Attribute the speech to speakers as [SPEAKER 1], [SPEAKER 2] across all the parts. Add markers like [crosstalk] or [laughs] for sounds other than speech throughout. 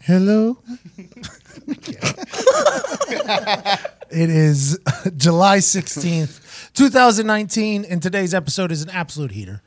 [SPEAKER 1] Hello. it is July 16th, 2019, and today's episode is an absolute heater.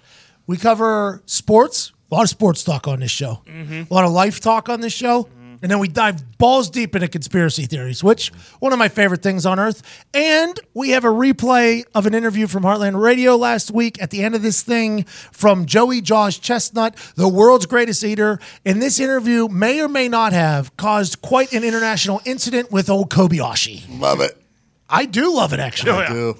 [SPEAKER 1] We cover sports, a lot of sports talk on this show, Mm-hmm. a lot of life talk on this show, and then we dive balls deep into conspiracy theories, which one of my favorite things on earth. And we have a replay of an interview from Heartland Radio last week at the end of this thing from Joey Josh Chestnut, the world's greatest eater. And this interview may or may not have caused quite an international incident with old Kobayashi.
[SPEAKER 2] Love it.
[SPEAKER 1] I do love it, actually.
[SPEAKER 2] I do.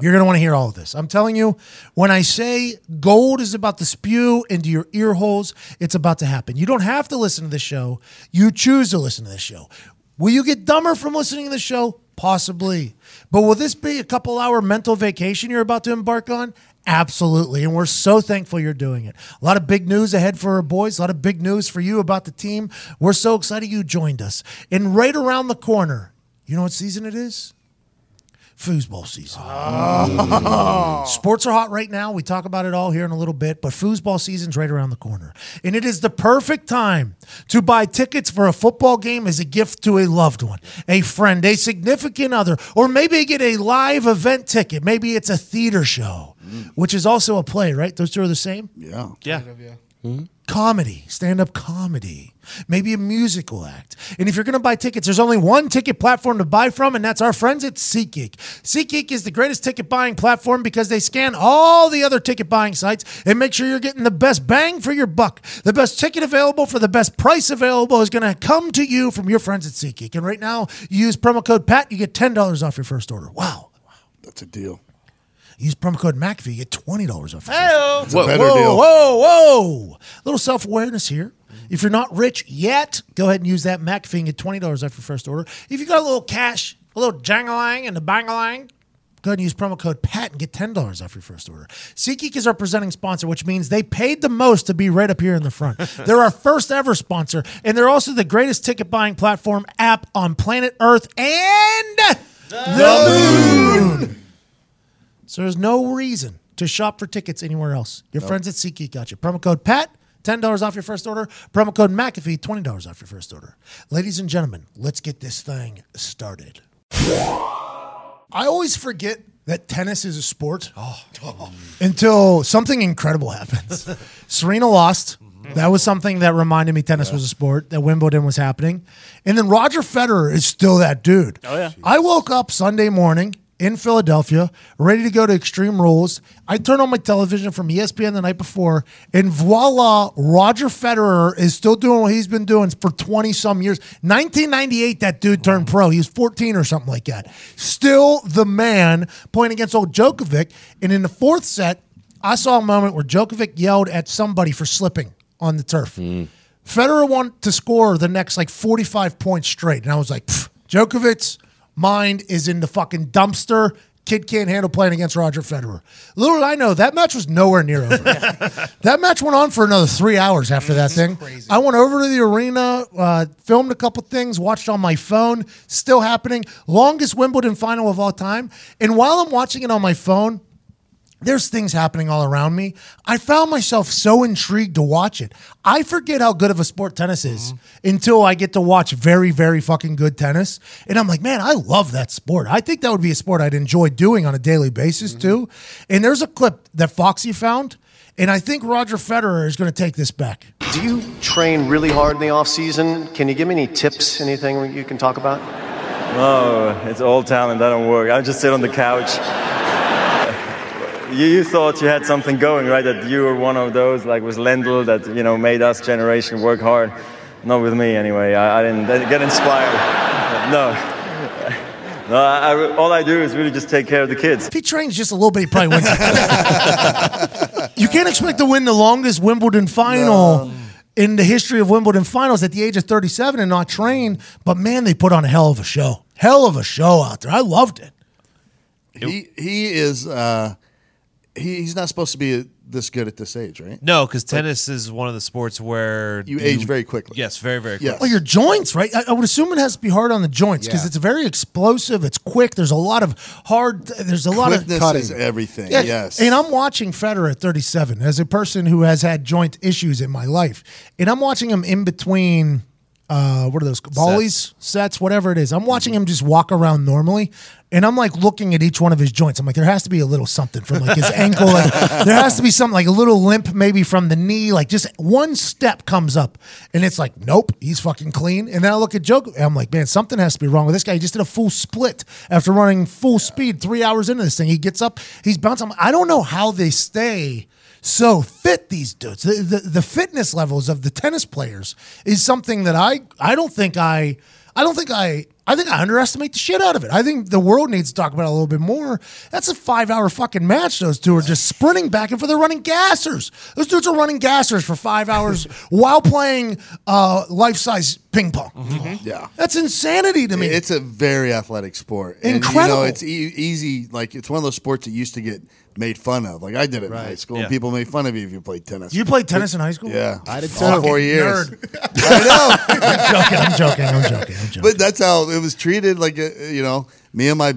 [SPEAKER 1] You're going to want to hear all of this. I'm telling you, when I say gold is about to spew into your ear holes, it's about to happen. You don't have to listen to the show. You choose to listen to the show. Will you get dumber from listening to the show? Possibly. But will this be a couple hour mental vacation you're about to embark on? Absolutely. And we're so thankful you're doing it. A lot of big news ahead for our boys, a lot of big news for you about the team. We're so excited you joined us. And right around the corner, you know what season it is? foosball season. [laughs] Sports are hot right now. We talk about it all here in a little bit, but foosball season's right around the corner. And it is the perfect time to buy tickets for a football game as a gift to a loved one, a friend, a significant other, or maybe get a live event ticket. Maybe it's a theater show, which is also a play, right? Those two are the same?
[SPEAKER 2] Mm. Yeah.
[SPEAKER 3] Yeah.
[SPEAKER 1] Hmm? comedy, stand up comedy, maybe a musical act. And if you're going to buy tickets, there's only one ticket platform to buy from, and that's our friends at SeatGeek. SeatGeek is the greatest ticket buying platform because they scan all the other ticket buying sites and make sure you're getting the best bang for your buck. The best ticket available for the best price available is going to come to you from your friends at SeatGeek. And right now, you use promo code PAT, you get $10 off your first order. Wow.
[SPEAKER 2] That's a deal.
[SPEAKER 1] Use promo code MACV, you get $20 off. your first
[SPEAKER 2] It's a better
[SPEAKER 1] whoa,
[SPEAKER 2] deal.
[SPEAKER 1] Whoa, whoa, Little self awareness here. If you're not rich yet, go ahead and use that McAfee and get twenty dollars off your first order. If you got a little cash, a little jangalang and a bangalang, go ahead and use promo code PAT and get ten dollars off your first order. SeatGeek is our presenting sponsor, which means they paid the most to be right up here in the
[SPEAKER 2] [laughs]
[SPEAKER 1] front. they're our first ever sponsor, and they're also the greatest ticket buying platform app on planet Earth and the moon. So there's no reason to shop for tickets anywhere else. Your friends at SeatGeek got you. Promo code PAT, $10 off your first order. Promo code McAfee, $20 off your first order. Ladies and gentlemen, let's get this thing started. I always forget that tennis is a sport
[SPEAKER 4] Oh.
[SPEAKER 1] Oh, until something incredible happens. Serena lost. That was something that reminded me tennis was a sport, that Wimbledon was happening. And then Roger Federer is still that dude. Oh, yeah. I woke up Sunday morning in Philadelphia, ready to go to Extreme Rules. I turn on my television from E ESPN the night before, and voila, Roger Federer is still doing what he's been doing for 20 some years. 1998, that dude turned pro. He was 14 or something like that. Still the man playing against old Djokovic. And in the fourth set, I saw a moment where Djokovic yelled at somebody for slipping on the turf. Federer wanted to score the next like 45 points straight. And I was like, "Pfft, Djokovic's mind is in the fucking dumpster. Kid can't handle playing against Roger Federer. Little did I know, that match was nowhere near over. that match went on for another three hours after that thing. I went over to the arena, uh, filmed a couple things, watched on my phone, still happening. Longest Wimbledon final of all time. And while I'm watching it on my phone, there's things happening all around me. I found myself so intrigued to watch it. I forget how good of a sport tennis is until I get to watch very, very fucking good tennis. And I'm like, man, I love that sport. I think that would be a sport I'd enjoy doing on a daily basis too. And there's a clip that Foxy found, and I think Roger Federer is going to take this back.
[SPEAKER 5] Do you train really hard in the off season? Can you give me any tips? Anything you can talk about?
[SPEAKER 6] No, Oh, it's all talent. That don't work. I just sit on the couch. you, you thought you had something going, right? That you were one of those, like with Lendl, that you know made us generation work hard. Not with me, anyway. I, I didn't I didn't get inspired. no, no. I, I- all I do is really just take care of the kids.
[SPEAKER 1] If he trains just a little bit, he probably wins. You can't expect to win the longest Wimbledon final in the history of Wimbledon finals at the age of 37 and not train. But man, they put on a hell of a show. Hell of a show out there. I loved it.
[SPEAKER 2] He he is uh, he, he's not supposed to be this good at this age, right?
[SPEAKER 3] No, because tennis is one of the sports where
[SPEAKER 2] You age very quickly.
[SPEAKER 3] Yes, very very
[SPEAKER 2] Yes.
[SPEAKER 3] quick.
[SPEAKER 1] Well, your joints, right? I, I would assume it has to be hard on the joints because
[SPEAKER 2] Yeah.
[SPEAKER 1] it's very explosive. It's quick. There's a lot of hard. There's a lot of
[SPEAKER 2] Quickness
[SPEAKER 1] cutting.
[SPEAKER 2] is everything.
[SPEAKER 1] Yeah,
[SPEAKER 2] Yes.
[SPEAKER 1] And I'm watching Federer at 37 as a person who has had joint issues in my life, and I'm watching him in between. Uh, what are those volleys, sets, whatever it is? I'm
[SPEAKER 2] Mm-hmm.
[SPEAKER 1] watching him just walk around normally, and I'm like looking at each one of his joints. I'm like, there has to be a little something from like his ankle. Like, there has to be something like a little limp maybe from the knee. Like just one step comes up, and it's like, nope, he's fucking clean. And then I look at Joker, and I'm like, man, something has to be wrong with this guy. He just did a full split after running full speed three hours into this thing. He gets up, he's bouncing. I don't know how they stay so fit these dudes. The, the, the fitness levels of the tennis players is something that I I don't think I I don't think I I think I underestimate the shit out of it. I think the world needs to talk about it a little bit more. That's a five hour fucking match. Those two are just sprinting back and forth. They're running gassers. Those dudes are running gassers for five hours while playing uh, life size ping pong.
[SPEAKER 2] yeah.
[SPEAKER 1] That's insanity to me.
[SPEAKER 2] it's a very athletic sport. And,
[SPEAKER 1] Incredible.
[SPEAKER 2] you know, it's e- easy. Like it's one of those sports that used to get made fun of. Like I did it in high school.
[SPEAKER 3] yeah.
[SPEAKER 2] and People made fun of you if you played tennis.
[SPEAKER 1] you played tennis in high school?
[SPEAKER 2] yeah,
[SPEAKER 4] I did
[SPEAKER 2] All
[SPEAKER 4] too.
[SPEAKER 2] four years.
[SPEAKER 1] Nerd.
[SPEAKER 2] [laughs] I know,
[SPEAKER 1] [laughs] I'm joking. I'm joking. I'm joking. I'm joking.
[SPEAKER 2] but that's how it was treated. Like uh, you know, me and my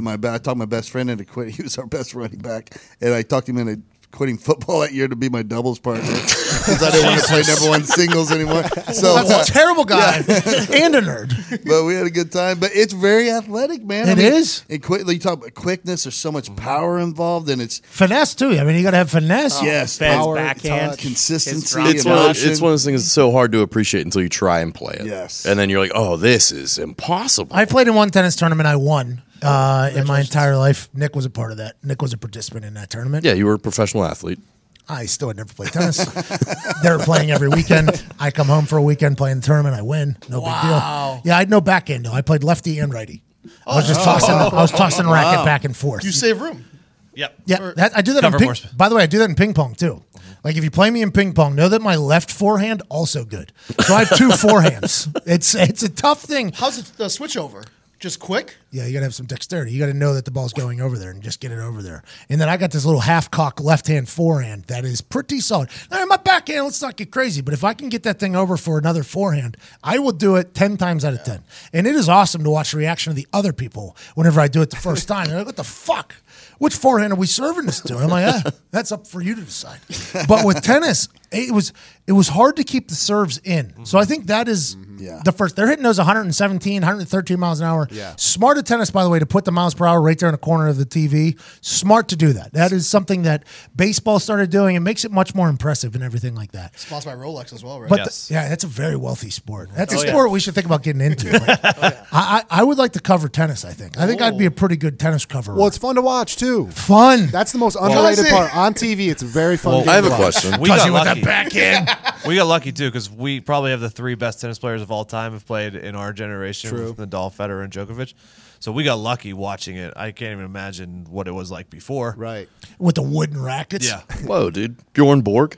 [SPEAKER 2] my I talked my best friend into quit. [laughs] He was our best running back, and I talked him into quitting football that year to be my doubles partner because I didn't want to play number one
[SPEAKER 1] [laughs]
[SPEAKER 2] singles anymore. So.
[SPEAKER 1] That's a terrible
[SPEAKER 2] [laughs]
[SPEAKER 1] guy and a nerd.
[SPEAKER 2] but we had a good time. But it's very athletic, man.
[SPEAKER 1] It
[SPEAKER 2] It is.
[SPEAKER 1] is.
[SPEAKER 2] And quick, you talk about quickness. There's so much power involved, and it's
[SPEAKER 1] finesse too. I mean, you got to have finesse.
[SPEAKER 2] yes,
[SPEAKER 4] Fast
[SPEAKER 2] power,
[SPEAKER 4] backhand,
[SPEAKER 2] touch, consistency.
[SPEAKER 4] his
[SPEAKER 7] It's
[SPEAKER 4] drop.
[SPEAKER 7] one, of,
[SPEAKER 2] emotion.
[SPEAKER 7] it's one of those things that's so hard to appreciate until you try and play it.
[SPEAKER 2] Yes.
[SPEAKER 7] And then you're like, oh, this is impossible.
[SPEAKER 1] I played in one tennis tournament. I won uh, in my entire life. Nick was a part of that. Nick was a participant in that tournament.
[SPEAKER 7] yeah, you were a professional athlete.
[SPEAKER 1] I still had never played tennis. [laughs] they were playing every weekend. I come home for a weekend playing the tournament. I win. No big deal. Yeah, I had no backhand though. I played lefty and righty. I was just tossing. I was tossing racket back and forth.
[SPEAKER 8] Oh. You save room.
[SPEAKER 3] Yep.
[SPEAKER 1] Yeah, that, I do that. In
[SPEAKER 3] cover
[SPEAKER 1] ping,
[SPEAKER 3] more sp-
[SPEAKER 1] by the way, I do that in ping pong too. Like if you play me in ping pong, know that my left forehand also good. So I have two [laughs] forehands. It's it's a tough thing.
[SPEAKER 8] How's it, the switch over? Just quick?
[SPEAKER 1] Yeah, you gotta have some dexterity. You gotta know that the ball's going over there and just get it over there. And then I got this little half cock left hand forehand that is pretty solid. Now, in my backhand, let's not get crazy, but if I can get that thing over for another forehand, I will do it ten times out of ten. And it is awesome to watch the reaction of the other people whenever I do it the first time. They're like, "What the fuck? Which forehand are we serving this to?" And I'm like, "Ah, that's up for you to decide." But with tennis, it was it was hard to keep the serves in. So I think that is
[SPEAKER 2] Yeah.
[SPEAKER 1] the first. They're hitting those 117, 113 miles an hour. Yeah. Smart at tennis, by the way, to put the miles per hour right there in the corner of the TV. Smart to do that. That is something that baseball started doing. It makes it much more impressive and everything like that.
[SPEAKER 8] Sponsored by Rolex as well, right?
[SPEAKER 1] But
[SPEAKER 3] Yes.
[SPEAKER 1] th- yeah, that's a very wealthy sport. That's a
[SPEAKER 3] Oh, yeah.
[SPEAKER 1] sport we should think about getting into. Like, I, I I would like to cover tennis. I think. I think I'd
[SPEAKER 3] Oh.
[SPEAKER 1] be a pretty good tennis coverer.
[SPEAKER 4] [laughs] Well, it's fun to watch too.
[SPEAKER 1] fun.
[SPEAKER 4] That's the most underrated
[SPEAKER 8] Chelsea.
[SPEAKER 4] part on TV. It's very fun.
[SPEAKER 3] Well,
[SPEAKER 4] game
[SPEAKER 7] I have
[SPEAKER 4] to
[SPEAKER 7] a
[SPEAKER 4] watch.
[SPEAKER 7] question.
[SPEAKER 3] We got
[SPEAKER 1] you with that
[SPEAKER 3] lucky. [laughs] we got lucky too because we probably have the three best tennis players of all time have played in our generation with Nadal, Federer, and Djokovic. So we got lucky watching it. I can't even imagine what it was like before.
[SPEAKER 4] Right.
[SPEAKER 1] with the wooden rackets.
[SPEAKER 3] Yeah.
[SPEAKER 7] Whoa, dude. Bjorn Borg?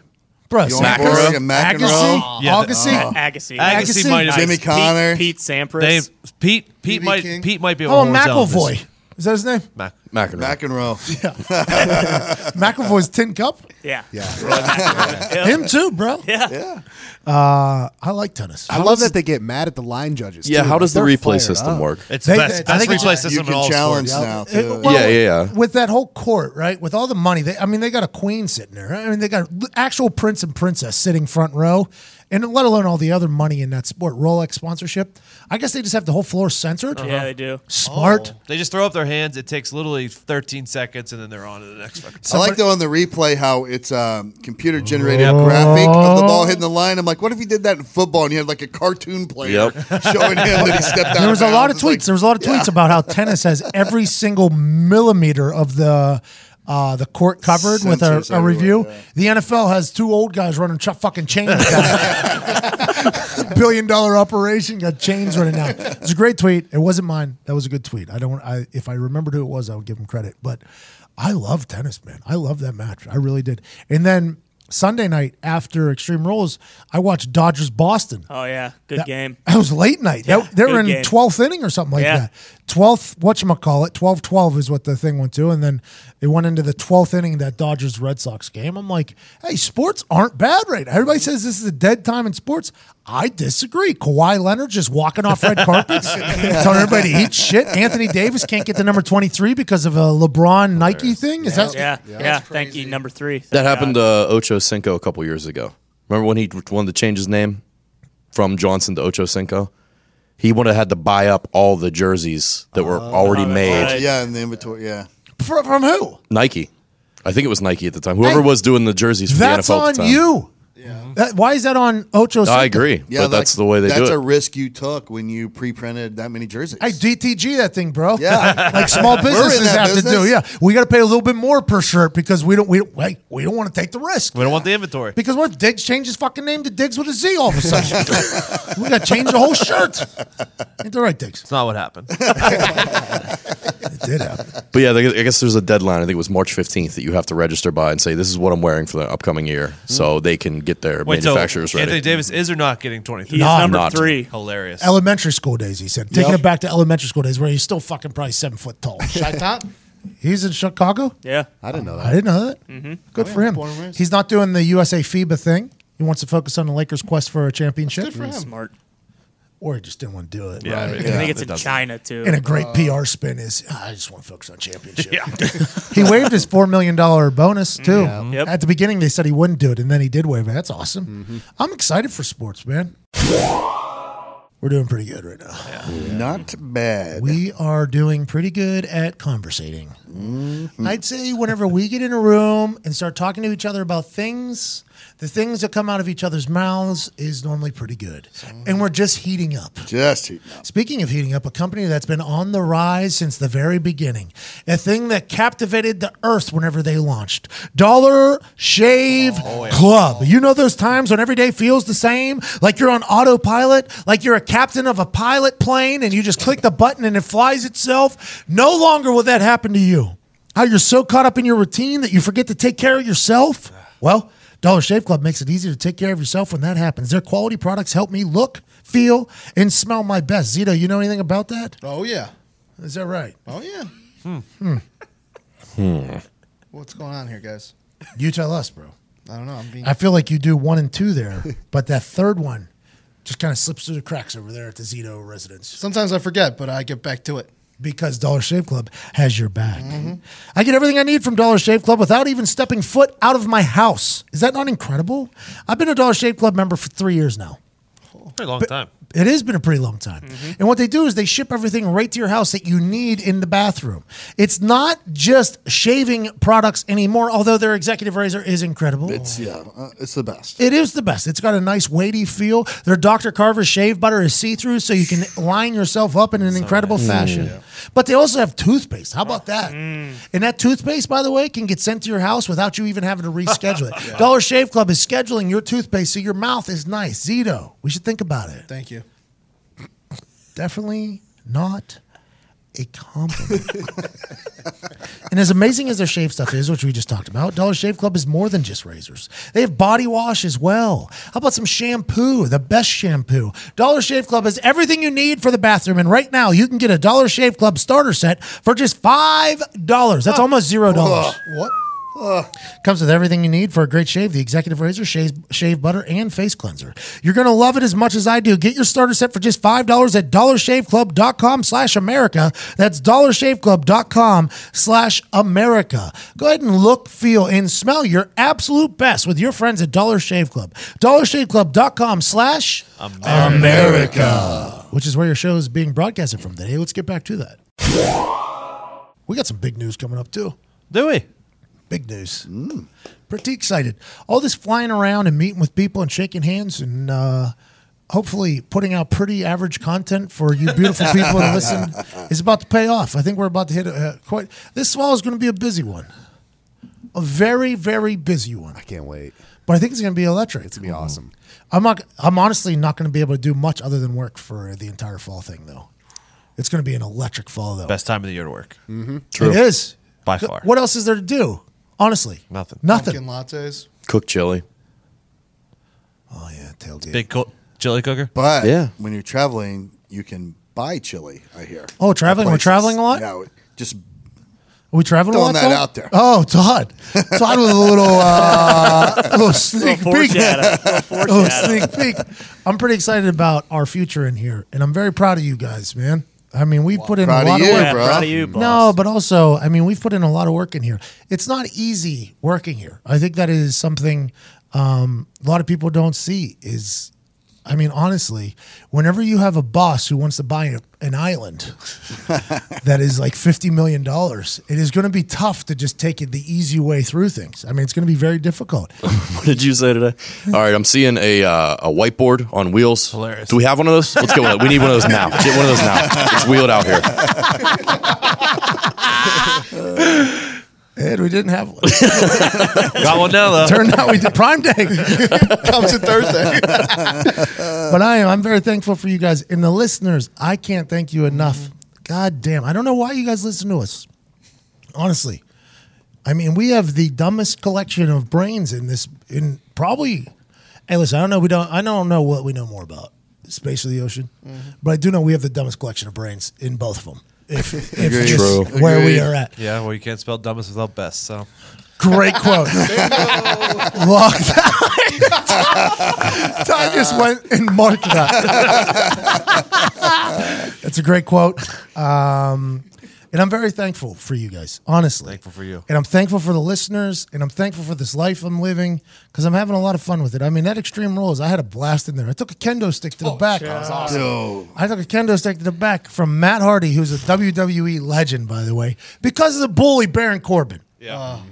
[SPEAKER 1] bro.
[SPEAKER 2] Bjorn
[SPEAKER 1] Sack-
[SPEAKER 2] Borg and
[SPEAKER 1] Agassi,
[SPEAKER 2] McEnroe.
[SPEAKER 3] Yeah, the- uh,
[SPEAKER 1] Agassi.
[SPEAKER 4] Agassi.
[SPEAKER 3] Agassi,
[SPEAKER 1] Agassi,
[SPEAKER 3] might have
[SPEAKER 2] Jimmy Connor.
[SPEAKER 4] Pete, Pete
[SPEAKER 3] They,
[SPEAKER 4] Sampras.
[SPEAKER 3] Pete Pete
[SPEAKER 2] BB
[SPEAKER 3] might
[SPEAKER 2] King.
[SPEAKER 3] Pete might be able
[SPEAKER 1] oh,
[SPEAKER 3] to hold his own.
[SPEAKER 1] McElvoy. Is that his name? [laughs]
[SPEAKER 3] Mac.
[SPEAKER 7] McEnroe.
[SPEAKER 2] McEnroe.
[SPEAKER 1] McElvoy's tin cup.
[SPEAKER 4] yeah. Yeah.
[SPEAKER 3] [laughs]
[SPEAKER 1] Him too, bro.
[SPEAKER 4] Yeah.
[SPEAKER 1] Uh, I like tennis.
[SPEAKER 4] I love that they get mad at the line judges.
[SPEAKER 7] yeah,
[SPEAKER 4] too.
[SPEAKER 7] how
[SPEAKER 4] Like,
[SPEAKER 7] does the
[SPEAKER 4] they're
[SPEAKER 7] replay
[SPEAKER 4] fired
[SPEAKER 7] system
[SPEAKER 4] up.
[SPEAKER 7] work?
[SPEAKER 3] It's
[SPEAKER 1] They-
[SPEAKER 3] best,
[SPEAKER 1] they- I
[SPEAKER 3] best
[SPEAKER 1] think it's-
[SPEAKER 3] replay
[SPEAKER 2] You
[SPEAKER 3] system in all
[SPEAKER 2] can challenge
[SPEAKER 3] sports.
[SPEAKER 2] now
[SPEAKER 1] It-
[SPEAKER 2] too.
[SPEAKER 1] well,
[SPEAKER 7] Yeah, yeah, yeah.
[SPEAKER 1] With that whole court, right? With all the money, they, I mean, they got a queen sitting there. I mean, they got l- actual prince and princess sitting front row, and let alone all the other money in that sport. Rolex sponsorship. I guess they just have the whole floor censored.
[SPEAKER 9] Yeah, they do.
[SPEAKER 1] Smart.
[SPEAKER 3] Oh. They just throw up their hands. It takes literally 13 seconds, and then they're on to the next fucking.
[SPEAKER 2] I like though on the replay how it's um, computer generated
[SPEAKER 1] Oh.
[SPEAKER 2] graphic of the ball hitting the line. I'm like, what if he did that in football and you had like a cartoon player
[SPEAKER 7] Yep.
[SPEAKER 2] [laughs] showing him that he stepped out?
[SPEAKER 1] There was a
[SPEAKER 2] bounds?
[SPEAKER 1] lot of
[SPEAKER 2] It's like,
[SPEAKER 1] tweets. There was a lot of tweets about
[SPEAKER 2] [laughs]
[SPEAKER 1] how tennis has every single millimeter of the uh, the court covered with a,
[SPEAKER 2] Sensors
[SPEAKER 1] a review.
[SPEAKER 2] everywhere,
[SPEAKER 1] The NFL has two old guys running ch- fucking chains. down. [laughs] Billion dollar operation got chains running out. It's a great tweet. It wasn't mine. That was a good tweet. I don't. I if I remembered who it was, I would give him credit. But I love tennis, man. I love that match. I really did. And then Sunday night after Extreme Rules, I watched Dodgers Boston.
[SPEAKER 9] Oh yeah, good
[SPEAKER 1] That-
[SPEAKER 9] game.
[SPEAKER 1] [laughs] That was late night.
[SPEAKER 9] Yeah,
[SPEAKER 1] That- they were
[SPEAKER 9] good
[SPEAKER 1] in
[SPEAKER 9] game.
[SPEAKER 1] 12th inning or something like
[SPEAKER 9] Yeah.
[SPEAKER 1] that. 12th, whatchamacallit, 12 12 is what the thing went to. And then it went into the 12th inning of that Dodgers Red Sox game. I'm like, hey, sports aren't bad right now. Everybody says this is a dead time in sports. I disagree. Kawhi Leonard just walking off
[SPEAKER 9] [laughs]
[SPEAKER 1] red carpets, telling everybody to eat shit. Anthony Davis can't get to number 23 because of a LeBron Nike thing. Is that
[SPEAKER 9] yeah, yeah. Thank you, number three.
[SPEAKER 7] That happened to Ocho Cinco a couple years ago. Remember when he wanted to change his name from Johnson to Ocho Cinco? He would have had to buy up all the jerseys that
[SPEAKER 2] Oh,
[SPEAKER 7] were already made.
[SPEAKER 9] right.
[SPEAKER 2] Yeah, in the inventory. Yeah.
[SPEAKER 1] from, from who?
[SPEAKER 7] Nike. I think it was Nike at the time. Whoever was doing the jerseys for
[SPEAKER 1] That's
[SPEAKER 7] the NFL at
[SPEAKER 1] on
[SPEAKER 7] the time.
[SPEAKER 1] you. That, why is that on Ocho?
[SPEAKER 7] I
[SPEAKER 1] Cinco?
[SPEAKER 7] agree.
[SPEAKER 2] Yeah,
[SPEAKER 7] but that's
[SPEAKER 2] that-
[SPEAKER 7] the way they
[SPEAKER 2] That's
[SPEAKER 7] do
[SPEAKER 2] a
[SPEAKER 7] it.
[SPEAKER 2] risk you took when you pre-printed that many jerseys.
[SPEAKER 1] I DTG that thing, bro.
[SPEAKER 2] Yeah.
[SPEAKER 1] [laughs] like small businesses
[SPEAKER 2] that
[SPEAKER 1] have to do.
[SPEAKER 2] business.
[SPEAKER 1] Yeah, we got to pay a little bit more per shirt because we don't we don't, like, we don't want to take the risk.
[SPEAKER 3] We don't want the inventory.
[SPEAKER 1] Because what if Diggs changed his fucking name to Diggs with a Z all of a sudden? we got to change the whole shirt. Ain't the right Diggs.
[SPEAKER 3] It's not what happened.
[SPEAKER 1] It did happen.
[SPEAKER 7] But yeah, they- I guess there's a deadline. I think it was March 15th that you have to register by and say this is what I'm wearing for the upcoming year, so they can get their
[SPEAKER 3] [laughs] Wait, so
[SPEAKER 7] manufacturers ready.
[SPEAKER 3] Anthony Davis is or not getting 23?
[SPEAKER 9] He's
[SPEAKER 1] Nah,
[SPEAKER 9] number
[SPEAKER 7] not.
[SPEAKER 9] three.
[SPEAKER 3] Hilarious.
[SPEAKER 1] Elementary school days, he said. Taking it back to elementary school days where he's still fucking probably seven foot tall.
[SPEAKER 8] Shy Top?
[SPEAKER 1] he's in Chicago?
[SPEAKER 9] Yeah, Mm-hmm.
[SPEAKER 4] I didn't know that.
[SPEAKER 1] I didn't know that.
[SPEAKER 3] Mm-hmm.
[SPEAKER 2] Oh,
[SPEAKER 1] Good for
[SPEAKER 8] born and
[SPEAKER 1] him.
[SPEAKER 8] raised.
[SPEAKER 1] He's not doing the USA FIBA thing. He wants to focus on the Lakers' quest for a championship.
[SPEAKER 9] smart.
[SPEAKER 1] Or he just didn't want to do it.
[SPEAKER 3] Yeah, I mean,
[SPEAKER 9] I think it's
[SPEAKER 3] it
[SPEAKER 9] in
[SPEAKER 3] doesn't- Uh,
[SPEAKER 9] China too. Uh,
[SPEAKER 1] And a great PR spin is "Ah, I just want to focus on championship. [laughs]
[SPEAKER 3] [laughs]
[SPEAKER 1] he waived his four million dollar
[SPEAKER 3] Mm,
[SPEAKER 1] bonus too.
[SPEAKER 9] Yep.
[SPEAKER 1] At the beginning, they said he wouldn't do it, and then he did waive it. That's awesome.
[SPEAKER 9] Mm-hmm.
[SPEAKER 1] I'm excited for sports, man. We're doing pretty good right now.
[SPEAKER 2] Not bad.
[SPEAKER 1] We are doing pretty good at conversating.
[SPEAKER 2] Mm-hmm.
[SPEAKER 9] Mm.
[SPEAKER 1] I'd say whenever we get in a room and start talking to each other about things, the things that come out of each other's mouths is normally pretty good. And we're just heating up.
[SPEAKER 2] Just heating up.
[SPEAKER 1] Speaking of heating up, a company that's been on the rise since the very beginning, a thing that captivated the earth whenever they launched Dollar Shave Club. You know those times when every day feels the same, like you're on autopilot, like you're a captain of a pilot plane and you just click the button and it flies itself? No longer will that happen to you. How you're so caught up in your routine that you forget to take care of yourself? Well, Dollar Shave Club makes it easy to take care of yourself when that happens. Their quality products help me look, feel, and smell my best. Zito, you know anything about that?
[SPEAKER 8] Oh, yeah.
[SPEAKER 1] Is that right?
[SPEAKER 8] Oh, yeah. Hmm.
[SPEAKER 3] Hmm.
[SPEAKER 8] What's going on here, guys?
[SPEAKER 1] You tell us, bro.
[SPEAKER 8] I don't know. I'm being.
[SPEAKER 1] I feel like you do one and two there, [laughs] but that third one just kind of slips through the cracks over there at the Zito residence.
[SPEAKER 8] Sometimes I forget, but I get back to it. Mm-hmm.
[SPEAKER 1] because Dollar Shave Club has your back. I get everything I need from Dollar Shave Club without even stepping foot out of my house. Is that not incredible? I've been a Dollar Shave Club member for three years now.
[SPEAKER 3] Pretty long time.
[SPEAKER 1] It has been a pretty long time. And what they do is they ship everything right to your house that you need in the bathroom. It's not just shaving products anymore, although their executive razor is incredible.
[SPEAKER 2] It's yeah. Uh, it's the best.
[SPEAKER 1] It is the best. It's got a nice weighty feel. Their Dr. Carver shave butter is see through, so you can line yourself up in an incredible fashion. But they also have toothpaste. How about that? And that toothpaste, by the way, can get sent to your house without you even having to reschedule it. Dollar Shave Club is scheduling your toothpaste so your mouth is nice. Zito, we should think about it.
[SPEAKER 8] Thank you.
[SPEAKER 1] Definitely not a compliment. [laughs] and as amazing as their shave stuff is, which we just talked about, Dollar Shave Club is more than just razors. They have body wash as well. How about some shampoo? The best shampoo. Dollar Shave Club has everything you need for the bathroom. And right now, you can get a Dollar Shave Club starter set for just $5. That's almost $0.
[SPEAKER 8] What?
[SPEAKER 1] Comes with everything you need for a great shave: the Executive Razor, shave, shave butter, and face cleanser. You're gonna love it as much as I do. Get your starter set for just five dollars at DollarShaveClub.com/america. That's DollarShaveClub.com/america. Go ahead and look, feel, and smell your absolute best with your friends at Dollar Shave Club. DollarShaveClub.com/slash America, which is where your show is being broadcasted from today. Let's get back to that. We got some big news coming up too.
[SPEAKER 3] Do we?
[SPEAKER 1] Big news.
[SPEAKER 4] Mm.
[SPEAKER 1] Pretty excited. All this flying around and meeting with people and shaking hands and uh, hopefully putting out pretty average content for you
[SPEAKER 4] [laughs]
[SPEAKER 1] beautiful people to listen is about to pay off. I think we're about to hit a, uh, quite. This fall is going to be a busy one. A very, very busy one.
[SPEAKER 4] I can't wait.
[SPEAKER 1] But I think it's going to be electric. Mm-hmm.
[SPEAKER 4] It's gonna be awesome.
[SPEAKER 1] I'm not. I'm honestly not going to be able to do much other than work for the entire fall thing, though. It's going to be an electric fall, though.
[SPEAKER 3] Best time of the year to work.
[SPEAKER 1] It is.
[SPEAKER 3] by far.
[SPEAKER 1] What else is there to do? Honestly,
[SPEAKER 3] Nothing.
[SPEAKER 1] Nothing.
[SPEAKER 8] Pumpkin lattes.
[SPEAKER 7] Cook chili.
[SPEAKER 3] Big co- chili cooker.
[SPEAKER 2] But
[SPEAKER 7] Yeah.
[SPEAKER 2] when you're traveling, you can buy chili. I hear.
[SPEAKER 1] Oh, traveling? We're
[SPEAKER 2] Places.
[SPEAKER 1] traveling a lot?
[SPEAKER 2] Yeah, just
[SPEAKER 1] Are we traveling a
[SPEAKER 2] Throwing
[SPEAKER 1] lot, Todd?
[SPEAKER 2] that out there.
[SPEAKER 1] Oh, Todd. Todd with a little, uh, little sneak
[SPEAKER 9] Little
[SPEAKER 1] peek.
[SPEAKER 9] foreshadow. Little
[SPEAKER 1] little
[SPEAKER 9] foreshadow.
[SPEAKER 1] sneak peek. I'm pretty excited about our future in here, and I'm very proud of you guys, man. I mean, we put in a
[SPEAKER 2] Proud of
[SPEAKER 1] lot
[SPEAKER 2] you,
[SPEAKER 1] of work.
[SPEAKER 9] Yeah,
[SPEAKER 2] bro.
[SPEAKER 9] proud of you, boss.
[SPEAKER 1] No, but also, I mean, we've put in a lot of work in here. It's not easy working here. I think that is something um, a lot of people don't see. Is I mean, honestly, whenever you have a boss who wants to buy a, an island that is like fifty million dollars, it is going to be tough to just take it the easy way through things. I mean, it's going to be very difficult.
[SPEAKER 7] [laughs] What did you say today? All right, I'm seeing a uh, a whiteboard on wheels. Hilarious. Do we have one of those? Let's get one. Of, we need one of those now. Get one of those now. It's wheeled out here.
[SPEAKER 1] [laughs] And we didn't have one.
[SPEAKER 3] Got one now though.
[SPEAKER 1] Turned out we did Prime Day.
[SPEAKER 8] [laughs] Comes in Thursday.
[SPEAKER 1] [laughs] but I am. I'm very thankful for you guys and the listeners. I can't thank you enough. God damn, I don't know why you guys listen to us. Honestly, I mean, we have the dumbest collection of brains in this. In probably, hey, listen, I don't know. We don't. I don't know what we know more about space or the ocean,
[SPEAKER 8] Mm-hmm.
[SPEAKER 1] but I do know we have the dumbest collection of brains in both of them. If, if
[SPEAKER 2] Agreed.
[SPEAKER 1] just
[SPEAKER 7] True.
[SPEAKER 1] where we
[SPEAKER 2] Agreed.
[SPEAKER 1] are at.
[SPEAKER 3] Yeah, well, you can't spell dumbest without best. So
[SPEAKER 1] Great
[SPEAKER 3] [laughs]
[SPEAKER 1] quote. Long [laughs] time. Todd just went and marked that. That's a great quote. Um, and I'm very thankful for you guys, honestly.
[SPEAKER 3] Thankful for you.
[SPEAKER 1] And I'm thankful for the listeners, and I'm thankful for this life I'm living because I'm having a lot of fun with it. I mean, that Extreme Rules, I had a blast in there. I took a kendo stick to the back.
[SPEAKER 2] no.
[SPEAKER 1] I took a kendo stick to the back from Matt Hardy, who's a WWE legend, by the way, because of the bully Baron Corbin.
[SPEAKER 4] Uh.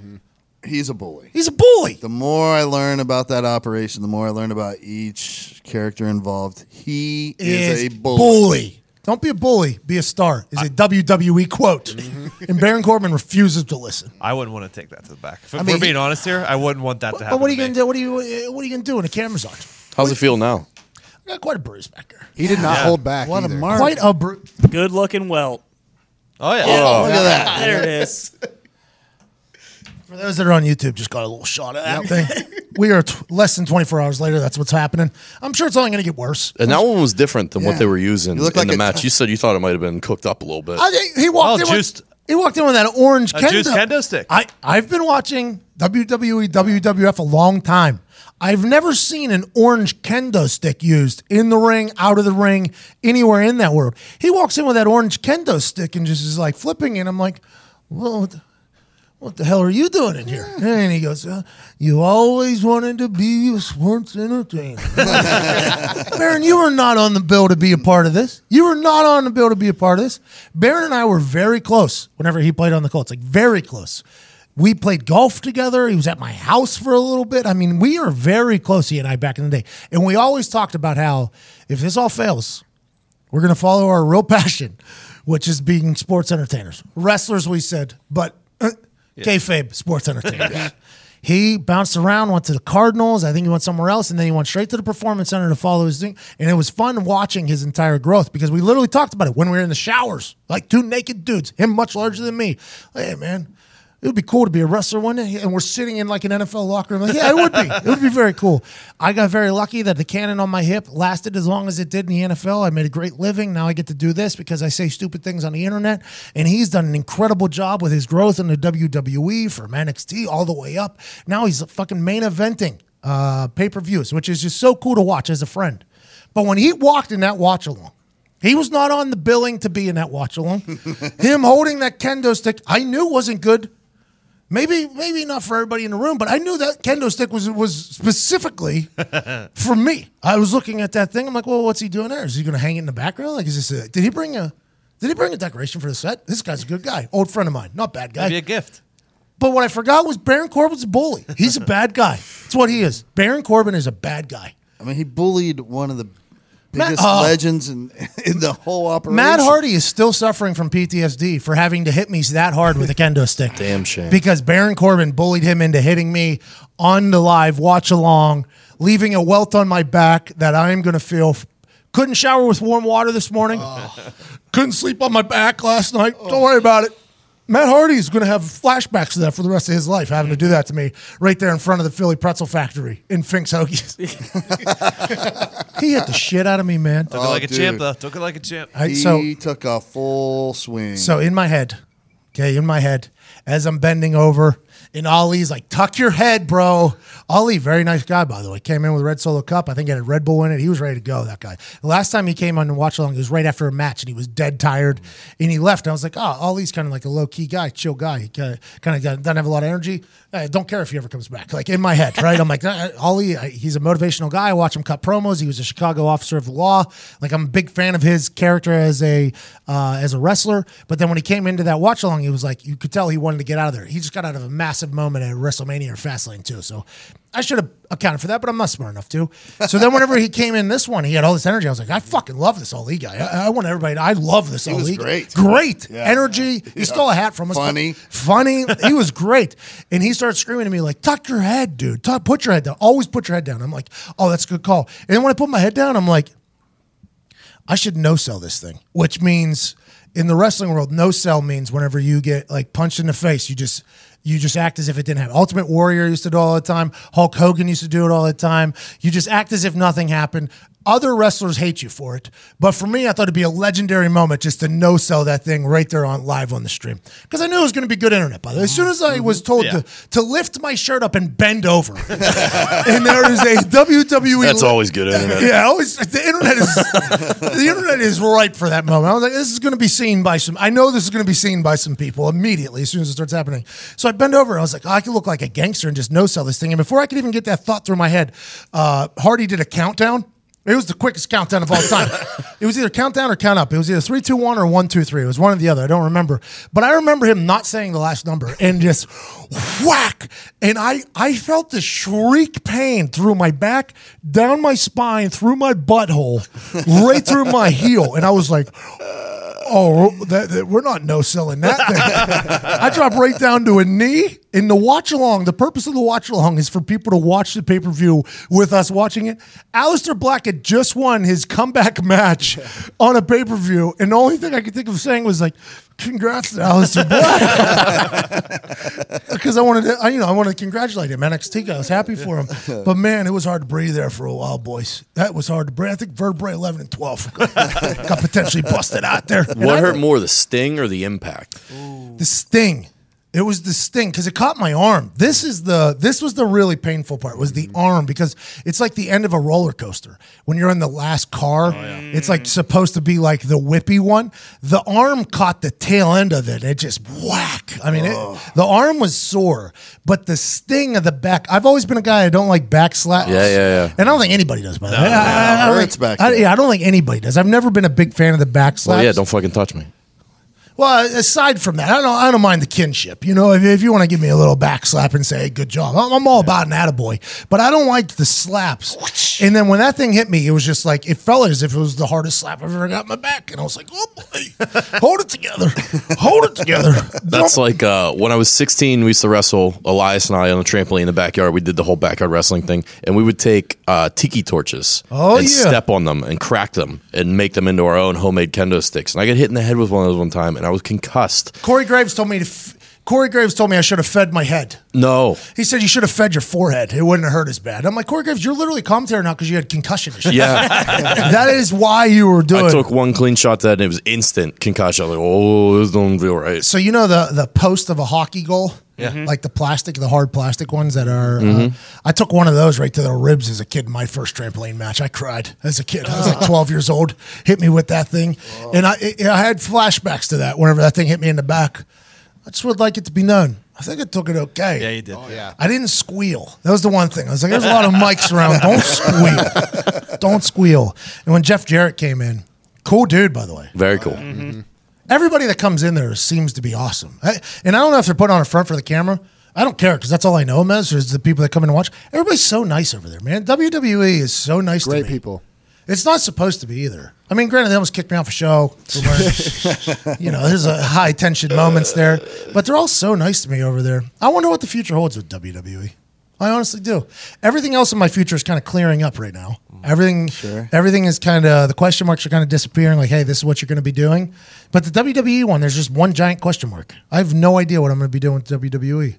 [SPEAKER 2] He's a bully.
[SPEAKER 1] He's a bully.
[SPEAKER 2] The more I learn about that operation, the more I learn about each character involved. He is, a bully.
[SPEAKER 1] Don't be a bully. Be a star. Is a WWE quote. and Baron Corbin refuses to listen.
[SPEAKER 3] I wouldn't want to take that to the back. If
[SPEAKER 1] mean,
[SPEAKER 3] we're being
[SPEAKER 1] he-
[SPEAKER 3] honest here, I wouldn't want that to
[SPEAKER 1] But,
[SPEAKER 3] happen.
[SPEAKER 1] what are you
[SPEAKER 3] to
[SPEAKER 1] gonna
[SPEAKER 3] me.
[SPEAKER 1] do? What are you uh, What are you gonna do when the camera's on?
[SPEAKER 7] How's it feel now?
[SPEAKER 1] I got quite a bruise back there.
[SPEAKER 4] He did not hold back.
[SPEAKER 2] What a
[SPEAKER 4] either.
[SPEAKER 2] mark.
[SPEAKER 1] Quite a bruise.
[SPEAKER 9] Good looking welt.
[SPEAKER 3] Oh yeah.
[SPEAKER 2] Look at that.
[SPEAKER 9] There it is.
[SPEAKER 1] [laughs] For those that are on YouTube, just got a little shot of that thing. We are t- less than 24 hours later. That's what's happening. I'm sure it's only going to get worse.
[SPEAKER 7] And that one was different than what
[SPEAKER 2] Yeah.
[SPEAKER 7] they were using in
[SPEAKER 2] You look like
[SPEAKER 7] the
[SPEAKER 2] a
[SPEAKER 7] match.
[SPEAKER 2] t-
[SPEAKER 7] you said you thought it might have been cooked up a little bit.
[SPEAKER 1] I think he walked
[SPEAKER 3] Oh,
[SPEAKER 1] in.
[SPEAKER 3] juiced-
[SPEAKER 1] with, he walked in with that orange
[SPEAKER 3] A
[SPEAKER 1] kendo.
[SPEAKER 3] juiced kendo stick.
[SPEAKER 1] I I've been watching E, WWE WWF a long time. I've never seen an orange kendo stick used in the ring, out of the ring, anywhere in that world. He walks in with that orange kendo stick and just is like flipping, and I'm like, well. what the- What the hell are you doing in here? And he goes, uh, You always wanted to be a sports entertainer. Baron, you were not on the bill to be a part of this. You were not on the bill to be a part of this. Baron and I were very close whenever he played on the Colts, like very close. We played golf together. He was at my house for a little bit. I mean, we are very close, he and I, back in the day. And we always talked about how if this all fails, we're going to follow our real [laughs] passion, which is being sports entertainers. Wrestlers, we said, but uh, kayfabe sports entertainers. he bounced around, went to the Cardinals. I think he went somewhere else, and then he went straight to the Performance Center to follow his thing. And it was fun watching his entire growth because we literally talked about it when we were in the showers, like two naked dudes, him much larger than me. Hey, man. It would be cool to be a wrestler one day, and we're sitting in like an NFL locker room. Like, yeah, it would be. It would be very cool. I got very lucky that the cannon on my hip lasted as long as it did in the NFL. I made a great living. Now I get to do this because I say stupid things on the internet. And he's done an incredible job with his growth in the WWE from NXT all the way up. Now he's fucking main eventing uh, pay per views, which is just so cool to watch as a friend. But when he walked in that watch along, he was not on the billing to be in that watch along. Him holding that kendo stick, I knew wasn't good. Maybe maybe not for everybody in the room, but I knew that kendo stick was was specifically for me. I was looking at that thing. I'm like, well, what's he doing there? Is he going to hang it in the background? Like, is this a? Did he bring a? Did he bring a decoration for the set? This guy's a good guy, old friend of mine, not bad guy.
[SPEAKER 3] Be a gift.
[SPEAKER 1] But what I forgot was Baron Corbin's a bully.
[SPEAKER 3] [laughs]
[SPEAKER 1] He's a bad guy. That's what he is. Baron Corbin is a bad guy.
[SPEAKER 2] I mean, he bullied one of the
[SPEAKER 1] Matt-
[SPEAKER 2] biggest
[SPEAKER 1] oh.
[SPEAKER 2] legends in, [laughs] in the whole operation.
[SPEAKER 1] Matt Hardy is still suffering from PTSD for having to hit me that hard with a kendo stick.
[SPEAKER 7] [laughs] Damn shame.
[SPEAKER 1] Because Baron Corbin bullied him into hitting me on the live watch along, leaving a welt on my back that I'm going to feel. F- couldn't
[SPEAKER 7] Uh.
[SPEAKER 1] shower with warm water this morning. Couldn't sleep on my back last night. Don't worry about it. Matt Hardy's going to have flashbacks to that for the rest of his life, having to do that to me right there in front of the Philly Pretzel Factory in Fink's
[SPEAKER 3] [laughs]
[SPEAKER 1] Hoagies. he hit the shit out of me, man.
[SPEAKER 3] Took it like a
[SPEAKER 7] Oh,
[SPEAKER 3] champ,
[SPEAKER 2] Oh, dude.
[SPEAKER 3] though. Took it like a champ.
[SPEAKER 1] I-
[SPEAKER 2] he
[SPEAKER 1] so-
[SPEAKER 2] took a full swing.
[SPEAKER 1] So in my head, okay, in my head, as I'm bending over, and Ollie's like, "Tuck your head, bro." Ollie, very nice guy, by the way. Came in with a red Solo Cup. I think he had a Red Bull in it. He was ready to go. That guy. The last time he came on and watch along, it was right after a match, and he was dead tired, and he left. And I was like, "Oh, Ollie's kind of like a low key guy, chill guy. He kind of doesn't have a lot of energy. I don't care if he ever comes back." Like in my head, right? I'm like, "Uh, Ollie, I- he's a motivational guy. I watch him cut promos. He was a Chicago officer of the law. Like I'm a big fan of his character as a uh, as a wrestler. But then when he came into that watch along, he was like, you could tell he wanted to get out of there. He just got out of a massive moment at WrestleMania or Fastlane too. So I should have accounted for that, but I'm not smart enough to. So then whenever he came in this one, he had all this energy. I was like, I fucking love this Ollie guy. I, I want everybody. To, I love this
[SPEAKER 2] was
[SPEAKER 1] Ollie. guy.
[SPEAKER 2] great.
[SPEAKER 1] great
[SPEAKER 2] Yeah.
[SPEAKER 1] energy. He stole a hat from us.
[SPEAKER 2] Funny.
[SPEAKER 1] funny. He was great. And he started screaming at me like, "Tuck your head, dude. Tuck, put your head down. Always put your head down." I'm like, "Oh, that's a good call." And then when I put my head down, I'm like, "I should no sell this thing," which means in the wrestling world, no sell means whenever you get like punched in the face, you just you just act as if it didn't happen. Ultimate Warrior used to do it all the time. Hulk Hogan used to do it all the time. You just act as if nothing happened. Other wrestlers hate you for it, but for me, I thought it'd be a legendary moment just to no sell that thing right there on live on the stream because I knew it was going to be good internet. By the way, as soon as I was told
[SPEAKER 3] Yeah.
[SPEAKER 1] to to lift my shirt up and bend over, [laughs] and there is a E WWE.
[SPEAKER 7] That's always good internet.
[SPEAKER 1] [laughs] Yeah, I always the internet is the internet is ripe for that moment. I was like, this is going to be seen by some. I know this is going to be seen by some people immediately as soon as it starts happening. So I bend over and I was like, oh, I could look like a gangster and just no sell this thing. And before I could even get that thought through my head, uh, Hardy did a countdown. It was the quickest countdown of all
[SPEAKER 7] [laughs]
[SPEAKER 1] time. it was either countdown or count up. It was either three, two, one, or one, two, three. It was one or the other. I don't remember, but I remember him not saying the last number and just whack. And I, I felt the shriek pain through my back, down my spine, through my butthole, right through my heel, and I was like. Oh, that, that- we're not no selling that thing. I drop right down to a knee in the watch along. The purpose of the watch along is for people to watch the pay per view with us watching it. Aleister Black had just won his comeback match on a pay per view, and the only thing I could think of saying was like, "Congrats to Aleister Black," [laughs] because I wanted to, I, you know, I wanted to congratulate him. NXT guy, I was happy for him, but man, it was hard to breathe there for a while, boys. That was hard to breathe. I think vertebrae eleven and twelve [laughs] got, got potentially busted out there. And
[SPEAKER 7] What
[SPEAKER 1] I-
[SPEAKER 7] hurt more, the sting or the impact?
[SPEAKER 1] the sting. It was the sting because it caught my arm. This is the this was the really painful part was
[SPEAKER 2] Mm-hmm.
[SPEAKER 1] the arm because it's like the end of a roller coaster. When you're in the last
[SPEAKER 2] Oh,
[SPEAKER 1] car, it's
[SPEAKER 2] Mm-hmm.
[SPEAKER 1] like supposed to be like the whippy one. The arm caught the tail end of it. It just whack. I mean, it, the arm was sore, but the sting of the back. I've always been a guy I don't like back slaps.
[SPEAKER 7] Yeah, yeah, yeah.
[SPEAKER 1] And I don't think anybody does. By the way, I, I, I, don't
[SPEAKER 2] Hurts
[SPEAKER 1] think-
[SPEAKER 2] back
[SPEAKER 1] I-
[SPEAKER 2] there.
[SPEAKER 1] yeah, I don't think anybody does. I've never been a big fan of the back slaps.
[SPEAKER 7] Well, yeah, don't fucking touch me.
[SPEAKER 1] Well, aside from that, I don't, I don't mind the kinship. You know, if, if you want to give me a little back slap and say, hey, good job, I'm, I'm all about an attaboy. But I don't like the slaps. And then when that thing hit me, it was just like, it felt as if it was the hardest slap I've ever got in my back. And I was like, oh boy, hold it together. Hold it together.
[SPEAKER 7] [laughs] That's like uh, when I was 16, we used to wrestle Elias and I on the trampoline in the backyard. We did the whole backyard wrestling thing, and we would take uh, tiki torches
[SPEAKER 1] Oh,
[SPEAKER 7] and
[SPEAKER 1] yeah.
[SPEAKER 7] step on them and crack them and make them into our own homemade kendo sticks. And I got hit in the head with one of those one time, and I was concussed.
[SPEAKER 1] Corey Graves told me to. F- Corey Graves told me I should have fed my head.
[SPEAKER 7] No,
[SPEAKER 1] He said you should have fed your forehead. It wouldn't have hurt as bad. I'm like, Corey Graves, you're literally commentating now because you had concussion. and shit."
[SPEAKER 7] yeah,
[SPEAKER 1] [laughs] that is why you were doing
[SPEAKER 7] I took one clean shot to that, and it was instant concussion. I was like, oh, this don't feel right.
[SPEAKER 1] So you know the the post of a hockey goal, yeah, like the plastic, the hard plastic ones that are. Uh, I took one of those right to the ribs as a kid in my first trampoline match. I cried as a kid. I was like 12 years old. Hit me with that thing, and I it, I had flashbacks to that whenever that thing hit me in the back. I just would like it to be known. I think I took it okay.
[SPEAKER 3] Yeah, you did. Oh, yeah.
[SPEAKER 1] I didn't squeal. That was the one thing. I was like, there's a lot of mics around. Don't squeal. Don't squeal. And when Jeff Jarrett came in, cool dude, by the way. Mm-hmm.
[SPEAKER 7] Very cool.
[SPEAKER 1] Everybody that comes in there seems to be awesome. I, and I don't know if they're put on a front for the camera. I don't care because that's all I know them as is the people that come in and watch. Everybody's so nice over there, man. WWE is so nice to
[SPEAKER 4] Great
[SPEAKER 1] me.
[SPEAKER 4] people.
[SPEAKER 1] It's not supposed to be either. I mean, granted, they almost kicked me off
[SPEAKER 4] [laughs]
[SPEAKER 1] a show. for wearing- you know, there's a high tension moments there, but they're all so nice to me over there. I wonder what the E. future holds with WWE. I honestly do. Everything else in my future is kind of clearing up right now. Everything, everything is kind of the question marks are kind of disappearing. Like, hey, this is what you're going to be doing. But the WWE one, there's just one giant question mark. I have no idea what I'm going to be doing with WWE.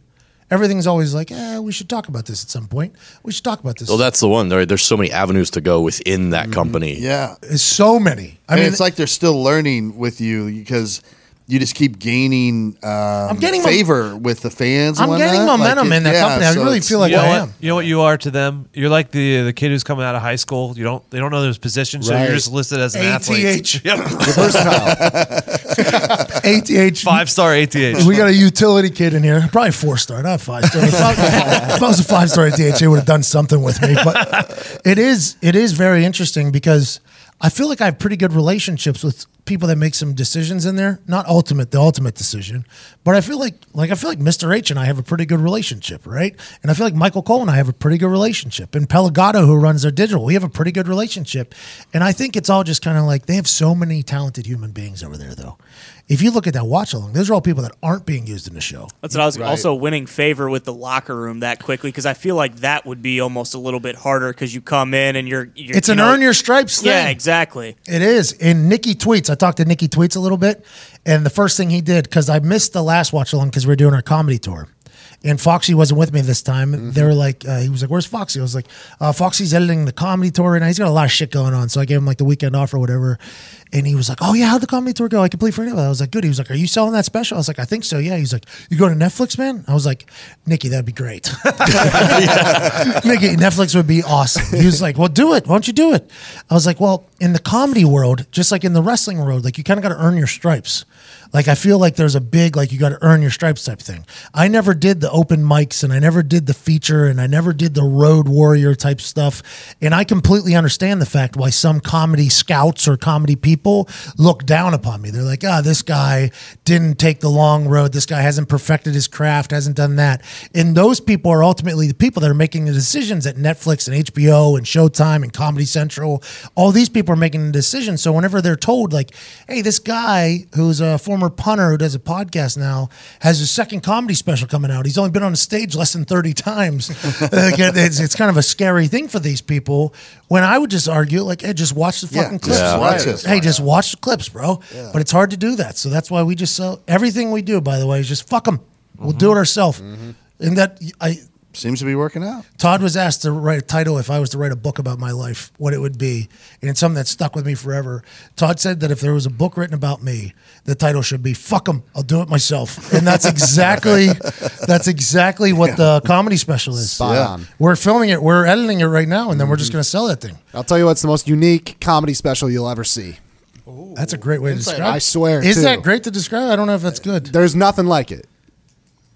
[SPEAKER 1] Everything's always like, eh, we should talk about this at some point. We should talk about this.
[SPEAKER 7] So that's the one. There, there's so many avenues to go within
[SPEAKER 1] Mm-hmm.
[SPEAKER 7] that company.
[SPEAKER 2] Yeah.
[SPEAKER 1] It's so many. I
[SPEAKER 2] I mean,
[SPEAKER 1] mean-
[SPEAKER 2] it's like they're still learning with you because you just keep gaining um, I'm
[SPEAKER 1] getting mom-
[SPEAKER 2] favor with the fans. and
[SPEAKER 1] I'm getting
[SPEAKER 2] whatnot. Like,
[SPEAKER 1] momentum
[SPEAKER 2] it-
[SPEAKER 1] in that
[SPEAKER 2] yeah,
[SPEAKER 1] company. I
[SPEAKER 2] so
[SPEAKER 1] really
[SPEAKER 2] it's-
[SPEAKER 1] feel like
[SPEAKER 3] you know
[SPEAKER 1] I
[SPEAKER 3] what,
[SPEAKER 1] am.
[SPEAKER 3] You know what you are to them. You're like the the kid who's coming out of high school. You don't they don't know there's position, so
[SPEAKER 2] Right.
[SPEAKER 3] you're just listed as an
[SPEAKER 1] ATH.
[SPEAKER 3] athlete. [laughs] Yep.
[SPEAKER 1] ATH.
[SPEAKER 3] Five star ATH.
[SPEAKER 1] We
[SPEAKER 3] [laughs]
[SPEAKER 1] got a utility kid in here. Probably four star, not five star. If I, if I was a five star at DHA, would have done something with me. But it is it is very interesting because I feel like I have pretty good relationships with people that make some decisions in there. Not ultimate, the ultimate decision, but I feel like like I feel like Mr. H and I have a pretty good relationship, right? And I feel like Michael Cole and I have a pretty good relationship, and Pelagato, who runs their digital, we have a pretty good relationship. And I think it's all just kind of like they have so many talented human beings over there, though if you look at that watch along, those are all people that aren't being used in the show.
[SPEAKER 9] That's what I was also winning favor with the locker room that quickly because I feel like that would be almost a little bit harder because you come in and you're, you're
[SPEAKER 1] It's
[SPEAKER 9] you
[SPEAKER 1] an
[SPEAKER 9] know-
[SPEAKER 1] earn your stripes thing.
[SPEAKER 9] yeah exactly
[SPEAKER 1] It is. And Nikki tweets. I talked to Nikki tweets a little bit, and the first thing he did because I missed the last watch along because we were doing our comedy tour, and Foxy wasn't with me this time. They were like, uh, he was like, "Where's Foxy?" I was like, uh, "Foxy's editing the comedy tour right now. He's got a lot of shit going on." So I gave him like the weekend off or whatever, and he was like, "Oh yeah, how'd the comedy tour go?" I completely forgot about. it. I was like, "Good." He was like, "Are you selling that special?" I was like, "I think so. Yeah." He's like, "You going to Netflix, man?" I was like, "Nikki, that'd be great." [laughs] Mickey, Netflix would be awesome. He was like, well, do it. Why don't you do it? I was like, well, in the comedy world, just like in the wrestling world, like you kind of got to earn your stripes. Like I feel like there's a big like you got to earn your stripes type thing. I never did the open mics and I never did the feature and I never did the road warrior type stuff. And I completely understand the fact why some comedy scouts or comedy people look down upon me. They're like, ah, this guy didn't take the long road. This guy hasn't perfected his craft, hasn't done that. And those people are ultimately the people that are making the decisions at Netflix and HBO and Showtime and Comedy Central. All these people are making the decisions. So whenever they're told, like, hey, this guy who's a former punter who does a podcast now has his second comedy special coming out. He's only been on the stage less than 30 times. [laughs] Like, it's, it's kind of a scary thing for these people. When I would just argue, like, hey, just watch the
[SPEAKER 2] Yeah,
[SPEAKER 1] fucking
[SPEAKER 2] just
[SPEAKER 1] clips.
[SPEAKER 2] watch
[SPEAKER 1] bro.
[SPEAKER 2] it.
[SPEAKER 1] Hey, just watch the clips, bro. But it's hard to do that. So that's why we just sell everything we do, by the way, is just fuck them. We'll do it ourselves. And that I
[SPEAKER 2] Mm-hmm. Seems to be working out.
[SPEAKER 1] Todd was asked to write a title if I was to write a book about my life, what it would be. And it's something that stuck with me forever. Todd said that if there was a book written about me, the title should be "Fuck 'em, I'll do it myself." And
[SPEAKER 4] [laughs]
[SPEAKER 1] that's exactly that's exactly what the comedy special
[SPEAKER 4] [laughs]
[SPEAKER 1] is.
[SPEAKER 4] Spot Yeah. on. Mm-hmm.
[SPEAKER 1] We're filming it, we're editing it right now, and then we're just going to sell that thing.
[SPEAKER 4] I'll tell you what's the most unique comedy special you'll ever see.
[SPEAKER 1] That's a great way to
[SPEAKER 4] Inside,
[SPEAKER 1] describe. it.
[SPEAKER 4] I swear,
[SPEAKER 1] Is
[SPEAKER 4] too.
[SPEAKER 1] that great to describe? I don't know if that's good.
[SPEAKER 4] There's nothing like it.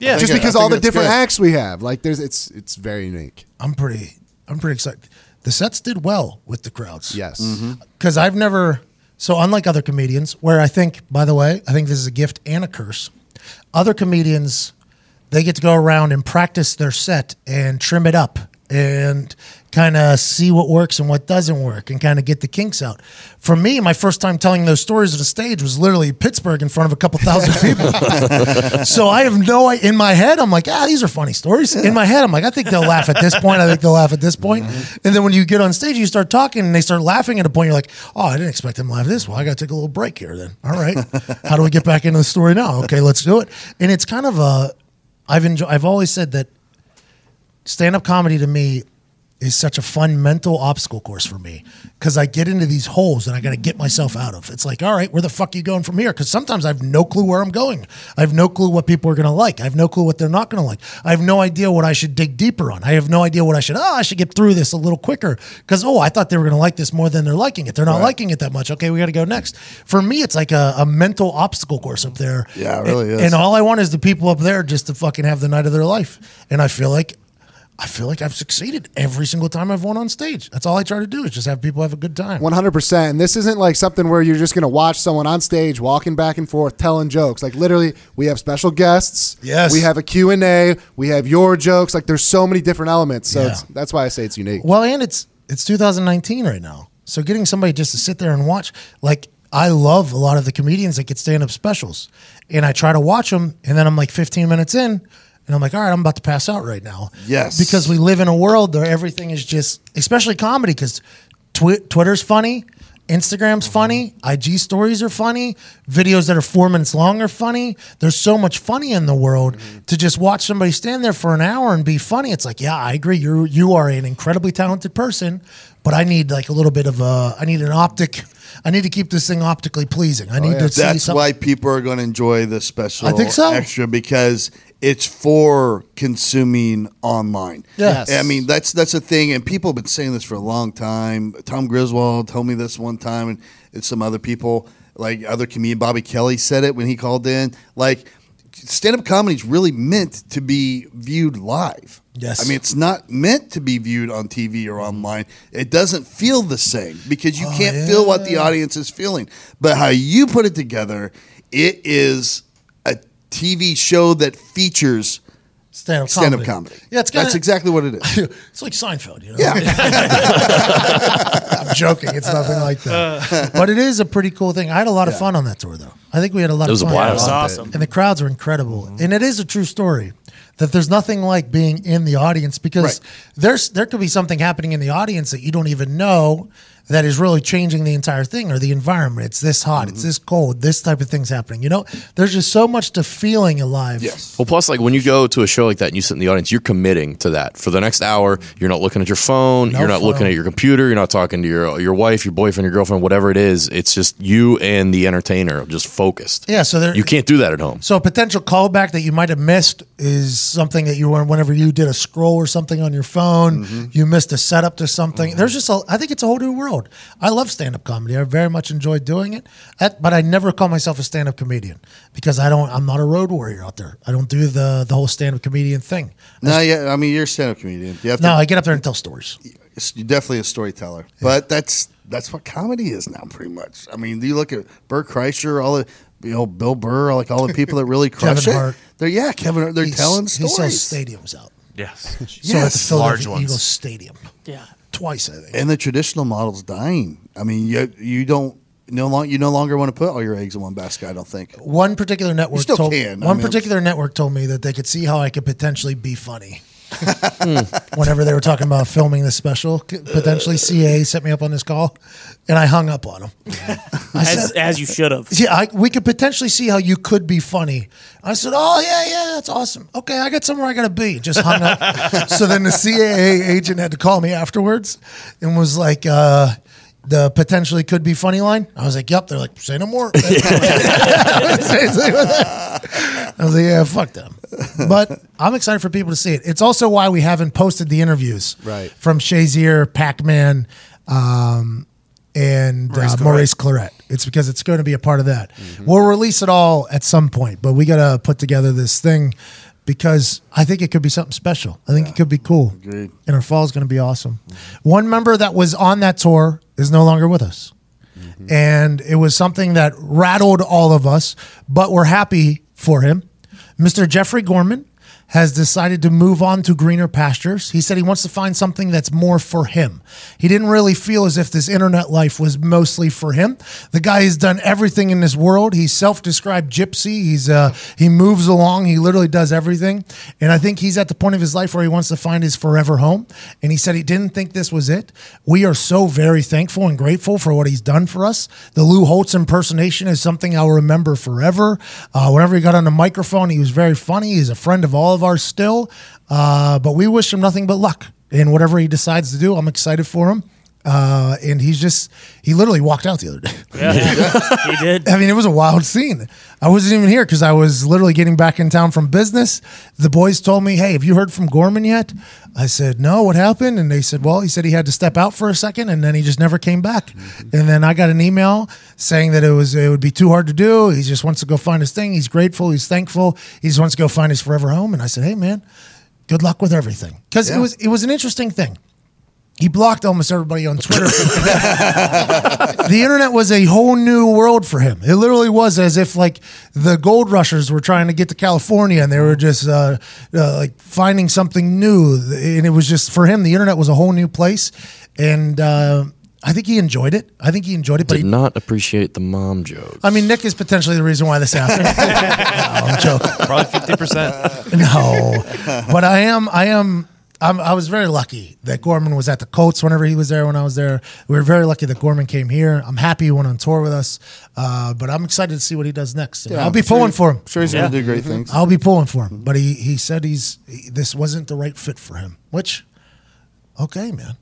[SPEAKER 3] Yeah.
[SPEAKER 4] Just
[SPEAKER 2] I
[SPEAKER 4] because
[SPEAKER 2] think
[SPEAKER 4] all the
[SPEAKER 2] that's
[SPEAKER 4] different
[SPEAKER 2] good.
[SPEAKER 4] acts we have, like there's, it's, it's very unique.
[SPEAKER 1] I'm pretty I'm pretty excited. The sets did well with the crowds.
[SPEAKER 4] Yes.
[SPEAKER 2] Mm-hmm.
[SPEAKER 1] because I've never so unlike other comedians where I think by the way I think this is a gift and a curse. Other comedians they get to go around and practice their set and trim it up and kind of see what works and what doesn't work and kind of get the kinks out. For me, my first time telling those stories on the stage was literally Pittsburgh in front of a couple thousand people. so I have no I in my head I'm like, "Ah, these are funny stories." In my head I'm like, "I think they'll laugh at this point. I think they'll laugh at this point." And then when you get on stage, you start talking and they start laughing at a point you're like, "Oh, I didn't expect them to laugh at this. Well, I got to take a little break here then." All right. How do we get back into the story now? Okay, let's do it. And it's kind of a I've enjoyed. I've always said that stand-up comedy to me is such a fun mental obstacle course for me because I get into these holes and I got to get myself out of. It's like, all right, where the fuck are you going from here? Because sometimes I have no clue where I'm going. I have no clue what people are going to like. I have no clue what they're not going to like. I have no idea what I should dig deeper on. I have no idea what I should. Oh, I should get through this a little quicker because oh, I thought they were going to like this more than they're liking it. They're not liking it that much. Okay, we got to go next. For me, it's like a, a mental obstacle course up there.
[SPEAKER 2] Yeah, it really
[SPEAKER 1] And-
[SPEAKER 2] is.
[SPEAKER 1] And all I want is the people up there just to fucking have the night of their life. And I feel like I feel like I've succeeded every single time I've won on stage. That's all I try to do is just have people have a good time.
[SPEAKER 4] One hundred percent. And this isn't like something where you're just gonna watch someone on stage walking back and forth telling jokes. Like literally, we have special guests.
[SPEAKER 1] Yes.
[SPEAKER 4] We have a Q and A. We have your jokes. Like there's so many different elements. So
[SPEAKER 1] Yeah.
[SPEAKER 4] it's, that's why I say it's unique.
[SPEAKER 1] Well, and it's it's 2019 right now. So getting somebody just to sit there and watch, like I love a lot of the comedians that get stand up specials, and I try to watch them, and then I'm like 15 minutes in, and I'm like, all right, I'm about to pass out right now.
[SPEAKER 2] Yes.
[SPEAKER 1] because we live in a world where everything is just, especially comedy, because Twi- Twitter's funny. Instagram's
[SPEAKER 2] Mm-hmm.
[SPEAKER 1] funny. IG stories are funny. Videos that are four minutes long are funny. There's so much funny in the world
[SPEAKER 2] Mm-hmm.
[SPEAKER 1] to just watch somebody stand there for an hour and be funny. It's like, yeah, I agree. You you are an incredibly talented person, but I need like a little bit of a. I need an optic. I need to keep this thing optically pleasing. I need to see
[SPEAKER 2] Oh, That's
[SPEAKER 1] something.
[SPEAKER 2] why people are going to enjoy the special
[SPEAKER 1] I think so.
[SPEAKER 2] extra because it's for consuming online.
[SPEAKER 1] Yes.
[SPEAKER 2] I mean, that's that's a thing and people have been saying this for a long time. Tom Griswold told me this one time and, and some other people like other comedian Bobby Kelly said it when he called in like stand-up comedy is really meant to be viewed live.
[SPEAKER 1] Yes.
[SPEAKER 2] I mean, it's not meant to be viewed on TV or online. It doesn't feel the same because
[SPEAKER 1] Oh,
[SPEAKER 2] you can't feel what the audience is feeling. But how you put it together, it is a TV show that features
[SPEAKER 1] stand-up
[SPEAKER 2] stand-up comedy.
[SPEAKER 1] Yeah, it's
[SPEAKER 2] that's
[SPEAKER 1] kinda-
[SPEAKER 2] exactly what
[SPEAKER 1] [laughs]
[SPEAKER 2] it is.
[SPEAKER 1] It's like Seinfeld, you know.
[SPEAKER 2] Yeah.
[SPEAKER 1] [laughs] I'm joking. It's nothing like that. But it is a pretty cool thing. I had a lot of fun on that tour, though. I think we had a lot
[SPEAKER 7] It was a
[SPEAKER 1] of fun.
[SPEAKER 7] blast.
[SPEAKER 9] It was awesome.
[SPEAKER 1] And the crowds were incredible.
[SPEAKER 2] Mm-hmm.
[SPEAKER 1] And it is a true story that there's nothing like being in the audience because
[SPEAKER 2] Right.
[SPEAKER 1] there's there could be something happening in the audience that you don't even know that is really changing the entire thing or the environment. It's this hot,
[SPEAKER 2] Mm-hmm.
[SPEAKER 1] it's this cold, this type of thing's happening. You know, there's just so much to feeling alive.
[SPEAKER 2] yes.
[SPEAKER 7] Well, plus, like when you go to a show like that and you sit in the audience, you're committing to that for the next hour. You're not looking at your phone. you're not looking
[SPEAKER 1] phone.
[SPEAKER 7] at your computer. You're not talking to your your wife, your boyfriend, your girlfriend, whatever it is. It's just you and the entertainer, just focused.
[SPEAKER 1] Yeah, so there
[SPEAKER 7] you can't do that at home.
[SPEAKER 1] So a potential callback that you might have missed is something that you were whenever you did a scroll or something on your phone,
[SPEAKER 2] Mm-hmm.
[SPEAKER 1] you missed a setup to something. There's just a I think it's a whole new world. I love stand up comedy. I very much enjoy doing it. That- but I never call myself a stand up comedian because I don't I'm not a road warrior out there. I don't do the the whole stand up comedian thing.
[SPEAKER 2] No, yeah. I mean, you're a stand-up comedian. You have
[SPEAKER 1] No,
[SPEAKER 2] to,
[SPEAKER 1] I get up there and tell stories.
[SPEAKER 2] you're definitely a storyteller. But that's that's what comedy is now, pretty much. I mean, you look at Burt Kreischer, all the you know Bill Burr, like all the people that really
[SPEAKER 1] [laughs]
[SPEAKER 2] crush
[SPEAKER 1] Kevin
[SPEAKER 2] it.
[SPEAKER 1] Hart.
[SPEAKER 2] They're yeah, Kevin. Hart, They're
[SPEAKER 1] He's-
[SPEAKER 2] telling
[SPEAKER 1] He
[SPEAKER 2] stories.
[SPEAKER 1] sells stadiums out.
[SPEAKER 3] Yes.
[SPEAKER 1] So it's
[SPEAKER 2] Yes.
[SPEAKER 1] Philadelphia
[SPEAKER 3] Large ones.
[SPEAKER 1] Eagles Stadium. Yeah. Twice I think.
[SPEAKER 2] and the traditional model's dying. I mean, you you don't no long you no longer want to put all your eggs in one basket. I don't think.
[SPEAKER 1] one particular network
[SPEAKER 2] still
[SPEAKER 1] told
[SPEAKER 2] can. I
[SPEAKER 1] one
[SPEAKER 2] mean,
[SPEAKER 1] particular network told me that they could see how I could potentially be funny. Whenever they were talking about filming this special, c- potentially CA set me up on this call, and I hung up on them.
[SPEAKER 9] as, as you should have.
[SPEAKER 1] Yeah, I, we could potentially see how you could be funny. I said, "Oh yeah, yeah, that's awesome. Okay, I got somewhere I gotta be." Just hung
[SPEAKER 2] [laughs]
[SPEAKER 1] up. so then the CAA agent had to call me afterwards, and was like, uh, "The potentially could be funny line." I was like, "Yep." They're like, "Say no [laughs] more." I
[SPEAKER 4] [laughs]
[SPEAKER 1] was like, "Yeah, fuck them." But I'm excited for people to see it. It's also why we haven't posted the interviews,
[SPEAKER 4] Right.
[SPEAKER 1] From Shazier, Pac Man. Um, and Maurice, uh, Claret. Maurice Claret. It's because it's going to be a part of that. We'll release it all at some point, but we got to put together this thing because I think it could be something special. I think it could be cool.
[SPEAKER 2] Agreed.
[SPEAKER 1] And our fall is going to be awesome. One member that was on that tour is no longer with us. And it was something that rattled all of us, but we're happy for him. Mr. Jeffrey Gorman has decided to move on to greener pastures. He said he wants to find something that's more for him. He didn't really feel as if this internet life was mostly for him. The guy has done everything in this world. He's self-described gypsy. He's uh he moves along. He literally does everything. And I think he's at the point of his life where he wants to find his forever home. And he said he didn't think this was it. We are so very thankful and grateful for what he's done for us. The Lou Holtz impersonation is something I'll remember forever. Uh, whenever he got on the microphone, he was very funny. He's a friend of all of ours still. Uh, but we wish him nothing but luck in whatever he decides to do. I'm excited for him. Uh, and he's just, he literally walked out the other day.
[SPEAKER 9] [laughs] he
[SPEAKER 1] [laughs]
[SPEAKER 9] did.
[SPEAKER 1] I mean, it was a wild scene. I wasn't even here because I was literally getting back in town from business. The boys told me, "Hey, have you heard from Gorman yet?" I said, "No. What happened?" And they said, "Well, he said he had to step out for a second, and then he just never came back." And then I got an email saying that it was it would be too hard to do. He just wants to go find his thing. He's grateful. He's thankful. He just wants to go find his forever home. And I said, "Hey, man, good luck with everything," because it was it was an interesting thing. He blocked almost everybody on Twitter. the internet was a whole new world for him. It literally was as if like the gold rushers were trying to get to California and they were just uh, uh, like finding something new. And it was just for him, the internet was a whole new place. And uh, I think he enjoyed it. I think he enjoyed it, but
[SPEAKER 7] Did
[SPEAKER 1] he
[SPEAKER 7] not appreciate the mom joke.
[SPEAKER 1] I mean, Nick is potentially the reason why this happened. [laughs] no, I'm joking. [laughs]
[SPEAKER 3] Probably 50%.
[SPEAKER 1] No, but I am. I am. I'm, I was very lucky that Gorman was at the Colts whenever he was there when I was there. We were very lucky that Gorman came here. I'm happy he went on tour with us, uh, but I'm excited to see what he does next. And
[SPEAKER 2] Yeah,
[SPEAKER 1] I'll be
[SPEAKER 2] I'm sure-
[SPEAKER 1] pulling for him.
[SPEAKER 2] sure he's gonna do great things.
[SPEAKER 1] I'll be pulling for him, but he, he said he's he- this wasn't the right fit for him, which okay, man.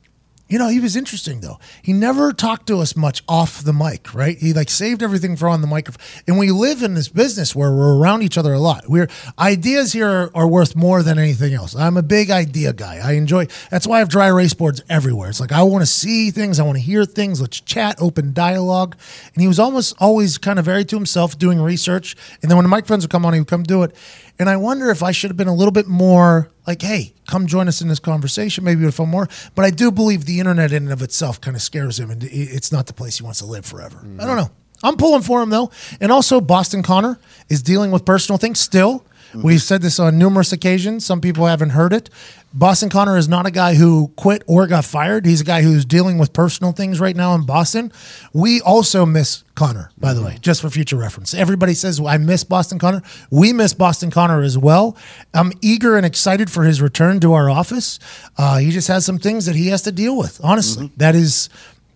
[SPEAKER 1] You know, he was interesting though. He never talked to us much off the mic, right? He like saved everything for on the microphone. And we live in this business where we're around each other a lot. We're ideas here are, are worth more than anything else. I'm a big idea guy. I enjoy that's why I have dry erase boards everywhere. It's like I want to see things, I want to hear things, let's chat, open dialogue. And he was almost always kind of very to himself doing research. And then when the microphones would come on, he would come do it. And I wonder if I should have been a little bit more like, hey, come join us in this conversation. Maybe you'll feel more. But I do believe the internet in and of itself kind of scares him, and it- it's not the place he wants to live forever. I don't know. I'm pulling for him though. And also, Boston Connor is dealing with personal things still. We've said this on numerous occasions. Some people haven't heard it. Boston Connor is not a guy who quit or got fired. He's a guy who's dealing with personal things right now in Boston. We also miss Connor, by the way, just for future reference. Everybody says, I miss Boston Connor. We miss Boston Connor as well. I'm eager and excited for his return to our office. Uh, he just has some things that he has to deal with, honestly. That is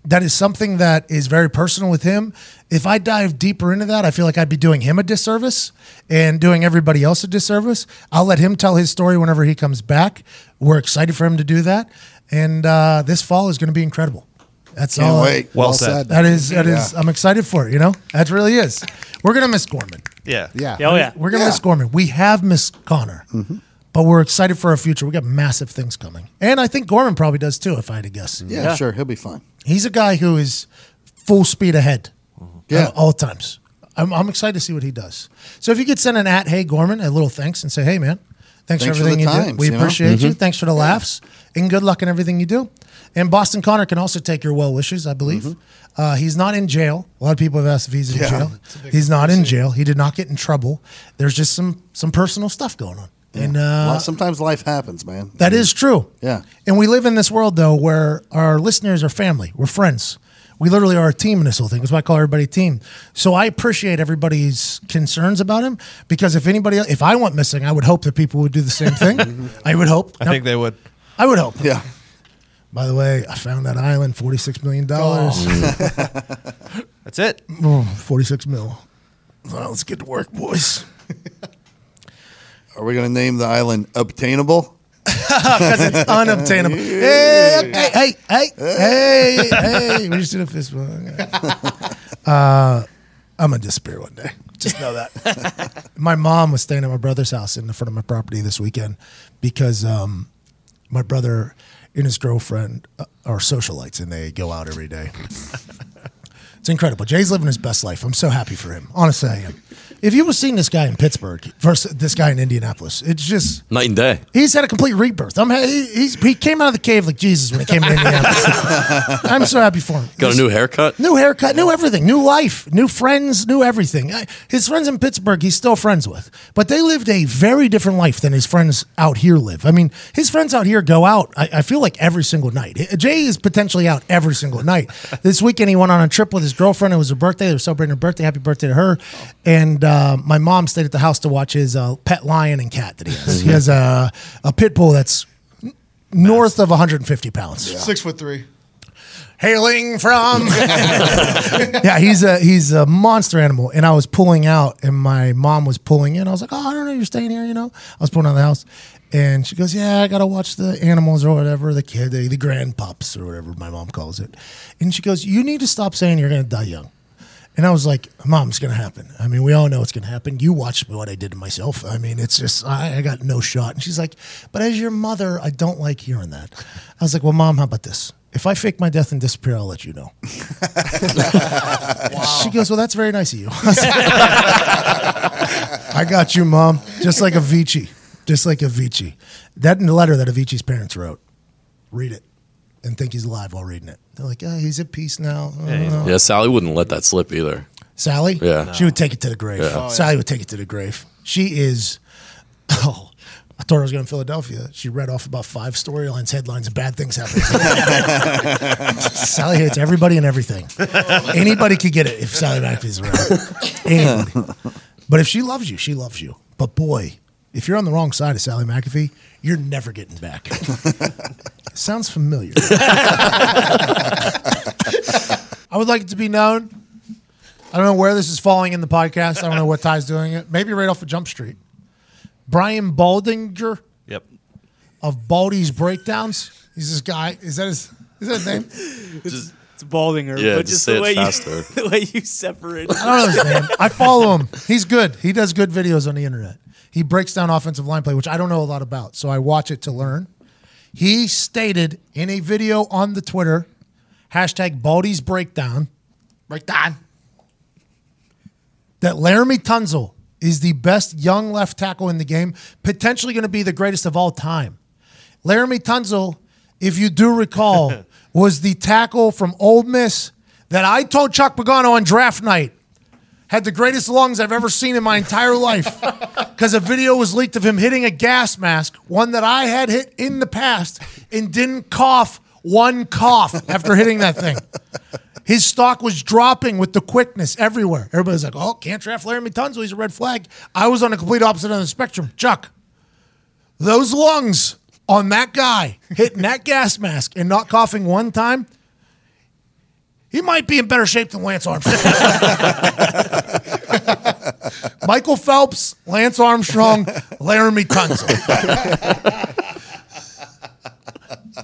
[SPEAKER 1] that is something that is very personal with him. If I dive deeper into that, I feel like I'd be doing him a disservice and doing everybody else a disservice. I'll let him tell his story whenever he comes back. We're excited for him to do that, and uh, this fall is going to be incredible. That's
[SPEAKER 2] Can't
[SPEAKER 1] all.
[SPEAKER 2] wait. Well Well said. said.
[SPEAKER 1] That is. That is-
[SPEAKER 2] Yeah.
[SPEAKER 1] I'm excited for it. You know, that really is. We're gonna miss Gorman.
[SPEAKER 3] Yeah.
[SPEAKER 4] Yeah.
[SPEAKER 9] Oh, yeah.
[SPEAKER 1] We're gonna
[SPEAKER 4] Yeah.
[SPEAKER 1] miss Gorman. We have missed Connor,
[SPEAKER 2] Mm-hmm.
[SPEAKER 1] but we're excited for our future. We got massive things coming, and I think Gorman probably does too. If I had to guess,
[SPEAKER 2] Yeah,
[SPEAKER 9] Yeah.
[SPEAKER 2] sure, he'll be fine.
[SPEAKER 1] He's a guy who is full speed ahead
[SPEAKER 2] Yeah.
[SPEAKER 1] at all times. I'm, I'm excited to see what he does. So if you could send an at Hey Gorman a little thanks and say, hey, man, thanks,
[SPEAKER 2] Thanks
[SPEAKER 1] for
[SPEAKER 2] for
[SPEAKER 1] everything
[SPEAKER 2] the
[SPEAKER 1] you do.
[SPEAKER 2] times,
[SPEAKER 1] We
[SPEAKER 2] you know? Mm-hmm.
[SPEAKER 1] appreciate you. Thanks for the laughs and good luck in everything you do. And Boston Connor can also take your well wishes, I believe. Uh, he's not in jail. A lot of people have asked if he's in
[SPEAKER 2] Mm-hmm. Yeah.
[SPEAKER 1] jail. He's not in jail. He did not get in trouble. There's just some some personal stuff going on. And uh,
[SPEAKER 2] well, sometimes life happens, man.
[SPEAKER 1] that is true.
[SPEAKER 2] Yeah.
[SPEAKER 1] And we live in this world though where our listeners are family. We're friends. We literally are a team in this whole thing. That's why I call everybody a team. So I appreciate everybody's concerns about him because if anybody, if I went missing, I would hope that people would do the same
[SPEAKER 2] [laughs]
[SPEAKER 1] thing. I would hope.
[SPEAKER 3] [laughs] I think they would.
[SPEAKER 1] I would hope.
[SPEAKER 2] yeah.
[SPEAKER 1] By the way, I found that island, forty-six million dollars,
[SPEAKER 3] Oh.
[SPEAKER 2] [laughs]
[SPEAKER 1] Oh,
[SPEAKER 3] That's it.
[SPEAKER 1] forty-six mil. Well, let's get to work, boys.
[SPEAKER 2] Are we gonna name the island
[SPEAKER 1] [laughs]
[SPEAKER 2] obtainable? [laughs]
[SPEAKER 1] Unobtainable. Hey, hey, hey, hey, hey, hey. We just did a fist bump. [laughs] Uh, I'm gonna disappear one day. [laughs] Just know that. my mom was staying at my brother's house in the front of my property this weekend because um, my brother and his girlfriend uh, are socialites and they go out every day. [laughs] It's incredible. Jay's living his best life. I'm so happy for him. Honestly, I am. If you were seeing this guy in Pittsburgh versus this guy in Indianapolis, it's just
[SPEAKER 7] [laughs] Night and
[SPEAKER 1] [laughs]
[SPEAKER 7] day.
[SPEAKER 1] He's had a complete rebirth. I'm ha- he, he's, he came out of the cave like Jesus when he came to
[SPEAKER 7] [laughs]
[SPEAKER 1] Indianapolis. I'm so happy for him.
[SPEAKER 7] Got a new haircut.
[SPEAKER 1] New haircut, new everything, new life, new friends, new everything. I- His friends in Pittsburgh, he's still friends with, but they lived a very different life than his friends out here live. I mean, his friends out here go out, I, I feel like every single night. H- Jay is potentially out every single night. this weekend, he went on a trip with his girlfriend. It was her birthday. They were celebrating her birthday. Happy birthday to her. And uh, my mom stayed at the house to watch his uh, pet lion and cat that he has. he has a, a pit bull that's. n- North of 150 pounds
[SPEAKER 8] Six foot three. [laughs]
[SPEAKER 1] hailing from. [laughs] yeah, he's a he's a monster animal. And I was pulling out, and my mom was pulling in. I was like, "Oh, I don't know, you're staying here," you know. I was pulling out of the house, and she goes, "Yeah, I gotta watch the animals or whatever, the kid, the, the grandpops or whatever my mom calls it." And she goes, "You need to stop saying you're gonna die young." And I was like, Mom, it's going to happen. I mean, we all know it's going to happen. You watched what I did to myself. I mean, it's just, I, I got no shot. And she's like, But as your mother, I don't like hearing that. I was like, Well, Mom, how about this? If I fake my death and disappear, I'll let you know. She goes, Well, that's very nice of you. [laughs] I got you, Mom. Just like Avicii. Just like Avicii. That in the letter that Avicii's parents wrote, read it and think he's alive while reading it. They're like, oh, he's at peace now. Uh-huh.
[SPEAKER 7] Yeah, Sally wouldn't let that slip either.
[SPEAKER 1] Sally?
[SPEAKER 7] Yeah. No. Oh,
[SPEAKER 1] She would take it to the grave. Sally would take it to the grave. She is, [laughs] oh, I told her I was going to Philadelphia. She read off about five storylines, headlines, and bad things happened. [laughs] Sally hates [laughs] everybody
[SPEAKER 7] [laughs]
[SPEAKER 1] and everything. Anybody could get it if
[SPEAKER 7] [laughs]
[SPEAKER 1] Sally McAfee's around. Anybody. But if she loves you, she loves you. But boy, If you're on the wrong side of Sally McAfee, you're never getting
[SPEAKER 9] [laughs]
[SPEAKER 1] back. Sounds familiar. I would like it to be known. I don't know where this is falling in the podcast. I don't know what Ty's doing it. Maybe right off of Jump Street. Brian Baldinger
[SPEAKER 3] Yep.
[SPEAKER 1] of Baldy's Breakdowns. He's this guy. Is that his? Is that his name?
[SPEAKER 9] It's, it's Baldinger.
[SPEAKER 7] Yeah,
[SPEAKER 9] but just
[SPEAKER 7] just say
[SPEAKER 9] the
[SPEAKER 7] it
[SPEAKER 9] way
[SPEAKER 7] faster.
[SPEAKER 9] you [laughs] the way you separate.
[SPEAKER 1] I don't know his name. I follow him. He's good. He does good videos on the internet. He breaks down offensive line play, which I don't know a lot about, so I watch it to learn. He stated in a video on the Twitter, hashtag Baldy's Breakdown, breakdown, that Laramie Tunzel is the best young left tackle in the game, potentially going to be the greatest of all time. Laramie Tunzel, if you do recall, was the tackle from Old Miss that I told Chuck Pagano on draft night had the greatest lungs I've ever seen in my entire life because a video was leaked of him hitting a gas mask, one that I had hit in the past, and didn't cough one cough after hitting that thing. His stock was dropping with the quickness everywhere. Everybody's like, oh, can't draft Laramie Tunzel. He's a red flag. I was on the complete opposite end of the spectrum. Chuck, those lungs on that guy hitting that gas mask and not coughing one time, he might be in better shape than Lance Armstrong. [laughs] Michael Phelps, Lance Armstrong, Laramie Tunzel.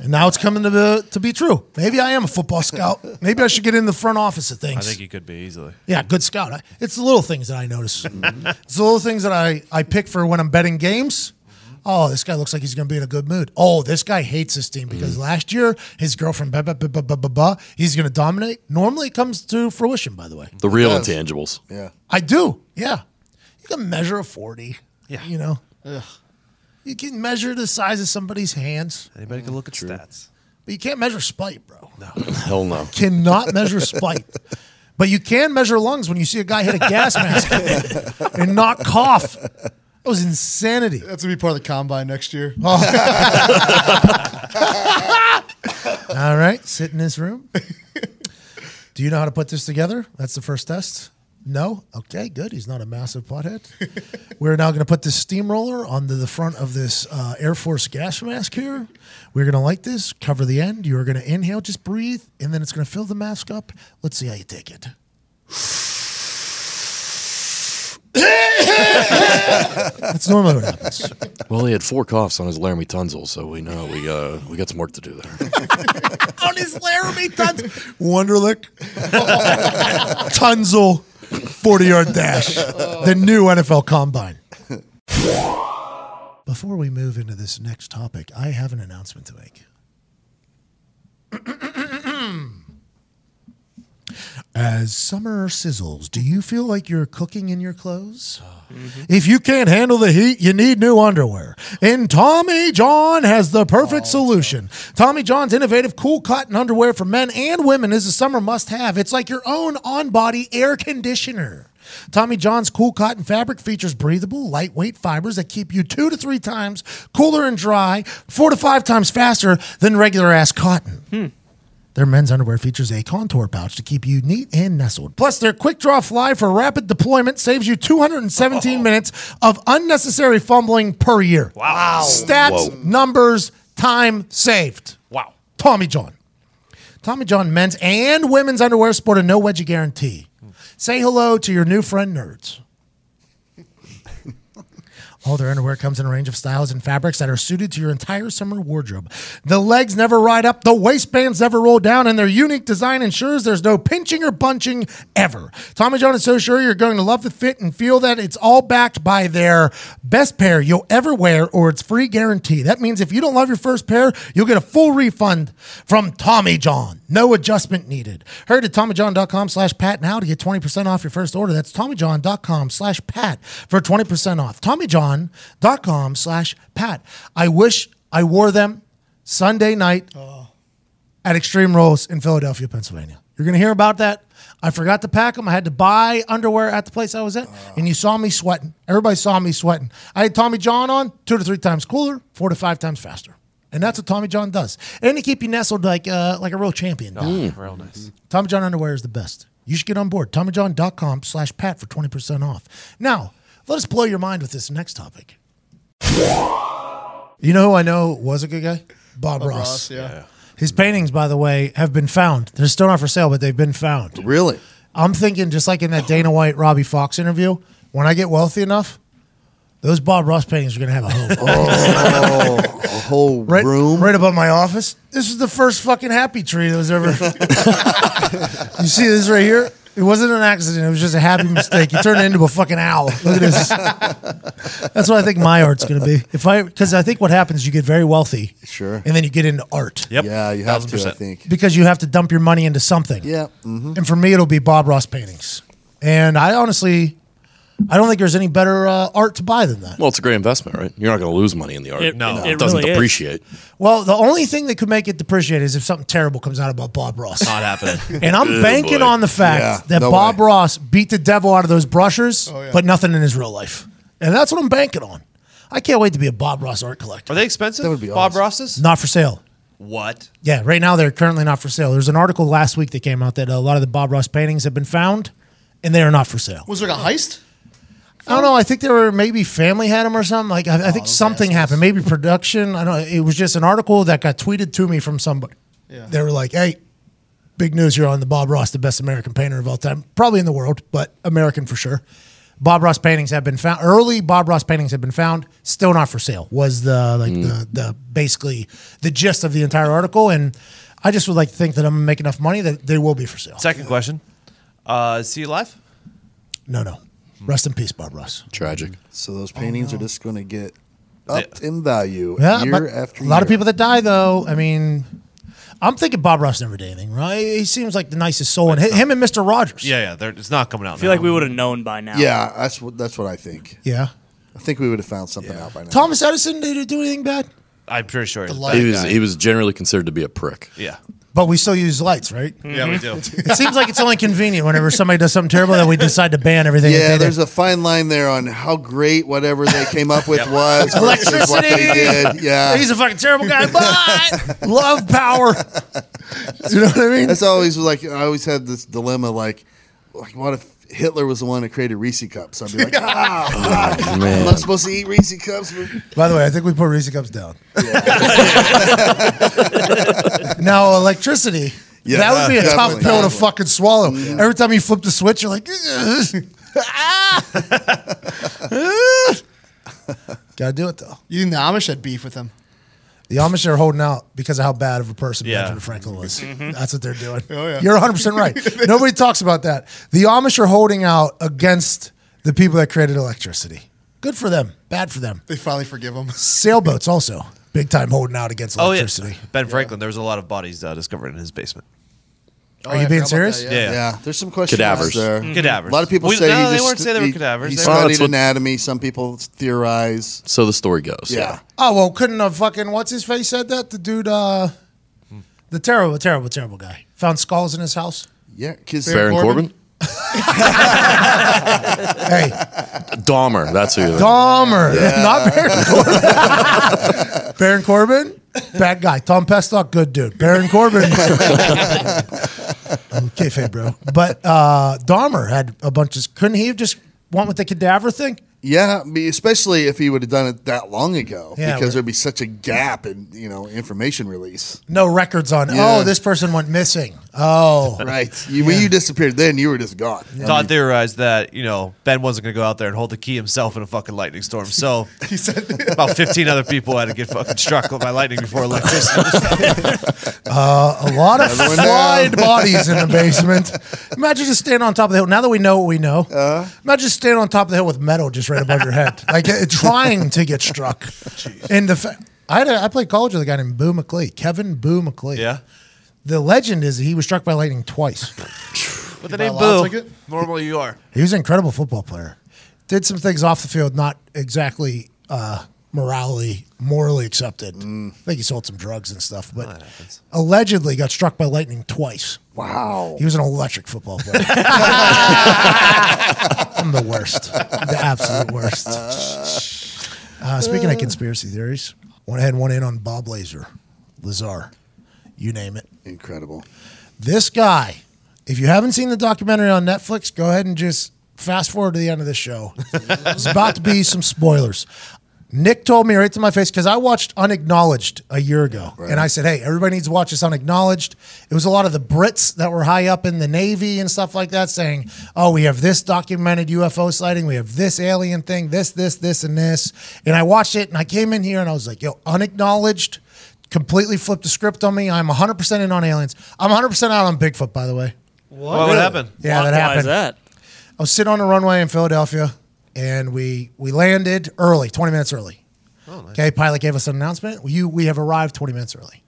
[SPEAKER 1] and now it's coming to be, to be true. Maybe I am a football scout. Maybe I should get in the front office of things.
[SPEAKER 3] I think you could be easily.
[SPEAKER 1] Yeah, good scout. I- It's the little things that I
[SPEAKER 3] [laughs]
[SPEAKER 1] notice.
[SPEAKER 3] Mm-hmm.
[SPEAKER 1] it's the little things that I, I pick for when I'm betting games.
[SPEAKER 3] Mm-hmm.
[SPEAKER 1] Oh, this guy looks like he's going to be in a good mood. Oh, this guy hates his team because
[SPEAKER 3] Mm-hmm.
[SPEAKER 1] last year his girlfriend, bah, bah, bah, bah, bah, bah, bah, he's going to dominate. Normally it comes to fruition, by the way.
[SPEAKER 7] The real intangibles.
[SPEAKER 2] Yeah.
[SPEAKER 1] I do. Yeah. You can measure a 40. Yeah. You know, you can measure the size of somebody's hands,
[SPEAKER 3] Anybody can look at stats.
[SPEAKER 1] but you can't measure spite, bro.
[SPEAKER 7] Hell no.
[SPEAKER 1] [laughs] cannot measure spite. But you can measure lungs when you see a guy hit a gas mask and not cough. That was insanity. Oh.
[SPEAKER 8] That's gonna be part of the combine next year. [laughs]
[SPEAKER 1] [laughs] All right, sit in this room. Do you know how to put this together? That's the first test. No? Okay, good. He's not a massive pothead. We're now going to put this steamroller onto the front of this uh, Air Force gas mask here. We're going to like this, cover the end. You're going to inhale, just breathe, and then it's going to fill the mask up. Let's see how you take it. [laughs] That's normally what happens.
[SPEAKER 7] [laughs] Well, he had four coughs on his Laramie Tunzel, so we know we uh, we got some work to do there.
[SPEAKER 1] [laughs] on his Laramie Tunzel. [laughs] Wonderlick. Tunzel 40 yard dash. The new NFL combine. Before we move into this next topic, I have an announcement to make. [laughs] As summer sizzles, do you feel like you're cooking in your clothes? Mm-hmm. If you can't handle the heat, you need new underwear. And Tommy John has the perfect solution. Tommy John's innovative cool cotton underwear for men and women is a summer must have. It's like your own on body air conditioner. Tommy John's cool cotton fabric features breathable, lightweight fibers that keep you two to three times cooler and dry, four to five times faster than regular ass cotton. Their men's underwear features a contour pouch to keep you neat and nestled. Plus, their quick draw fly for rapid deployment saves you 217 minutes of unnecessary fumbling per year. Wow. Stats, numbers, time saved. Wow. Tommy John. Tommy John men's and women's underwear sport a no wedgie guarantee. Say hello to your new friend, nerds. All their underwear comes in a range of styles and fabrics that are suited to your entire summer wardrobe. The legs never ride up, the waistbands never roll down, and their unique design ensures there's no pinching or bunching ever. Tommy John is so sure you're going to love the fit and feel that it's all backed by their best pair you'll ever wear or it's free guarantee. That means if you don't love your first pair, you'll get a full refund from Tommy John. No adjustment needed. Heard at TommyJohn.com slash Pat now to get 20% off your first order. That's TommyJohn.com slash Pat for 20% off. TommyJohn.com slash Pat. I wish I wore them Sunday night at Extreme Rules in Philadelphia, Pennsylvania. You're going to hear about that. I forgot to pack them. I had to buy underwear at the place I was at, and you saw me sweating. Everybody saw me sweating. I had Tommy John on, two to three times cooler, four to five times faster. And that's what Tommy John does. And they keep you nestled like uh, like a real champion.
[SPEAKER 3] Oh, Real nice.
[SPEAKER 1] Tommy John underwear is the best. You should get on board. TommyJohn.com slash Pat for 20% off. Now, let us blow your mind with this next topic. You know who I know was a good
[SPEAKER 2] [laughs]
[SPEAKER 1] guy? Bob, Ross.
[SPEAKER 8] yeah. Yeah.
[SPEAKER 1] His paintings, by the way, have been found. They're still not for sale, but they've been found.
[SPEAKER 2] Really?
[SPEAKER 1] I'm thinking just like in that Dana White Robbie Fox interview, when I get wealthy enough, those Bob Ross paintings are gonna have a home.
[SPEAKER 2] [laughs] Oh, a
[SPEAKER 1] [laughs]
[SPEAKER 2] whole
[SPEAKER 1] right,
[SPEAKER 2] room.
[SPEAKER 1] right above my office. This is the first fucking happy tree that was ever. [laughs] you see this right here? It wasn't an accident. It was just a happy mistake. You turned it into a fucking owl. Look at this. That's what I think my art's going to be. If I, because I think what happens, you get very wealthy,
[SPEAKER 2] Sure.
[SPEAKER 1] and then you get into art
[SPEAKER 3] Yep.
[SPEAKER 2] Yeah, you have to. I
[SPEAKER 3] 1000%.
[SPEAKER 2] think.
[SPEAKER 1] because you have to dump your money into something.
[SPEAKER 2] Yeah. Mm-hmm.
[SPEAKER 1] And for me, it'll be Bob Ross paintings. And I honestly, I don't think there's any better uh, art to buy than that.
[SPEAKER 7] Well, it's a great investment, right? You're not going to lose money in the art.
[SPEAKER 9] It- No. it- it
[SPEAKER 7] doesn't
[SPEAKER 9] really is.
[SPEAKER 7] depreciate.
[SPEAKER 1] Well, the only thing that could make it depreciate is if something terrible comes out about Bob Ross.
[SPEAKER 3] Not happening.
[SPEAKER 1] [laughs] And I'm banking
[SPEAKER 7] boy.
[SPEAKER 1] on the fact
[SPEAKER 2] Yeah,
[SPEAKER 1] that
[SPEAKER 2] no
[SPEAKER 1] Bob
[SPEAKER 2] way. Oh,
[SPEAKER 1] Ross beat the devil out of those brushers,
[SPEAKER 8] yeah.
[SPEAKER 1] but nothing in his real life. And that's what I'm banking on. I can't wait to be a Bob Ross art collector.
[SPEAKER 3] Are they expensive?
[SPEAKER 2] That would be
[SPEAKER 3] Bob
[SPEAKER 2] awesome.
[SPEAKER 3] Ross's?
[SPEAKER 1] Not for sale.
[SPEAKER 3] What?
[SPEAKER 1] Yeah, right now they're currently not for sale. There's an article last week that came out that a lot of the Bob Ross paintings have been found, and they are not for sale.
[SPEAKER 8] Was there a heist?
[SPEAKER 1] I don't know. I think there were maybe family had them or something. Like I, I think something happened. Maybe production. I don't. It was just an article that got tweeted to me from somebody. They were like, "Hey, big news here on the Bob Ross, the best American painter of all time, probably in the world, but American for sure." Bob Ross paintings have been found. Early Bob Ross paintings have been found, still not for sale. Was the like the the basically the gist of the entire article, and I just would like to think that I'm gonna make enough money that they will be for sale.
[SPEAKER 3] Second question. Uh, is he alive?
[SPEAKER 1] No, no. Rest in peace, Bob Ross.
[SPEAKER 7] Tragic.
[SPEAKER 2] So those paintings are just going to get up in value year
[SPEAKER 1] but
[SPEAKER 2] after
[SPEAKER 1] a lot of
[SPEAKER 2] year.
[SPEAKER 1] people that die though. I mean, I'm thinking Bob Ross never did anything, right? He seems like the nicest soul, and hi- him and Mister Rogers.
[SPEAKER 3] Yeah, yeah. they're- It's not coming out.
[SPEAKER 9] I feel like we would have known by now.
[SPEAKER 2] Yeah, that's what that's what I think.
[SPEAKER 1] yeah.
[SPEAKER 2] I think we would have found something out by
[SPEAKER 1] [laughs]
[SPEAKER 2] now.
[SPEAKER 1] Thomas Edison did he do anything bad,
[SPEAKER 3] I'm pretty sure. he's
[SPEAKER 8] light-
[SPEAKER 3] dead.
[SPEAKER 7] He was he was generally considered to be a prick.
[SPEAKER 3] Yeah.
[SPEAKER 1] but we still use lights, right?
[SPEAKER 9] Mm-hmm.
[SPEAKER 3] Yeah, we
[SPEAKER 1] [laughs]
[SPEAKER 3] do.
[SPEAKER 1] it seems like it's only convenient whenever somebody does something terrible that we decide to ban everything. that
[SPEAKER 2] yeah,
[SPEAKER 1] they
[SPEAKER 2] there's
[SPEAKER 1] did.
[SPEAKER 2] a fine line there on how great whatever they came up
[SPEAKER 3] [laughs]
[SPEAKER 2] with was versus what
[SPEAKER 1] electricity.
[SPEAKER 2] they did. Yeah,
[SPEAKER 1] He's a fucking terrible
[SPEAKER 2] [laughs]
[SPEAKER 1] guy, but love
[SPEAKER 3] [laughs]
[SPEAKER 1] power. you know what I mean?
[SPEAKER 2] That's always like I always had this dilemma like, like what if Hitler was the one that created Reese cups? I'd be
[SPEAKER 3] [laughs]
[SPEAKER 2] like, ah, I'm
[SPEAKER 7] Man.
[SPEAKER 2] not supposed to eat Reese cups. but-
[SPEAKER 1] By the way, I think we put Reese cups
[SPEAKER 2] [laughs]
[SPEAKER 1] down. now electricity.
[SPEAKER 2] Yeah,
[SPEAKER 1] that would be a tough
[SPEAKER 2] definitely,
[SPEAKER 1] pill to
[SPEAKER 2] definitely.
[SPEAKER 1] fucking swallow. Every time you flip the switch, you're like, ah! gotta do it though.
[SPEAKER 8] You think the Amish had beef with him?
[SPEAKER 1] The Amish are holding out because of how bad of a person
[SPEAKER 3] Yeah.
[SPEAKER 1] Benjamin Franklin was.
[SPEAKER 8] Mm-hmm.
[SPEAKER 1] That's what they're doing.
[SPEAKER 8] Oh, yeah.
[SPEAKER 1] You're 100
[SPEAKER 8] [laughs]
[SPEAKER 1] percent right. Nobody talks about that. The Amish are holding out against the people that created electricity. Good for them. Bad for them.
[SPEAKER 8] They finally forgive him.
[SPEAKER 1] Sailboats also big time holding out against
[SPEAKER 3] Oh, yeah.
[SPEAKER 1] electricity.
[SPEAKER 3] Ben Franklin, there was a lot of bodies uh, discovered in his basement.
[SPEAKER 8] Oh,
[SPEAKER 1] Are
[SPEAKER 8] I
[SPEAKER 1] you
[SPEAKER 8] forgot
[SPEAKER 1] being
[SPEAKER 8] about
[SPEAKER 1] serious?
[SPEAKER 8] that,
[SPEAKER 3] Yeah.
[SPEAKER 2] Yeah. there's some questions
[SPEAKER 7] Cadavers.
[SPEAKER 2] there.
[SPEAKER 3] Mm-hmm. Cadavers.
[SPEAKER 2] A lot of people
[SPEAKER 3] We-
[SPEAKER 2] say
[SPEAKER 3] no,
[SPEAKER 2] he
[SPEAKER 3] they
[SPEAKER 2] just,
[SPEAKER 3] weren't saying they were
[SPEAKER 2] he-
[SPEAKER 3] cadavers.
[SPEAKER 2] He
[SPEAKER 3] They were-
[SPEAKER 7] Well,
[SPEAKER 2] studied
[SPEAKER 7] that's what-
[SPEAKER 2] anatomy. Some people theorize.
[SPEAKER 7] So the story goes.
[SPEAKER 2] Yeah,
[SPEAKER 1] Oh well, couldn't have fucking what's his face said that the dude, uh, the terrible, terrible, terrible guy found skulls in his house.
[SPEAKER 2] yeah. Because
[SPEAKER 7] Baron Corbin? [laughs]
[SPEAKER 1] Hey,
[SPEAKER 7] Dahmer. That's who you're
[SPEAKER 1] Dahmer, [laughs] not Baron Corbin. Baron Corbin, [laughs] bad guy. Tom Pestock, good dude. Baron
[SPEAKER 2] [laughs]
[SPEAKER 1] Corbin, okay, Faye, bro. But uh, Dahmer had a bunch of. Couldn't he have just went with the cadaver thing?
[SPEAKER 2] yeah, I mean, especially if he would have done it that long ago,
[SPEAKER 1] Yeah,
[SPEAKER 2] because
[SPEAKER 1] but-
[SPEAKER 2] there'd be such a gap in you know information release.
[SPEAKER 1] No records on.
[SPEAKER 2] Yeah.
[SPEAKER 1] Oh, this person went missing. Oh,
[SPEAKER 2] Right. You, When you disappeared, then you were just gone.
[SPEAKER 3] Todd theorized that you know Ben wasn't going to go out there and hold the key himself in a fucking lightning storm. So
[SPEAKER 1] [laughs]
[SPEAKER 3] he said about 15 other people had to get fucking struck by lightning before electricity. was found.
[SPEAKER 1] [laughs] Uh, A lot of
[SPEAKER 2] Another one
[SPEAKER 1] fried bodies in the
[SPEAKER 3] [laughs]
[SPEAKER 1] basement. Imagine just standing on top of the hill. Now that we know what we know, imagine just standing on top of the hill with metal just right above your head, like uh, trying to get struck. And the fa- I had a, I played college with a guy named Boo McLean, Kevin Boo McLean.
[SPEAKER 3] yeah,
[SPEAKER 1] The legend is that he was struck by lightning twice.
[SPEAKER 3] with the name
[SPEAKER 8] allowed
[SPEAKER 3] Boo,
[SPEAKER 8] to take
[SPEAKER 3] normally you are.
[SPEAKER 1] He was an incredible football player. Did some things off the field not exactly uh, morally morally accepted. I think he sold some drugs and stuff, but allegedly got struck by lightning twice.
[SPEAKER 2] Wow.
[SPEAKER 1] He was an electric football player. I'm the worst, the absolute worst. Uh, speaking of conspiracy theories, went ahead and went in on Bob Lazar, Lazar, you name it.
[SPEAKER 2] Incredible.
[SPEAKER 1] This guy, if you haven't seen the documentary on Netflix, go ahead and just fast forward to the end of the show. There's about to be some spoilers. Nick told me right to my face because I watched Unacknowledged a year ago, and I said, "Hey, everybody needs to watch this Unacknowledged." It was a lot of the Brits that were high up in the Navy and stuff like that saying, "Oh, we have this documented UFO sighting, we have this alien thing, this, this, this, and this." And I watched it, and I came in here and I was like, "Yo, Unacknowledged." Completely flipped the script on me. I'm 100% in on aliens. I'm 100% out on Bigfoot, by the way.
[SPEAKER 3] What? What happened?
[SPEAKER 1] Yeah,
[SPEAKER 9] Why-
[SPEAKER 1] that
[SPEAKER 9] why
[SPEAKER 1] happened.
[SPEAKER 9] is that?
[SPEAKER 1] I was sitting on a runway in Philadelphia, and we we landed early, 20 minutes early.
[SPEAKER 3] Oh,
[SPEAKER 1] Okay, pilot gave us an announcement. You, we have arrived 20 minutes early.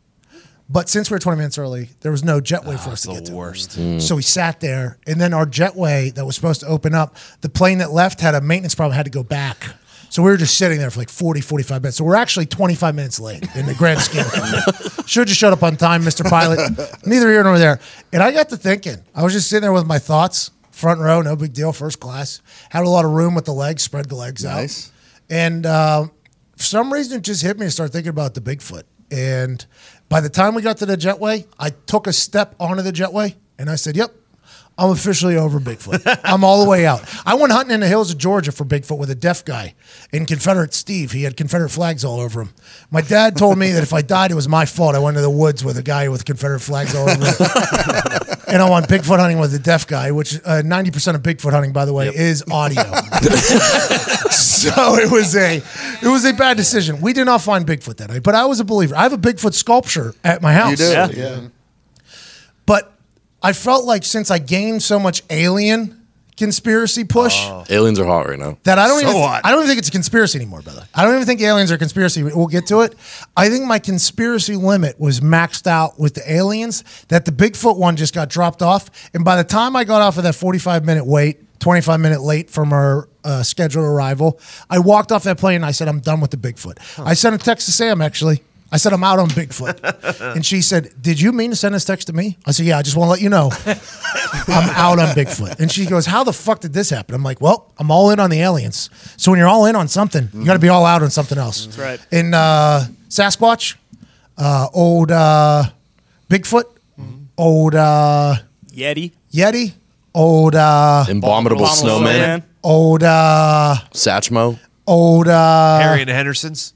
[SPEAKER 1] But since we were 20 minutes early, there was no jetway for us to get
[SPEAKER 3] Ah, The
[SPEAKER 1] to.
[SPEAKER 3] worst.
[SPEAKER 1] So we sat there, and then our jetway that was supposed to open up, the plane that left had a maintenance problem, had to go back. So we were just sitting there for like 40, 45 minutes. So we're actually 25 minutes late in the grand scheme of things. Should just shut up on time, Mr. Pilot. Neither here nor there. And I got to thinking, I was just sitting there with my thoughts, front row, no big deal, first class. Had a lot of room with the legs, spread the legs
[SPEAKER 2] Nice.
[SPEAKER 1] out. And uh, for some reason, it just hit me to start thinking about the Bigfoot. And by the time we got to the jetway, I took a step onto the jetway and I said, Yep, I'm officially over Bigfoot. I'm all the way out. I went hunting in the hills of Georgia for Bigfoot with a deaf guy in Confederate Steve. He had Confederate flags all over him. My dad told me that if I died, it was my fault. I went to the woods with a guy with Confederate flags all over him. and I'm on Bigfoot hunting with a deaf guy, which uh, 90% of Bigfoot hunting, by the way, is audio [laughs] so it was a it was a bad decision. We did not find Bigfoot that night, but I was a believer. I have a Bigfoot sculpture at my house.
[SPEAKER 2] You do.
[SPEAKER 9] Yeah.
[SPEAKER 2] yeah.
[SPEAKER 1] But I felt like since I gained so much alien conspiracy push
[SPEAKER 7] Aliens are hot right now.
[SPEAKER 1] that I don't even
[SPEAKER 2] what?
[SPEAKER 1] I don't even think it's a conspiracy anymore, brother. I don't even think aliens are a conspiracy. We'll get to it. I think my conspiracy limit was maxed out with the aliens. That the Bigfoot one just got dropped off, and by the time I got off of that forty-five minute wait, twenty-five minute late from our uh, scheduled arrival, I walked off that plane and I said, "I'm done with the Bigfoot." I sent a text to Sam actually. I said, I'm out on Bigfoot. and she said, Did you mean to send this text to me? I said, Yeah, I just want to let you know I'm out on Bigfoot. And she goes, How the fuck did this happen? I'm like, Well, I'm all in on the aliens. So when you're all in on something, you got to be all out on something else. That's
[SPEAKER 9] right.
[SPEAKER 1] In uh, Sasquatch, uh, old uh, Bigfoot, old uh,
[SPEAKER 9] Yeti,
[SPEAKER 1] Yeti, old, uh,
[SPEAKER 7] Abominable
[SPEAKER 9] Abominable
[SPEAKER 7] snowman,
[SPEAKER 1] old, uh,
[SPEAKER 7] Satchmo.
[SPEAKER 1] old. Uh,
[SPEAKER 3] Harry and Henderson's.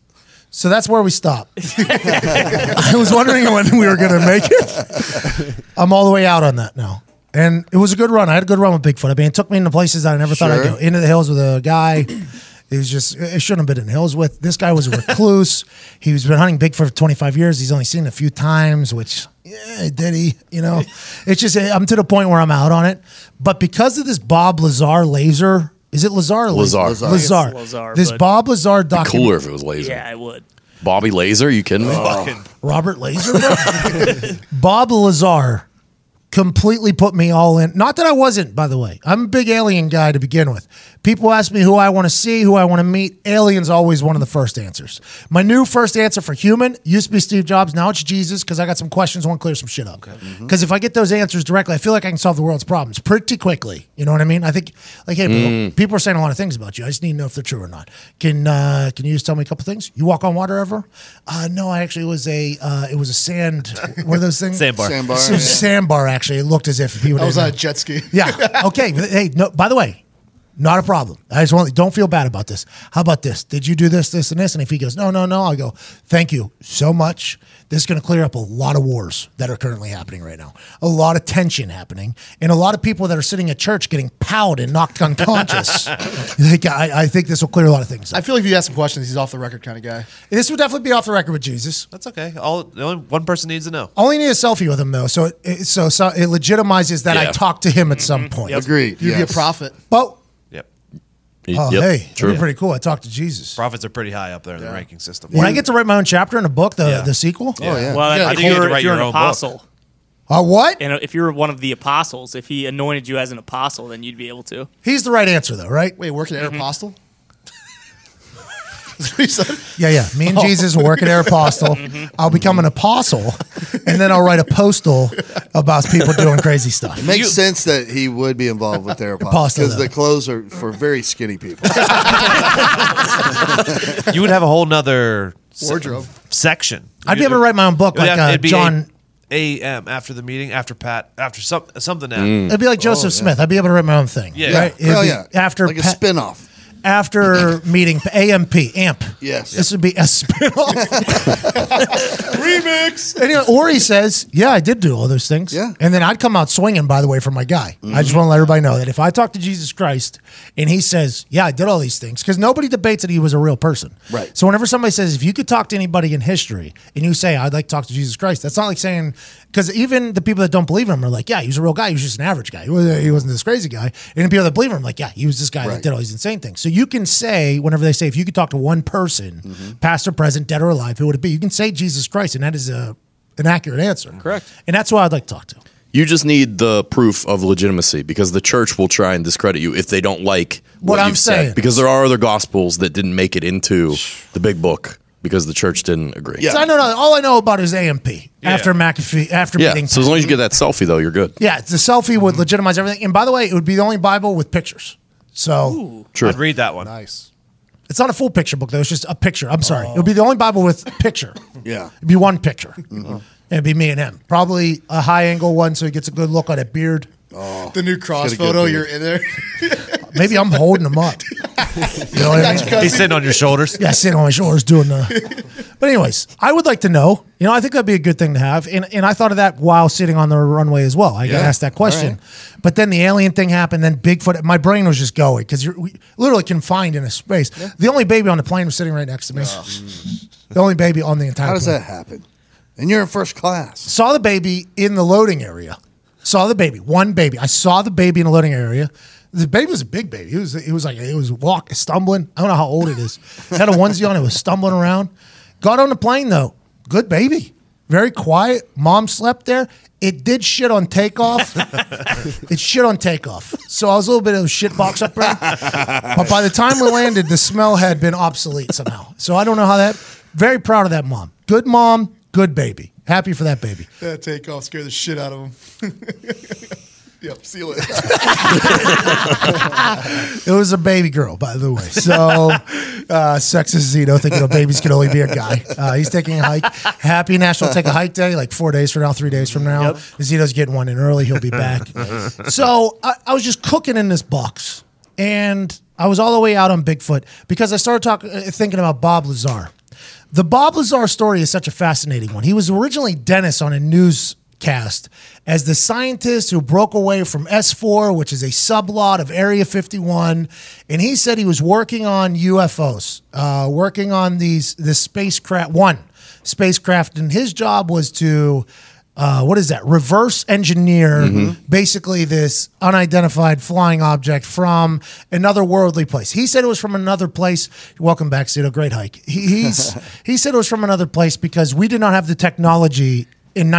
[SPEAKER 1] So that's where we stop. [laughs] I was wondering when we were going to make it. [laughs] I'm all the way out on that now. And it was a good run. I had a good run with Bigfoot. I mean, it took me into places that I never thought I'd go.
[SPEAKER 2] Sure.
[SPEAKER 1] Into the hills with a guy. It was just, it shouldn't have been in the hills with. This guy was a [laughs] recluse. he was been hunting Bigfoot for 25 years. He's only seen it a few times, which, yeah, did he? You know, it's just, I'm to the point where I'm out on it. But because of this Bob Lazar laser, is it Lazar? or
[SPEAKER 7] Lazar.
[SPEAKER 1] Lazar.
[SPEAKER 9] I
[SPEAKER 1] Lazar.
[SPEAKER 9] think it's Lazar,
[SPEAKER 1] This
[SPEAKER 9] but-
[SPEAKER 1] Bob Lazar documentary.
[SPEAKER 7] Cooler if it was laser.
[SPEAKER 9] Yeah, I would.
[SPEAKER 7] Bobby Laser? You kidding me?
[SPEAKER 1] Robert Laser, bro? Bob Lazar completely put me all in. Not that I wasn't, by the way. I'm a big alien guy to begin with. People ask me who I want to see, who I want to meet. Aliens always one of the first answers. My new first answer for human used to be Steve Jobs. Now it's Jesus because I got some questions. I want to clear some shit up. Because
[SPEAKER 8] Mm-hmm.
[SPEAKER 1] Mm-hmm. if I get those answers directly, I feel like I can solve the world's problems pretty quickly. You know what I mean? I think like hey, people, people are saying a lot of things about you. I just need to know if they're true or not. Can uh, can you just tell me a couple things? You walk on water ever? Uh, no, I actually was a uh, it was a sand. What are
[SPEAKER 8] [laughs]
[SPEAKER 1] those things?
[SPEAKER 3] Sandbar.
[SPEAKER 2] Sandbar.
[SPEAKER 1] It was sandbar actually. It looked as if he would.
[SPEAKER 8] I was on a jet
[SPEAKER 1] [laughs]
[SPEAKER 8] ski.
[SPEAKER 1] yeah. Okay. Hey. No. By the way, not a problem. I just want. Don't feel bad about this. How about this? Did you do this, this, and this? And if he goes, no, no, no, I'll go. Thank you so much. This is going to clear up a lot of wars that are currently happening right now. A lot of tension happening, and a lot of people that are sitting at church getting powed and knocked
[SPEAKER 2] [laughs]
[SPEAKER 1] unconscious. like, I, I think this will clear a lot of things.
[SPEAKER 8] I
[SPEAKER 1] Up.
[SPEAKER 8] feel like if you ask him questions, he's off the record kind of guy.
[SPEAKER 1] This would definitely be off the record with Jesus.
[SPEAKER 3] That's okay. All the only one person needs to know.
[SPEAKER 1] Only need a selfie with him though, so it, it- so, so it legitimizes that I
[SPEAKER 7] Yeah.
[SPEAKER 1] talked to him at some point.
[SPEAKER 2] Mm-hmm. Agreed.
[SPEAKER 8] You'd
[SPEAKER 2] yes.
[SPEAKER 8] be a prophet.
[SPEAKER 1] But
[SPEAKER 3] Yep.
[SPEAKER 1] oh,
[SPEAKER 7] Yep,
[SPEAKER 1] hey,
[SPEAKER 7] true.
[SPEAKER 1] true. pretty cool. I talked to Jesus.
[SPEAKER 3] Profits are pretty high up there in the ranking system.
[SPEAKER 1] When I get to write my own chapter in a book, the,
[SPEAKER 3] Yeah.
[SPEAKER 1] the sequel.
[SPEAKER 2] Oh yeah.
[SPEAKER 9] Well,
[SPEAKER 3] I
[SPEAKER 9] if,
[SPEAKER 3] think you get to
[SPEAKER 9] you're,
[SPEAKER 3] write
[SPEAKER 9] if you're
[SPEAKER 3] your
[SPEAKER 9] an
[SPEAKER 3] own book.
[SPEAKER 9] apostle,
[SPEAKER 1] Uh, what?
[SPEAKER 9] and if you're one of the apostles, if he anointed you as an apostle, then you'd be able to.
[SPEAKER 1] He's the right answer though,
[SPEAKER 3] [laughs]
[SPEAKER 1] right?
[SPEAKER 8] Wait, working
[SPEAKER 3] Mm-hmm.
[SPEAKER 8] at Apostle? That's what he said.
[SPEAKER 1] Yeah, yeah. Me
[SPEAKER 3] Oh.
[SPEAKER 1] and Jesus will work at
[SPEAKER 3] [laughs]
[SPEAKER 1] Apostle.
[SPEAKER 3] Mm-hmm.
[SPEAKER 1] I'll become an apostle, and then I'll write a postal about people doing crazy stuff.
[SPEAKER 2] Makes sense that he would be involved
[SPEAKER 1] [laughs]
[SPEAKER 2] with their apostle
[SPEAKER 1] Apostle,
[SPEAKER 2] because
[SPEAKER 1] though.
[SPEAKER 2] the clothes are for very skinny
[SPEAKER 1] [laughs]
[SPEAKER 2] people.
[SPEAKER 3] you would have a whole nother se-
[SPEAKER 8] Wardrobe.
[SPEAKER 3] section.
[SPEAKER 1] I'd be able to write my own book
[SPEAKER 3] It would
[SPEAKER 1] like
[SPEAKER 3] have-
[SPEAKER 1] uh,
[SPEAKER 3] it'd be
[SPEAKER 1] John.
[SPEAKER 3] 8 a.m. after the meeting, after Pat, after some something.
[SPEAKER 1] Mm.
[SPEAKER 8] Oh,
[SPEAKER 1] It'd be like Joseph Smith. I'd be able to write my own thing.
[SPEAKER 3] Mm. Oh, Yeah.
[SPEAKER 1] right? It'd
[SPEAKER 2] Hell
[SPEAKER 1] be
[SPEAKER 2] Oh, yeah.
[SPEAKER 1] After
[SPEAKER 2] like a
[SPEAKER 1] Pat-
[SPEAKER 2] spin off. [laughs]
[SPEAKER 1] after meeting AMP, AMP.
[SPEAKER 2] Yes.
[SPEAKER 1] This would be a [laughs]
[SPEAKER 2] [laughs]
[SPEAKER 1] spin-off. Remix. Anyway, or he says, yeah, I did do all those things.
[SPEAKER 2] Yeah. Mm-hmm.
[SPEAKER 1] And then I'd come out swinging, by the way, for my guy. I just want to let everybody know that if I talk to Jesus Christ and he says, yeah, I did all these things, because nobody debates that he was a real person.
[SPEAKER 2] Right.
[SPEAKER 1] So whenever somebody says, if you could talk to anybody in history and you say, I'd like to talk to Jesus Christ, that's not like saying, because even the people that don't believe him are like, yeah, he was a real guy. He was just an average guy. He wasn't he wasn't this crazy guy. And the people that believe him, are like, yeah, he was this guy that
[SPEAKER 2] Right.
[SPEAKER 1] did all these insane things. So you can say, whenever they say, if you could talk to one person,
[SPEAKER 8] Mm-hmm.
[SPEAKER 1] past or present, dead or alive, who would it be? You can say Jesus Christ, and that is a an accurate answer. Correct. And that's why I'd like to talk to.
[SPEAKER 7] You just need the proof of legitimacy because the church will try and discredit you if they don't like what,
[SPEAKER 1] What I'm
[SPEAKER 7] you've said.
[SPEAKER 1] saying.
[SPEAKER 7] Because there are other gospels that didn't make it into the big book because the church didn't agree.
[SPEAKER 2] Yeah.
[SPEAKER 1] So I don't know. All I know about is AMP after McAfee after
[SPEAKER 7] Yeah.
[SPEAKER 1] meeting.
[SPEAKER 7] So as long as you get that selfie though, you're good.
[SPEAKER 1] yeah, the selfie would legitimize everything. And by the way, it would be the only Bible with pictures. So.
[SPEAKER 7] True.
[SPEAKER 3] I'd read that one.
[SPEAKER 8] Nice.
[SPEAKER 1] It's not a full picture book though. It's just a picture. I'm sorry. It would be the only Bible with picture.
[SPEAKER 2] [laughs] Yeah.
[SPEAKER 1] It'd be one picture.
[SPEAKER 2] Mm-hmm.
[SPEAKER 1] It'd be me and him. Probably a high angle one, so he gets a good look on a beard.
[SPEAKER 2] Oh.
[SPEAKER 8] The new cross
[SPEAKER 2] It's got a good
[SPEAKER 8] photo,
[SPEAKER 2] beard.
[SPEAKER 8] you're in there. [laughs]
[SPEAKER 1] Maybe I'm holding him up. [laughs] You know what I mean?
[SPEAKER 3] He's sitting on your shoulders.
[SPEAKER 1] Yeah, sitting on my shoulders doing the. [laughs] But anyways, I would like to know. You know, I think that'd be a good thing to have. And and I thought of that while sitting on the runway as well. I got asked that question, but then the alien thing happened. Then Bigfoot. My brain was just going because you're we, literally confined in a space. The only baby on the plane was sitting right next to me. The only baby on the entire.
[SPEAKER 2] Oh. How does
[SPEAKER 1] plane.
[SPEAKER 2] that happen? And you're in first class.
[SPEAKER 1] saw the baby in the loading area. Saw the baby, one baby. I saw the baby in the loading area. The baby was a big baby. It was it was like it was walk stumbling. I don't know how old it is. It had a onesie on. It was stumbling around. Got on the plane though. Good baby. Very quiet. Mom slept there. It did shit on takeoff. it shit on takeoff. So I was a little bit of a shit box up there. But by the time we landed, the smell had been obsolete somehow. So I don't know how that. Very proud of that mom. Good mom. Good baby. Happy for that baby.
[SPEAKER 8] that takeoff scared the shit out of him. [laughs] yep, seal it.
[SPEAKER 2] [laughs]
[SPEAKER 1] [laughs] It was a baby girl, by the way. So, uh, sexist Zeno thinking a babies can only be a guy. Uh, he's taking a hike. Happy National Take a Hike Day, like four days from now, three days from now. Zeno's getting one in early. He'll be
[SPEAKER 8] [laughs]
[SPEAKER 1] back.
[SPEAKER 3] [laughs]
[SPEAKER 1] so, I, I was just cooking in this box, and I was all the way out on Bigfoot because I started talking, uh, thinking about Bob Lazar. The Bob Lazar story is such a fascinating one. He was originally Dennis on a newscast as the scientist who broke away from S4, which is a sublot of Area 51, and he said he was working on UFOs, uh, working on these this spacecraft one spacecraft, and his job was to. Uh, what is that? Reverse engineer basically this unidentified flying object from another worldly place. He said it was from another place. Welcome back, Cito. Great hike. He, he's, he said it was from another place because we did not have the technology in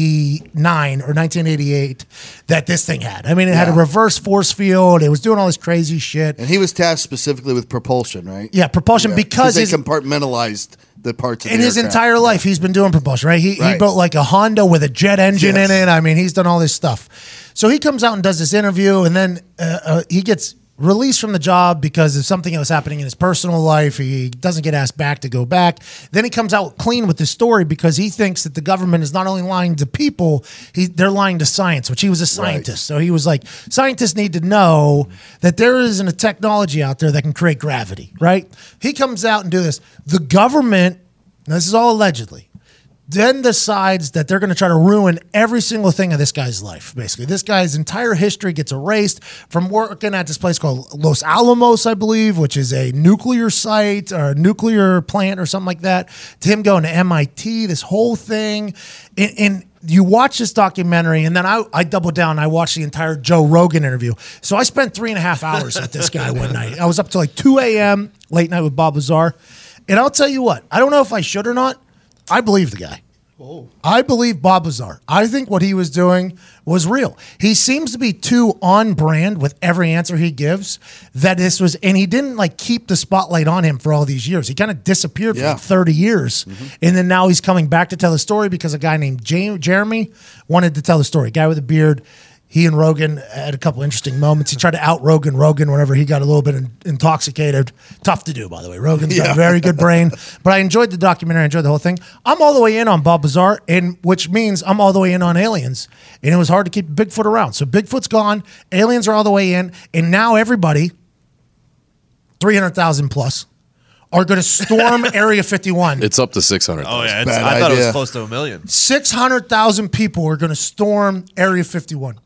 [SPEAKER 1] 1989 or 1988 that this thing had. I mean, it had a reverse force field. It was doing all this crazy shit.
[SPEAKER 2] And he was tasked specifically with propulsion, right?
[SPEAKER 1] Yeah, propulsion because
[SPEAKER 2] they
[SPEAKER 1] his,
[SPEAKER 2] compartmentalized the parts of
[SPEAKER 1] in
[SPEAKER 2] the
[SPEAKER 1] his
[SPEAKER 2] aircraft.
[SPEAKER 1] entire life he's been doing propulsion right he, he
[SPEAKER 2] Right.
[SPEAKER 1] built like a honda with a jet engine
[SPEAKER 2] Yes.
[SPEAKER 1] in it i mean he's done all this stuff so he comes out and does this interview and then uh, uh, he gets released from the job because of something that was happening in his personal life he doesn't get asked back to go back then he comes out clean with this story because he thinks that the government is not only lying to people he, they're lying to science which he was a scientist so he was like scientists need to know that there isn't a technology out there that can create gravity right he comes out and do this the government now, this is all allegedly. Then decides that they're going to try to ruin every single thing of this guy's life. Basically, this guy's entire history gets erased from working at this place called Los Alamos, I believe, which is a nuclear site or a nuclear plant or something like that. To him going to MIT, this whole thing, and, and you watch this documentary, and then I, I doubled down. and I watched the entire Joe Rogan interview. So I spent three and a half hours with this guy one night. I was up till like two a.m. late night with Bob Lazar. And I'll tell you what, I don't know if I should or not. I believe the guy. I believe Bob Lazar. I think what he was doing was real. He seems to be too on brand with every answer he gives that this was, and he didn't like keep the spotlight on him for all these years. He kind of disappeared for
[SPEAKER 2] Yeah.
[SPEAKER 1] like 30 years. And then now he's coming back to tell the story because a guy named Jam- Jeremy wanted to tell the story. Guy with a beard. He and Rogan had a couple interesting moments. He tried to out Rogan Rogan whenever he got a little bit in- intoxicated. Tough to do, by the way. Rogan's got a very good brain. But I enjoyed the documentary. I enjoyed the whole thing. I'm all the way in on Bob Lazar, and which means I'm all the way in on aliens. And it was hard to keep Bigfoot around. So Bigfoot's gone. Aliens are all the way in, and now everybody three hundred thousand plus, are going to storm Area Fifty One.
[SPEAKER 7] It's up to 600.
[SPEAKER 3] Oh yeah, it's,
[SPEAKER 2] Bad
[SPEAKER 3] I thought it was
[SPEAKER 2] idea.
[SPEAKER 3] close to a million.
[SPEAKER 1] Six hundred thousand people are going to storm Area Fifty One.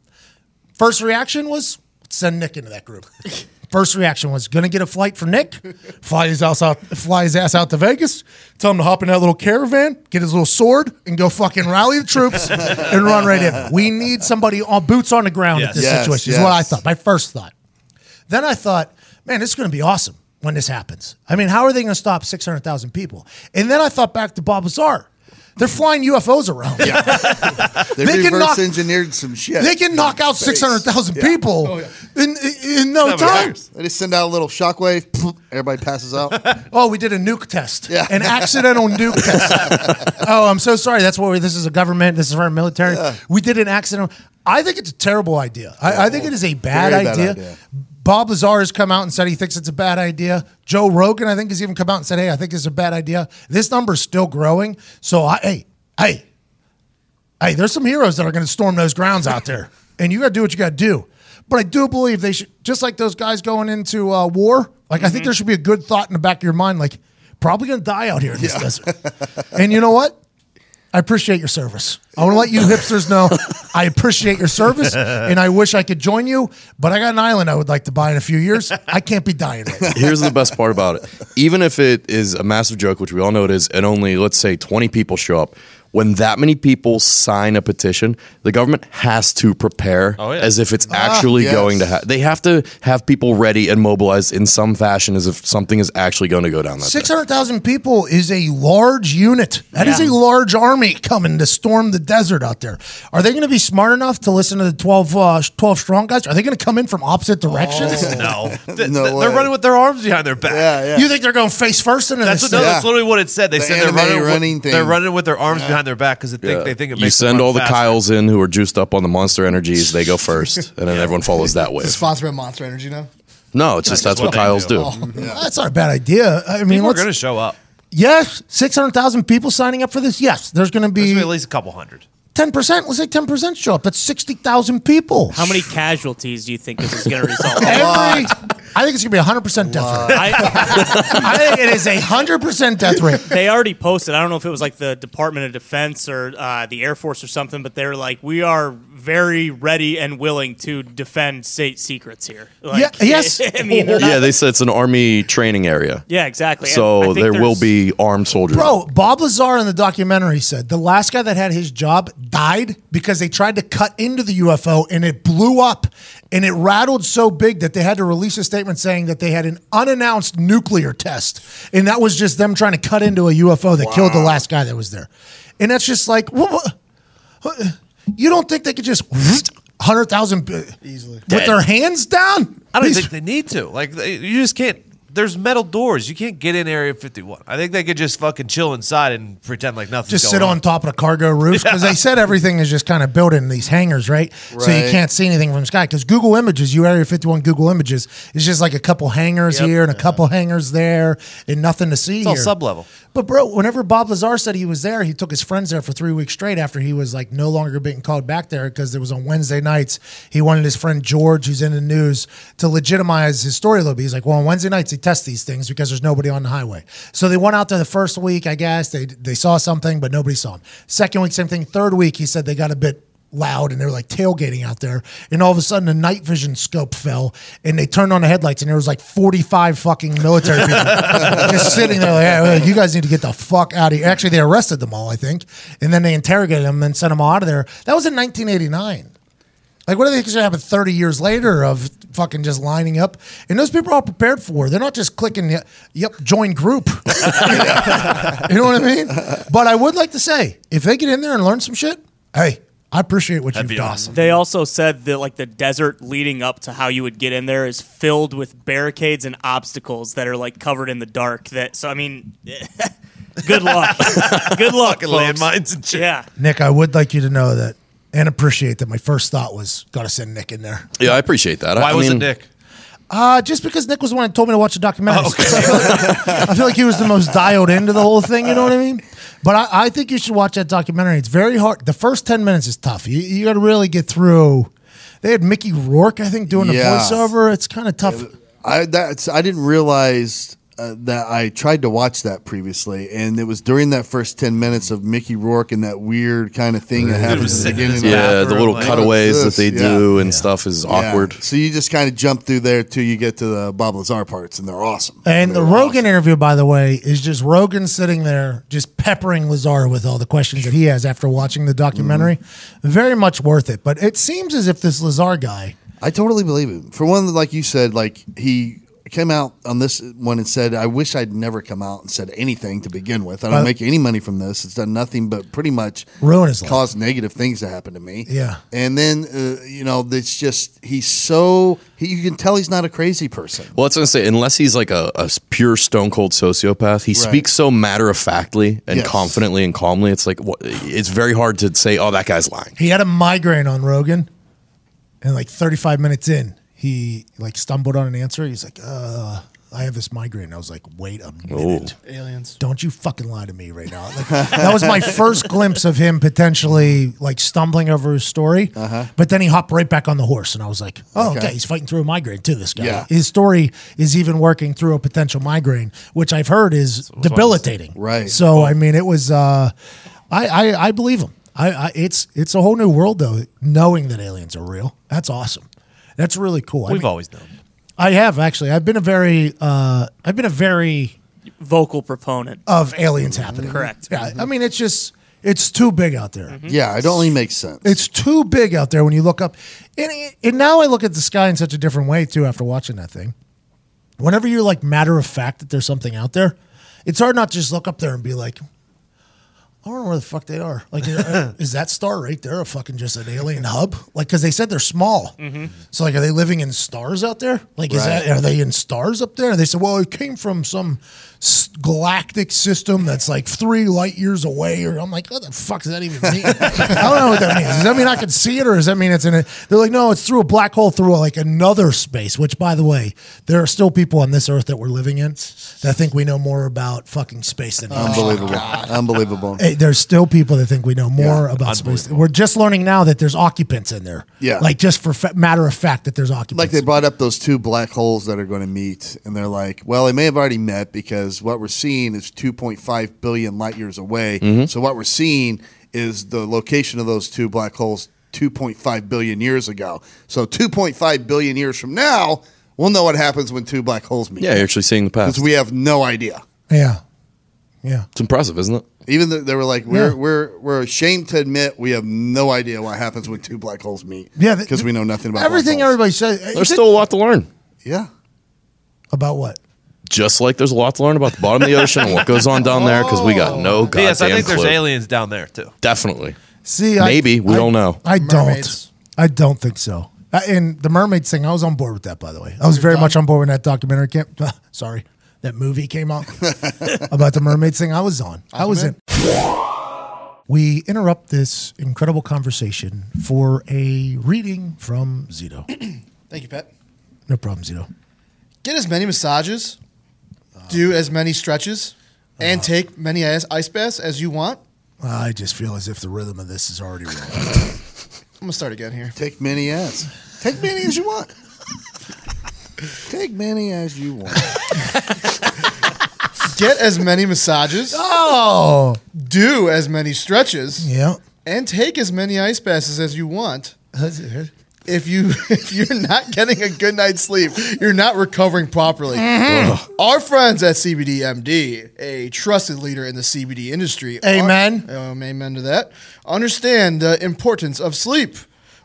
[SPEAKER 1] First reaction was send Nick into that group. First reaction was gonna get a flight for Nick, fly his ass out, fly his ass out to Vegas, tell him to hop in that little caravan, get his little sword, and go fucking rally the troops and run right in. We need somebody on boots on the ground at
[SPEAKER 3] Yes.
[SPEAKER 1] this
[SPEAKER 2] Yes,
[SPEAKER 1] situation. Is what
[SPEAKER 2] yes.
[SPEAKER 1] I thought. My first thought. Then I thought, man, this is going to be awesome when this happens. I mean, how are they going to stop 600,000 people? And then I thought back to Bob Lazar. They're flying UFOs around.
[SPEAKER 2] They,
[SPEAKER 1] They can knock-
[SPEAKER 2] reverse engineered some shit.
[SPEAKER 1] They can knock out
[SPEAKER 2] Space.
[SPEAKER 1] 600,000
[SPEAKER 2] Yeah.
[SPEAKER 1] people in, in, in no time.
[SPEAKER 2] They just send out a little shockwave. Everybody passes out.
[SPEAKER 1] [laughs] Oh, we did a nuke test.
[SPEAKER 2] Yeah. [laughs]
[SPEAKER 1] An accidental nuke test. Oh, I'm so sorry. That's what we, this is a government. This is our military. We did an accidental. I think it's a terrible idea. I, I think it is a bad
[SPEAKER 2] Very bad
[SPEAKER 1] idea.
[SPEAKER 2] idea.
[SPEAKER 1] Bob Lazar has come out and said he thinks it's a bad idea. Joe Rogan, I think, has even come out and said, hey, I think it's a bad idea. This number's still growing. So, I, hey, hey, hey, there's some heroes that are going to storm those grounds out there, and you got to do what you got to do. But I do believe they should, just like those guys going into uh, war. Like I think there should be a good thought in the back of your mind, like probably going to die out here in this desert. and you know what? I appreciate your service. I want to let you hipsters know I appreciate your service, and I wish I could join you. But I got an island I would like to buy in a few years. I can't be dying right now.
[SPEAKER 7] Here's the best part about it. Even if it is a massive joke, which we all know it is, and only, let's say, 20 people show up, when that many people sign a petition, the government has to prepare
[SPEAKER 3] Oh, yeah.
[SPEAKER 7] as if it's actually
[SPEAKER 2] yes.
[SPEAKER 7] going to happen. They have to have people ready and mobilized in some fashion as if something is actually going to go down that day.
[SPEAKER 1] Six hundred thousand people is a large unit. That is a large army coming to storm the desert out there. Are they going to be smart enough to listen to the 12, uh, 12 strong guys? Are they going to come in from opposite directions? Mm,
[SPEAKER 2] [laughs]
[SPEAKER 3] No, Th-
[SPEAKER 2] No
[SPEAKER 3] th-
[SPEAKER 2] way.
[SPEAKER 3] they're running with their arms behind their back.
[SPEAKER 2] Yeah, yeah.
[SPEAKER 1] You think they're going face first into
[SPEAKER 3] That's,
[SPEAKER 1] this?
[SPEAKER 3] what,
[SPEAKER 1] thing?
[SPEAKER 3] no, that's literally what it said. They
[SPEAKER 2] The
[SPEAKER 3] said they're
[SPEAKER 2] anime
[SPEAKER 3] running,
[SPEAKER 2] running
[SPEAKER 3] with, they're
[SPEAKER 2] thing.
[SPEAKER 3] running with their arms behind their back because they think they think it
[SPEAKER 7] you
[SPEAKER 3] makes them
[SPEAKER 7] send
[SPEAKER 3] run
[SPEAKER 7] all the
[SPEAKER 3] faster.
[SPEAKER 7] Kyles in who are juiced up on the Monster Energies, they go first,
[SPEAKER 3] [laughs]
[SPEAKER 7] and then everyone follows that way.
[SPEAKER 8] [laughs] It's sponsored by Monster Energy Oh. now.
[SPEAKER 7] No, it's just that's what,
[SPEAKER 3] what they
[SPEAKER 7] Kyles do.
[SPEAKER 3] do.
[SPEAKER 8] [laughs]
[SPEAKER 1] That's not a bad idea. I mean,
[SPEAKER 3] People are
[SPEAKER 1] let's-
[SPEAKER 3] going to show up.
[SPEAKER 1] yes, six hundred thousand people signing up for this. Yes, there's going to
[SPEAKER 3] There's
[SPEAKER 1] be
[SPEAKER 3] gonna be at least a couple hundred.
[SPEAKER 1] ten percent. Let's say ten percent show up. That's sixty thousand people.
[SPEAKER 9] How many casualties do you think this is
[SPEAKER 1] [laughs]
[SPEAKER 9] going to result? in?
[SPEAKER 1] Every, I think it's going to be a hundred percent death rate.
[SPEAKER 9] I,
[SPEAKER 1] I think it is a hundred percent death rate.
[SPEAKER 9] they already posted. I don't know if it was like the Department of Defense or uh, the Air Force or something, but they're like, we are very ready and willing to defend state secrets here. Like,
[SPEAKER 1] Yeah, yes.
[SPEAKER 9] [laughs] I mean, they're not-
[SPEAKER 7] Yeah, they said it's an army training area.
[SPEAKER 9] yeah, exactly. And I
[SPEAKER 7] So
[SPEAKER 9] think
[SPEAKER 7] there will
[SPEAKER 9] there's-
[SPEAKER 7] be armed soldiers.
[SPEAKER 1] Bro, Bob Lazar in the documentary said the last guy that had his job died because they tried to cut into the UFO and it blew up and it rattled so big that they had to release a statement saying that they had an unannounced nuclear test. And that was just them trying to cut into a UFO that killed the last guy that was there. And that's just like, wha- wha- you don't think they could just 100,000 easily with their hands down?
[SPEAKER 3] I don't
[SPEAKER 1] These-
[SPEAKER 3] think they need to. Like, they, you just can't. There's metal doors. You can't get in Area 51. I think they could just fucking chill inside and pretend like nothing's
[SPEAKER 1] just
[SPEAKER 3] going
[SPEAKER 1] sit on top of the cargo roof because they said everything is just kind of built in these hangars, right? So you
[SPEAKER 2] Right.
[SPEAKER 1] can't see anything from the sky because Google Images, you Area 51 Google Images, it's just like a couple hangars
[SPEAKER 9] Yep.
[SPEAKER 1] here and a couple hangars there and nothing to see.
[SPEAKER 3] It's all
[SPEAKER 1] here.
[SPEAKER 3] sub-level.
[SPEAKER 1] But bro, whenever Bob Lazar said he was there, he took his friends there for three weeks straight after he was like no longer being called back there because it was on Wednesday nights. He wanted his friend George, who's in the news, to legitimize his story a little bit. He's like, well, on Wednesday nights they test these things because there's nobody on the highway. So they went out there the first week, I guess they they saw something, but nobody saw him. Second week, same thing. Third week, he said they got a bit loud and they were like tailgating out there and all of a sudden the night vision scope fell and they turned on the headlights and there was like 45 fucking military people [laughs] just sitting there like "Hey, hey, you guys need to get the fuck out of here actually they arrested them all I think and then they interrogated them and sent them all out of there that was in 1989 like what do they think is going to happen 30 years later of fucking just lining up and those people are all prepared for they're not just clicking "Yep, yep join group [laughs] you know what I mean? But I would like to say, if they get in there and learn some shit, hey, I appreciate what
[SPEAKER 3] That'd
[SPEAKER 1] you've
[SPEAKER 3] be
[SPEAKER 1] done.
[SPEAKER 3] awesome.
[SPEAKER 9] They also said that like the desert leading up to how you would get in there is filled with barricades and obstacles that are like covered in the dark. That so I mean, [laughs] good
[SPEAKER 3] [laughs]
[SPEAKER 9] luck, good luck,
[SPEAKER 3] Fucking
[SPEAKER 9] folks.
[SPEAKER 3] landmines and shit.
[SPEAKER 9] Yeah,
[SPEAKER 1] Nick, I would like you to know that and appreciate that my first thought was gotta send Nick in there.
[SPEAKER 7] Yeah, I appreciate that.
[SPEAKER 3] Why
[SPEAKER 7] I, I
[SPEAKER 3] was
[SPEAKER 7] mean,
[SPEAKER 3] it Nick?
[SPEAKER 1] Uh, just because Nick was the one that told me to watch the documentary. [laughs] I, feel like, I feel like he was the most dialed into the whole thing, you know what I mean? But I, I think you should watch that documentary. It's very hard. The first 10 minutes is tough. You, you gotta really get through. They had Mickey Rourke, I think, doing
[SPEAKER 2] Yeah.
[SPEAKER 1] the voiceover. It's kind of tough.
[SPEAKER 2] I that's I didn't realize uh, that I tried to watch that previously, and it was during that first ten minutes of Mickey Rourke and that weird kind of thing that happens
[SPEAKER 3] was
[SPEAKER 2] at the
[SPEAKER 3] sitting
[SPEAKER 2] beginning.
[SPEAKER 3] in his
[SPEAKER 2] of
[SPEAKER 3] bathroom.
[SPEAKER 7] Yeah, the little
[SPEAKER 3] like-
[SPEAKER 7] cutaways that
[SPEAKER 2] This,
[SPEAKER 7] they
[SPEAKER 2] yeah.
[SPEAKER 7] do and stuff is
[SPEAKER 2] Yeah.
[SPEAKER 7] awkward.
[SPEAKER 2] So you just kind of jump through there till you get to the Bob Lazar parts, and they're awesome.
[SPEAKER 1] And the
[SPEAKER 2] They're
[SPEAKER 1] Rogan interview, by the way, is just Rogan sitting there just peppering Lazar with all the questions that he has after watching the documentary.
[SPEAKER 2] Mm-hmm.
[SPEAKER 1] Very much worth it. But it seems as if this Lazar guy,
[SPEAKER 2] I totally believe him. For one, like you said, like he came out on this one and said, "I wish I'd never come out and said anything to begin with. I don't
[SPEAKER 1] Uh,
[SPEAKER 2] make any money from this. It's done nothing but pretty much
[SPEAKER 1] Ruin his life.
[SPEAKER 2] cause negative things to happen to me."
[SPEAKER 1] Yeah.
[SPEAKER 2] And then uh, you know, it's just he's so he, you can tell he's not a crazy person.
[SPEAKER 7] Well, that's what I'm saying. Unless he's like a, a pure stone cold sociopath, he speaks so matter of factly and
[SPEAKER 2] Yes.
[SPEAKER 7] confidently and calmly. It's like what, it's very hard to say. Oh, that guy's lying.
[SPEAKER 1] he had a migraine on Rogan. And like 35 minutes in, he like stumbled on an answer. He's like, uh, I have this migraine. I was like, wait a minute.
[SPEAKER 8] Aliens.
[SPEAKER 1] Don't you fucking lie to me right now. [laughs] Like, that was my first [laughs] glimpse of him potentially like stumbling over his story. But then he hopped right back on the horse, and I was like, oh, okay,
[SPEAKER 2] Uh-huh. Okay.
[SPEAKER 1] he's fighting through a migraine too, this guy.
[SPEAKER 2] Yeah.
[SPEAKER 1] His story is even working through a potential migraine, which I've heard is debilitating.
[SPEAKER 2] Right.
[SPEAKER 1] So, I mean, it was, uh, I, I, I believe him. I, I, it's it's a whole new world though, knowing that aliens are real. That's awesome. That's really cool. Oh, I,
[SPEAKER 3] We've
[SPEAKER 1] mean,
[SPEAKER 3] always known.
[SPEAKER 1] I have actually. I've been a very, uh, I've been a very
[SPEAKER 9] Vocal proponent.
[SPEAKER 1] of aliens happening.
[SPEAKER 9] Correct.
[SPEAKER 1] Yeah, I mean, it's just it's too big out there.
[SPEAKER 2] Mm-hmm. Yeah, it only makes sense.
[SPEAKER 1] It's too big out there when you look up. And, and now I look at the sky in such a different way too after watching that thing. Whenever you're like matter of fact that there's something out there, it's hard not to just look up there and be like, I don't know where the fuck they are. Like,
[SPEAKER 8] [laughs]
[SPEAKER 1] uh, is that star right there a fucking just an alien hub? Like, because they said they're small. So, like, are they living in stars out there? Like, is that are they in stars up there? And they said, well, it came from some s- galactic system that's like three light years away. Or [laughs] I'm like, what the fuck does that even
[SPEAKER 8] [laughs]
[SPEAKER 1] mean? I don't know what that means. Does that mean I can see it, or does that mean it's in it? They're like, no, it's through a black hole through like another space. Which, by the way, there are still people on this Earth that we're living in that think we know more about fucking space
[SPEAKER 2] Oh,
[SPEAKER 1] than we actually
[SPEAKER 2] unbelievable, unbelievable.
[SPEAKER 1] Oh Hey, there's still people that think we know more about space. We're just learning now that there's occupants in there.
[SPEAKER 2] Yeah.
[SPEAKER 1] Like just for fa- matter of fact that there's
[SPEAKER 2] like
[SPEAKER 1] occupants.
[SPEAKER 2] they brought up those two black holes that are going to meet and they're like well they may have already met because what we're seeing is 2.5 billion light years away
[SPEAKER 7] Mm-hmm.
[SPEAKER 2] so what we're seeing is the location of those two black holes 2.5 billion years ago so 2.5 billion years from now we'll know what happens when two black holes meet
[SPEAKER 7] Yeah, you're actually seeing the past.
[SPEAKER 2] because we have no idea
[SPEAKER 1] yeah. Yeah.
[SPEAKER 7] it's impressive, isn't it?
[SPEAKER 2] even though they were like we're,
[SPEAKER 1] Yeah.
[SPEAKER 2] we're, we're ashamed to admit we have no idea what happens when two black holes meet
[SPEAKER 1] Yeah. th-
[SPEAKER 2] because we know nothing about
[SPEAKER 1] everything
[SPEAKER 2] black
[SPEAKER 1] everybody
[SPEAKER 2] holes.
[SPEAKER 1] says. eh,
[SPEAKER 7] There's still a lot to learn.
[SPEAKER 2] yeah
[SPEAKER 1] about what?
[SPEAKER 7] Just like there's a lot to learn about the bottom of the ocean and what goes on down there because we got
[SPEAKER 2] Oh.
[SPEAKER 7] no goddamn
[SPEAKER 3] Yes, I think
[SPEAKER 7] clue.
[SPEAKER 3] there's aliens down there too.
[SPEAKER 7] Definitely.
[SPEAKER 1] See,
[SPEAKER 7] Maybe. We don't know.
[SPEAKER 1] I
[SPEAKER 8] Mermaids.
[SPEAKER 1] don't. I don't think so. Uh, and the mermaid thing, I was on board with that. By the way, I was very much on board when that documentary came. [laughs] sorry, that movie came [laughs] out about the mermaid thing. I was on. I was in. We interrupt this incredible conversation for a reading from Zito. [clears throat]
[SPEAKER 8] Thank you, Pat.
[SPEAKER 1] No problem, Zito.
[SPEAKER 8] Get as many massages, do as many stretches, and
[SPEAKER 2] Uh-huh.
[SPEAKER 8] take many ice ice baths as you want.
[SPEAKER 1] I just feel as if the rhythm of this is already wrong.
[SPEAKER 8] I'm gonna start again here.
[SPEAKER 2] Take many as. Take many as you want. Take many as you want.
[SPEAKER 8] [laughs] Get as many massages,
[SPEAKER 1] oh,
[SPEAKER 8] do as many stretches,
[SPEAKER 1] [laughs] yeah.
[SPEAKER 8] and take as many ice baths as you want. If you [laughs] if you're not getting a good night's sleep, you're not recovering properly. Our friends at CBDMD, a trusted leader in the CBD industry, are-
[SPEAKER 1] Amen.
[SPEAKER 8] um, amen to that. Understand the importance of sleep,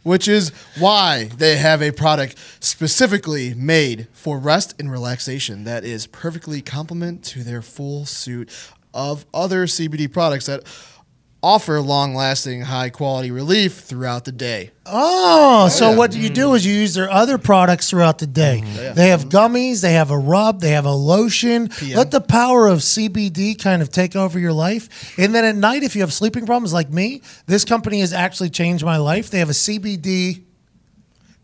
[SPEAKER 8] which is why they have a product specifically made for rest and relaxation that is perfectly complement to their full suit of other CBD products that offer long-lasting, high-quality relief throughout the day.
[SPEAKER 1] Oh, so what you do is you use their other products throughout the day. They have gummies, they have a rub, they have a lotion. Let the power of CBD kind of take over your life. And then at night, if you have sleeping problems like me, this company has actually changed my life. They have a CBD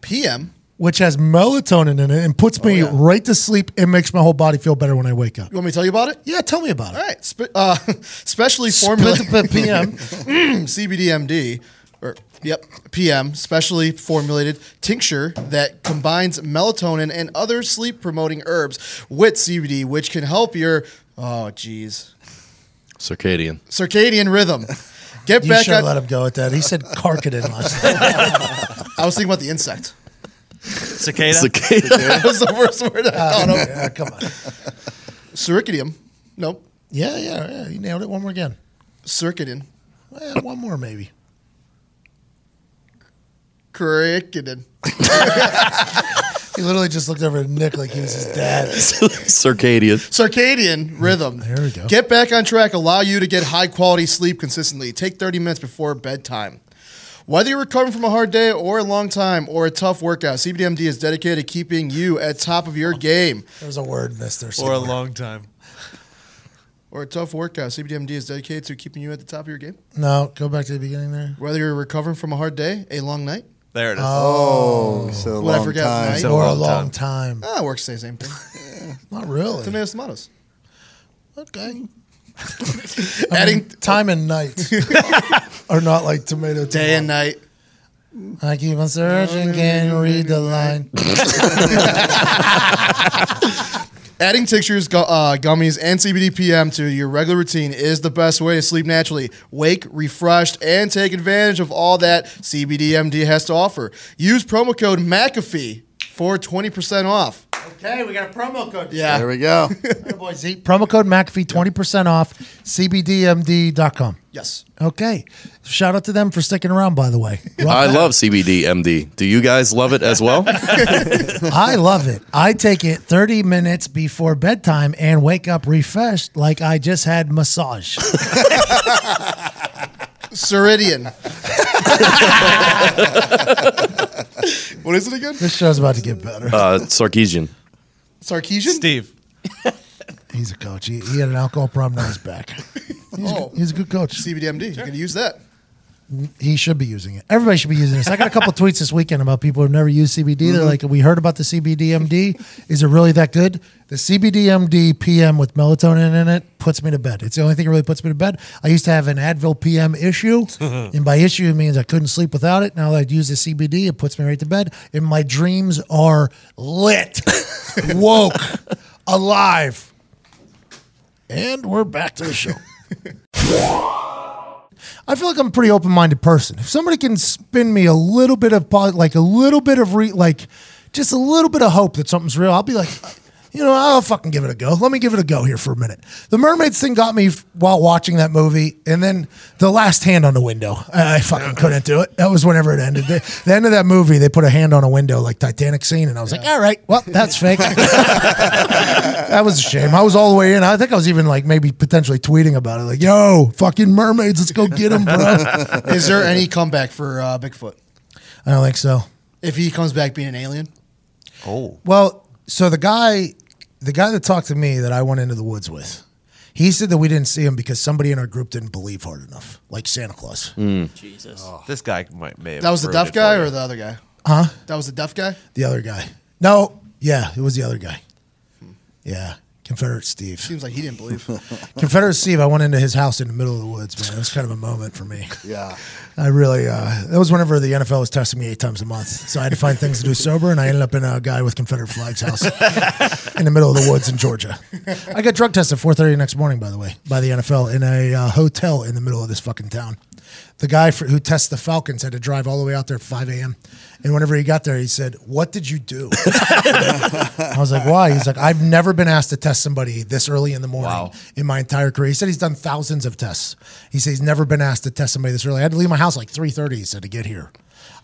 [SPEAKER 8] PM.
[SPEAKER 1] which has melatonin in it and puts me right to sleep and makes my whole body feel better when I wake up.
[SPEAKER 8] You want me to tell you about it?
[SPEAKER 1] Yeah, tell me about it.
[SPEAKER 8] All right. Spe- uh, [laughs] specially [laughs]
[SPEAKER 1] Split
[SPEAKER 8] formulated
[SPEAKER 1] the p- PM.
[SPEAKER 8] CBDMD or yep, PM specially formulated tincture that combines melatonin and other sleep promoting herbs with CBD, which can help your oh geez
[SPEAKER 2] [laughs]
[SPEAKER 7] Circadian.
[SPEAKER 8] circadian [laughs] rhythm. Get
[SPEAKER 1] You
[SPEAKER 8] back
[SPEAKER 1] should have
[SPEAKER 8] on.
[SPEAKER 1] let him go with that. He said [laughs] carcadin last night.
[SPEAKER 8] I was thinking about the insect.
[SPEAKER 3] Cicada.
[SPEAKER 7] Circadian.
[SPEAKER 8] [laughs] that was the first word I thought of.
[SPEAKER 1] Yeah, come on.
[SPEAKER 8] Circadium. Nope.
[SPEAKER 1] Yeah, yeah, yeah. You nailed it. One more again.
[SPEAKER 8] Circadian.
[SPEAKER 1] Well, one more maybe.
[SPEAKER 8] Curriculum.
[SPEAKER 1] He literally just looked over at Nick like he was his dad.
[SPEAKER 7] Circadian.
[SPEAKER 8] Circadian rhythm.
[SPEAKER 1] There we go.
[SPEAKER 8] Get back on track. Allow you to get high quality sleep consistently. Take 30 minutes before bedtime. Whether you're recovering from a hard day or a long time or a tough workout, CBDMD is dedicated to keeping you at top of your game.
[SPEAKER 1] There's a word in this. There's
[SPEAKER 3] For a long time.
[SPEAKER 8] Or a tough workout, CBDMD is dedicated to keeping you at the top of your game.
[SPEAKER 1] no. Go back to the beginning there.
[SPEAKER 8] Whether you're recovering from a hard day, a long night,
[SPEAKER 3] There it is.
[SPEAKER 2] Oh, so
[SPEAKER 8] What I
[SPEAKER 2] long
[SPEAKER 8] forgot,
[SPEAKER 2] time.
[SPEAKER 8] night?
[SPEAKER 3] So-
[SPEAKER 1] Or a
[SPEAKER 3] long
[SPEAKER 1] long time.
[SPEAKER 8] ah, it works the same thing.
[SPEAKER 1] [laughs] Not really.
[SPEAKER 8] tomatoes, tomatoes.
[SPEAKER 1] Okay.
[SPEAKER 8] Adding
[SPEAKER 1] Time
[SPEAKER 8] [laughs]
[SPEAKER 1] and night are not like tomato.
[SPEAKER 8] day and night.
[SPEAKER 1] tomato. I keep on searching. Can you read the line?
[SPEAKER 8] Adding tinctures, gu- uh, gummies, and CBD PM to your regular routine is the best way to sleep naturally, wake refreshed, and take advantage of all that CBDMD has to offer. Use promo code McAfee for 20% off.
[SPEAKER 1] [laughs] Okay, we got a promo code.
[SPEAKER 8] Yeah.
[SPEAKER 2] There we go.
[SPEAKER 1] boys. Promo code McAfee, 20% off, cbdmd.com.
[SPEAKER 8] Yes.
[SPEAKER 1] Okay. Shout out to them for sticking around, by the way.
[SPEAKER 7] I love CBD MD. Do you guys love it as
[SPEAKER 1] [laughs]
[SPEAKER 7] well? Uh,
[SPEAKER 1] I love it. I take it 30 minutes before bedtime and wake up refreshed like I just
[SPEAKER 8] [laughs]
[SPEAKER 1] had
[SPEAKER 8] [laughs]
[SPEAKER 1] massage.
[SPEAKER 8] Ceridian. [laughs] what is it again?
[SPEAKER 1] This show's about to get better.
[SPEAKER 7] Uh, Sarkeesian.
[SPEAKER 8] Sarkeesian?
[SPEAKER 3] Steve.
[SPEAKER 1] He's a coach. He, he had an alcohol problem. Now he's back. He's, a,
[SPEAKER 8] [laughs] Oh.
[SPEAKER 1] good- he's a good coach.
[SPEAKER 8] CBDMD. You're going to use that.
[SPEAKER 1] He should be using it. Everybody should be using this. I got a couple tweets this weekend about people who've never used CBD. They're like, "We heard about the CBDMD. Is it really that good?" The CBDMD PM with melatonin in it puts me to bed. It's the only thing that really puts me to bed. I used to have an Advil PM issue, [laughs] and by issue it means I couldn't sleep without it. Now that I use the CBD, it puts me right to bed, and my dreams are lit, woke, alive. And we're back to the [laughs] show. I feel like I'm a pretty open minded person. If somebody can spin me a little bit of po- like a little bit of re- like just a little bit of hope that something's real, I'll be like, you know, I'll fucking give it a go. Let me give it a go here for a minute. The mermaids thing got me f- while watching that movie, and then the last hand on the window, I, I fucking couldn't do it. That was whenever it ended. The, the end of that movie, they put a hand on a window like Titanic scene, and I was like, all right, well, that's [laughs] fake. That was a shame. I was all the way in. I think I was even like maybe potentially tweeting about it, like, "Yo, fucking mermaids, let's go get them, bro."
[SPEAKER 8] [laughs]
[SPEAKER 1] I
[SPEAKER 8] Is there any comeback for uh, Bigfoot?
[SPEAKER 1] don't think so.
[SPEAKER 8] If he comes back being an alien?
[SPEAKER 3] Oh.
[SPEAKER 1] Well, so the guy, the guy that talked to me that I went into the woods with, he said that we didn't see him because somebody in our group didn't believe hard enough, like Santa Claus.
[SPEAKER 2] Hmm.
[SPEAKER 9] Jesus.
[SPEAKER 3] Oh. This guy might may have
[SPEAKER 8] That was the
[SPEAKER 3] ruined
[SPEAKER 8] deaf
[SPEAKER 3] it for
[SPEAKER 8] guy
[SPEAKER 3] you.
[SPEAKER 8] or the other guy?
[SPEAKER 1] Huh?
[SPEAKER 8] That was the deaf guy?
[SPEAKER 1] The other guy. No, yeah, it was the other guy. Yeah, Confederate Steve.
[SPEAKER 8] Seems like he didn't
[SPEAKER 1] [laughs]
[SPEAKER 8] believe.
[SPEAKER 1] Confederate Steve. I went into his house in the middle of the woods, man. It was kind of a moment for me.
[SPEAKER 2] Yeah.
[SPEAKER 1] I really, uh, that was whenever the NFL was testing me eight times a month. So I had to find things to do sober, and I ended up in a guy with Confederate flags house in the middle of the woods in Georgia. I got drug tested 4.30 the next morning, by the way, by the NFL in a uh, hotel in the middle of this fucking town. The guy for, who tests the Falcons had to drive all the way out there at 5 a.m. And whenever he got there, he said, what did you do? I was like, why? He's like, I've never been asked to test somebody this early in the morning
[SPEAKER 3] Wow.
[SPEAKER 1] in my entire career. He said he's done thousands of tests. He said he's never been asked to test somebody this early. I had to leave my house like 3.30, he said, to get here.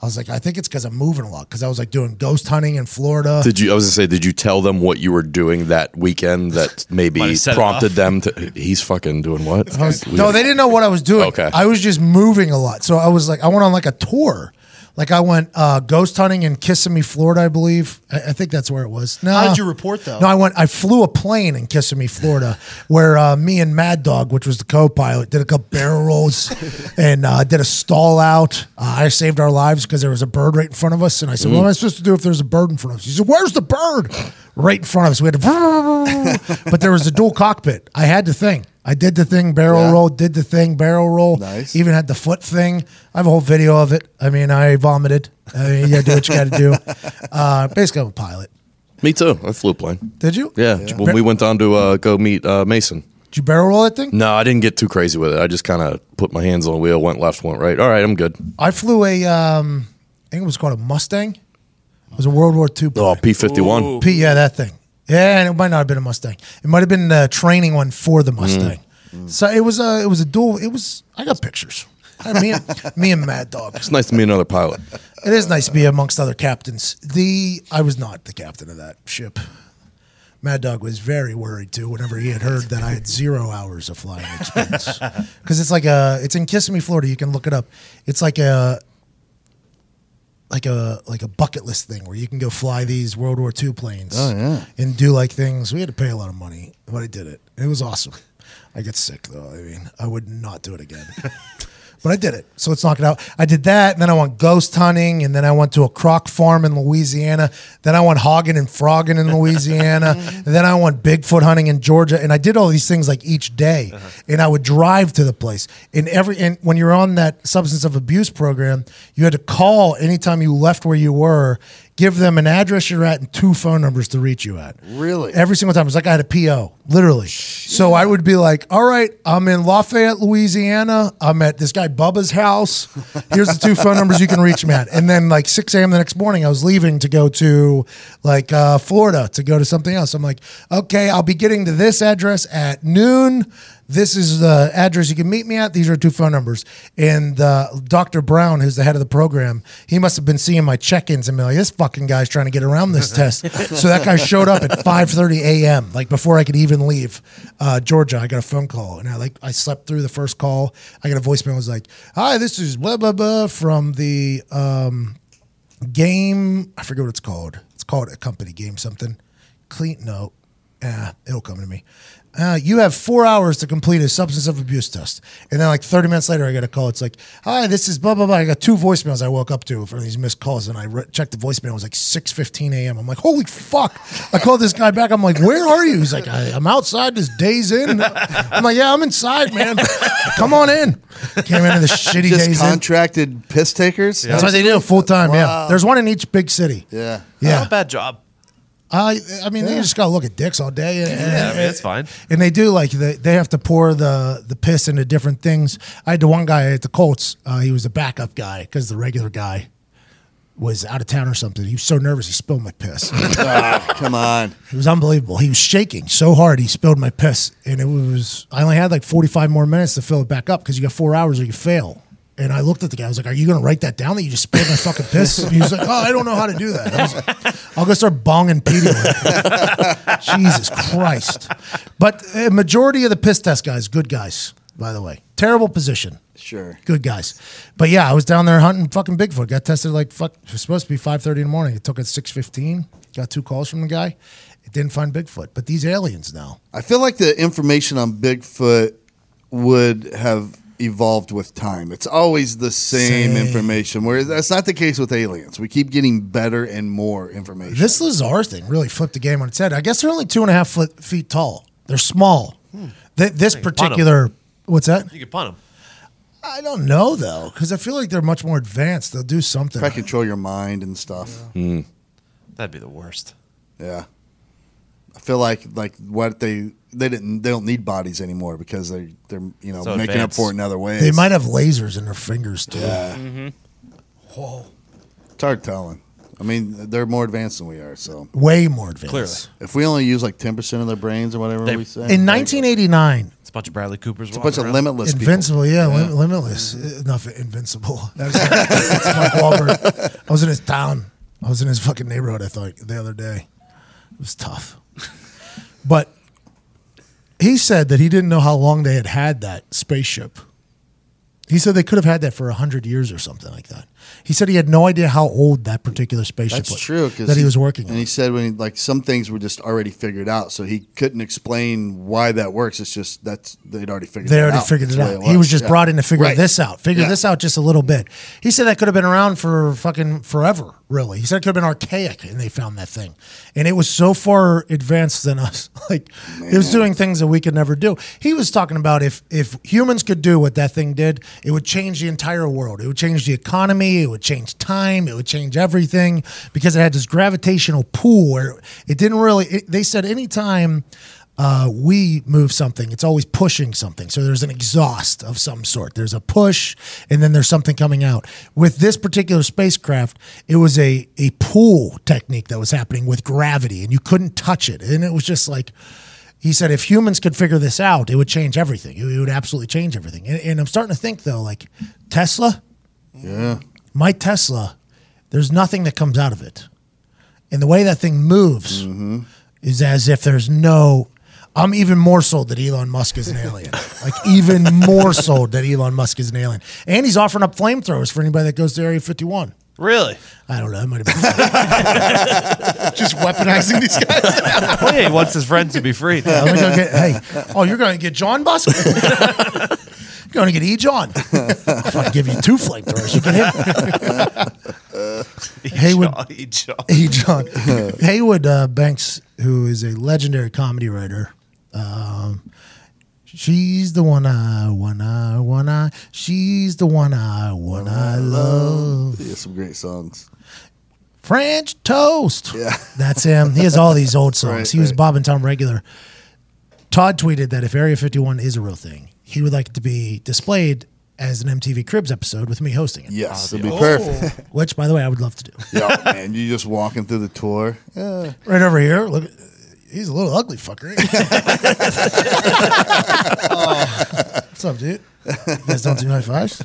[SPEAKER 1] I was like, I think it's because I'm moving a lot because I was like doing ghost hunting in Florida.
[SPEAKER 7] Did you? I was gonna say, did you tell them what you were doing that weekend that
[SPEAKER 3] Might
[SPEAKER 7] maybe
[SPEAKER 3] have set it
[SPEAKER 7] prompted
[SPEAKER 3] off.
[SPEAKER 7] them to? He's fucking doing what?
[SPEAKER 1] I was- no, they didn't know what I was doing.
[SPEAKER 7] Okay.
[SPEAKER 1] I was just moving a lot. So I was like, I went on like a tour. Like I went uh, ghost hunting in Kissimmee, Florida, I believe. I, I think that's where it was. No,
[SPEAKER 8] How did you report, though?
[SPEAKER 1] No, I went. I flew a plane in Kissimmee, Florida, where uh, me and Mad Dog, which was the co-pilot, did a couple barrel rolls and uh, did a stall out. Uh, I saved our lives because there was a bird right in front of us, and I
[SPEAKER 4] Mm.
[SPEAKER 1] said, "What am I supposed to do if there's a bird in front of us?" He said, "Where's the [laughs] bird?" Right in front of us. We had to, but there was a dual cockpit. I had to thing. I I did the thing, barrel
[SPEAKER 2] Yeah.
[SPEAKER 1] roll, did the thing, barrel roll.
[SPEAKER 2] Nice.
[SPEAKER 1] Even had the foot thing. I have a whole video of it. I mean, I vomited. I mean, you gotta do what you gotta
[SPEAKER 2] [laughs]
[SPEAKER 1] do. Uh, basically, I'm a pilot.
[SPEAKER 7] Me too. I flew a plane.
[SPEAKER 1] Did you?
[SPEAKER 7] Yeah, when we went down to uh, go meet uh, Mason.
[SPEAKER 1] Did you barrel roll that thing?
[SPEAKER 7] No, I didn't get too crazy with it. I just kind of put my hands on the wheel, went left, went right. All right, I'm good.
[SPEAKER 1] I flew a, um, I think it was called a Mustang. It was a World War II.
[SPEAKER 7] Oh,
[SPEAKER 1] plane.
[SPEAKER 7] P51.
[SPEAKER 1] P- yeah, that thing. Yeah, and it might not have been a Mustang. It might have been the training one for the
[SPEAKER 7] Mm.
[SPEAKER 1] Mustang. So it was a it was a dual. It was I got pictures. I mean, me and [laughs] Mad Dog.
[SPEAKER 7] It's nice to meet another pilot.
[SPEAKER 1] It is nice to be amongst other captains. The I was not the captain of that ship. Mad Dog was very worried too whenever he had heard that I had zero hours of flying experience [laughs] because it's like a it's in Kissimmee, Florida. You can look it up. It's like a like a like a bucket list thing where you can go fly these World War II planes.
[SPEAKER 2] Oh, yeah.
[SPEAKER 1] and do like things. We had to pay a lot of money, but I did it. It was awesome. I get sick though. I mean, I would not do it again. But I did it, so let's knock it out. I did that, and then I went ghost hunting, and then I went to a croc farm in Louisiana. Then I went hogging and frogging in Louisiana. and then I went Bigfoot hunting in Georgia, and I did all these things like each day. And I would drive to the place. And every and when you're on that substance of abuse program, you had to call anytime you left where you were, give them an address you're at and two phone numbers to reach you at.
[SPEAKER 2] Really?
[SPEAKER 1] Every single time. It was like I had a PO, literally. So I would be like, all right, I'm in Lafayette, Louisiana. I'm at this guy Bubba's house. Here's the two phone numbers you can reach me at. And then like 6 a.m. the next morning, I was leaving to go to like uh, Florida to go to something else. I'm like, okay, I'll be getting to this address at noon. This is the address you can meet me at. These are two phone numbers. And uh, Dr. Brown, who's the head of the program, he must have been seeing my check-ins and be like, this fucking guy's trying to get around this test. so that guy showed up at 5.30 a.m., like before I could even leave uh, Georgia. I got a phone call. And I like I slept through the first call. I got a voicemail. It was like, hi, this is blah, blah, blah from the um, game. I forget what it's called. It's called a company game something. Clean no, eh, it'll come to me. Uh, you have four hours to complete a substance of abuse test, and then like thirty minutes later, I get a call. It's like, "Hi, this is blah blah blah." I got two voicemails I woke up to for these missed calls, and I re- checked the voicemail. It was like six fifteen a.m. I'm like, "Holy fuck!" I called this guy back. I'm like, "Where are you?" He's like, I, "I'm outside. This day's in." I'm like, "Yeah, I'm inside, man. Come on in." Came
[SPEAKER 2] [laughs]
[SPEAKER 1] in in the shitty
[SPEAKER 2] Just
[SPEAKER 1] days. in.
[SPEAKER 2] contracted piss takers.
[SPEAKER 1] That's what they do full time. Yeah, there's one in each big city.
[SPEAKER 2] Yeah.
[SPEAKER 1] Yeah.
[SPEAKER 3] Not a [laughs] bad job.
[SPEAKER 1] I I mean, you just gotta look at dicks all day. And,
[SPEAKER 3] Yeah, I mean, it's fine.
[SPEAKER 1] and they do like they, they have to pour the the piss into different things. I had the one guy at the Colts. Uh, he was a backup guy because the regular guy was out of town or something. He was so nervous he spilled my piss. [laughs]
[SPEAKER 2] Ah, [laughs] come on.
[SPEAKER 1] It was unbelievable. He was shaking so hard he spilled my piss, and it was. I only had like forty five more minutes to fill it back up because you got four hours or you fail. And I looked at the guy. I was like, "Are you going to write that down that you just spilled my fucking piss?" And he was like, "Oh, I don't know how to do that." I was like, "I'll go start bonging Petey." with it." Jesus Christ! But a majority of the piss test guys, good guys, by the way. Terrible position
[SPEAKER 2] Sure.
[SPEAKER 1] good guys. But yeah, I was down there hunting fucking Bigfoot. Got tested like fuck. It was supposed to be five thirty in the morning. It took at six fifteen. Got two calls from the guy. It didn't find Bigfoot. But these aliens now.
[SPEAKER 2] I feel like the information on Bigfoot would have evolved with time. It's always the same,
[SPEAKER 1] Same.
[SPEAKER 2] information. Where that's not the case with aliens. We keep getting better and more information.
[SPEAKER 1] This Lazar thing really flipped the game on its head. I guess they're only two and a half foot, feet tall. They're small. Th- this
[SPEAKER 3] can punt 'em.
[SPEAKER 1] particular. What's that?
[SPEAKER 3] You could punt him.
[SPEAKER 1] I don't know though, because I feel like they're much more advanced. They'll do something.
[SPEAKER 2] Try to control your mind and stuff. Yeah.
[SPEAKER 3] That'd be the worst.
[SPEAKER 2] I feel like like what they they didn't they don't need bodies anymore because they they're you know
[SPEAKER 3] So
[SPEAKER 2] making
[SPEAKER 3] advanced. Mm-hmm.
[SPEAKER 2] up for it in other ways.
[SPEAKER 1] They might have lasers in their fingers too.
[SPEAKER 2] Yeah. Whoa. It's hard telling. I mean, they're more advanced than we are. So
[SPEAKER 1] Way more advanced.
[SPEAKER 3] Clearly.
[SPEAKER 2] if we only use like ten percent of their brains or whatever
[SPEAKER 3] They-
[SPEAKER 2] we say
[SPEAKER 1] In
[SPEAKER 2] like,
[SPEAKER 1] 1989,
[SPEAKER 3] It's a bunch of Bradley Coopers. It's
[SPEAKER 2] a bunch of limitless people.
[SPEAKER 1] Invincible, yeah, lim- limitless. Uh, Not fi- invincible. [laughs] That was, that's Mark Wahlberg. I was in his town. I was in his fucking neighborhood. I thought the other day, it was tough. But he said that he didn't know how long they had had that spaceship. He said they could have had that for hundred years or something like that. He said he had no idea how old that particular spaceship
[SPEAKER 2] That's
[SPEAKER 1] was
[SPEAKER 2] true. 'cause
[SPEAKER 1] that he, was working
[SPEAKER 2] And
[SPEAKER 1] on.
[SPEAKER 2] he said when he, like some things were just already figured out, so he couldn't explain why that works. It's just that's they'd already figured.
[SPEAKER 1] They
[SPEAKER 2] it
[SPEAKER 1] already
[SPEAKER 2] out.
[SPEAKER 1] figured it
[SPEAKER 2] That's the
[SPEAKER 1] out.
[SPEAKER 2] way
[SPEAKER 1] He was just
[SPEAKER 2] Yeah.
[SPEAKER 1] brought in to figure
[SPEAKER 2] Right.
[SPEAKER 1] this out, figure
[SPEAKER 2] Yeah.
[SPEAKER 1] this out just a little bit. He said that could have been around for fucking forever, really. He said it could have been archaic, and they found that thing, and it was so far advanced than us. [laughs] Like it was doing things that we could never do. He was talking about if if humans could do what that thing did, it would change the entire world. It would change the economy. It would change time. It would change everything because it had this gravitational pull where it didn't really. It, they said anytime uh, we move something, it's always pushing something. So there's an exhaust of some sort. There's a push, and then there's something coming out. With this particular spacecraft, it was a a pull technique that was happening with gravity, and you couldn't touch it. And it was just like he said, if humans could figure this out, it would change everything. It would absolutely change everything. And, and I'm starting to think though, like Tesla,
[SPEAKER 2] Yeah.
[SPEAKER 1] my Tesla, there's nothing that comes out of it. And the way that thing moves is as if there's no. I'm even more sold that Elon Musk is an alien. like, even more sold that Elon Musk is an alien. And he's offering up flamethrowers for anybody that goes to Area 51.
[SPEAKER 3] Really?
[SPEAKER 1] I don't know. That might have been. [laughs]
[SPEAKER 8] Just weaponizing these guys.
[SPEAKER 3] [laughs] Well, yeah, he wants his friends to be free.
[SPEAKER 1] Yeah, let me go get. Hey, [laughs] oh, you're going to get John Musk? [laughs] you're going to get E. John. if I give you two flamethrowers, you can hit him. Heywood-
[SPEAKER 3] He
[SPEAKER 1] [laughs]
[SPEAKER 3] jo-
[SPEAKER 1] Hey, John. Haywood uh, Banks, who is a legendary comedy writer, um, she's the one I, one I, one I. She's the one I, one I love.
[SPEAKER 2] Yeah, some great songs.
[SPEAKER 1] French toast.
[SPEAKER 2] Yeah.
[SPEAKER 1] [laughs] That's him. He has all these old songs.
[SPEAKER 2] Right,
[SPEAKER 1] he was
[SPEAKER 2] right.
[SPEAKER 1] Bob and Tom regular. Todd tweeted that if Area 51 is a real thing, he would like it to be displayed as an MTV Cribs episode with me hosting it.
[SPEAKER 2] Yes, it'd be perfect. [laughs]
[SPEAKER 1] Which, by the way, I would love to do. [laughs]
[SPEAKER 2] yeah, man, you just walking through the tour. Yeah.
[SPEAKER 1] Right over here, look. He's a little ugly
[SPEAKER 2] [laughs]
[SPEAKER 1] fucker. ain't he? What's up, dude? You guys don't do high
[SPEAKER 2] [laughs]
[SPEAKER 1] fives?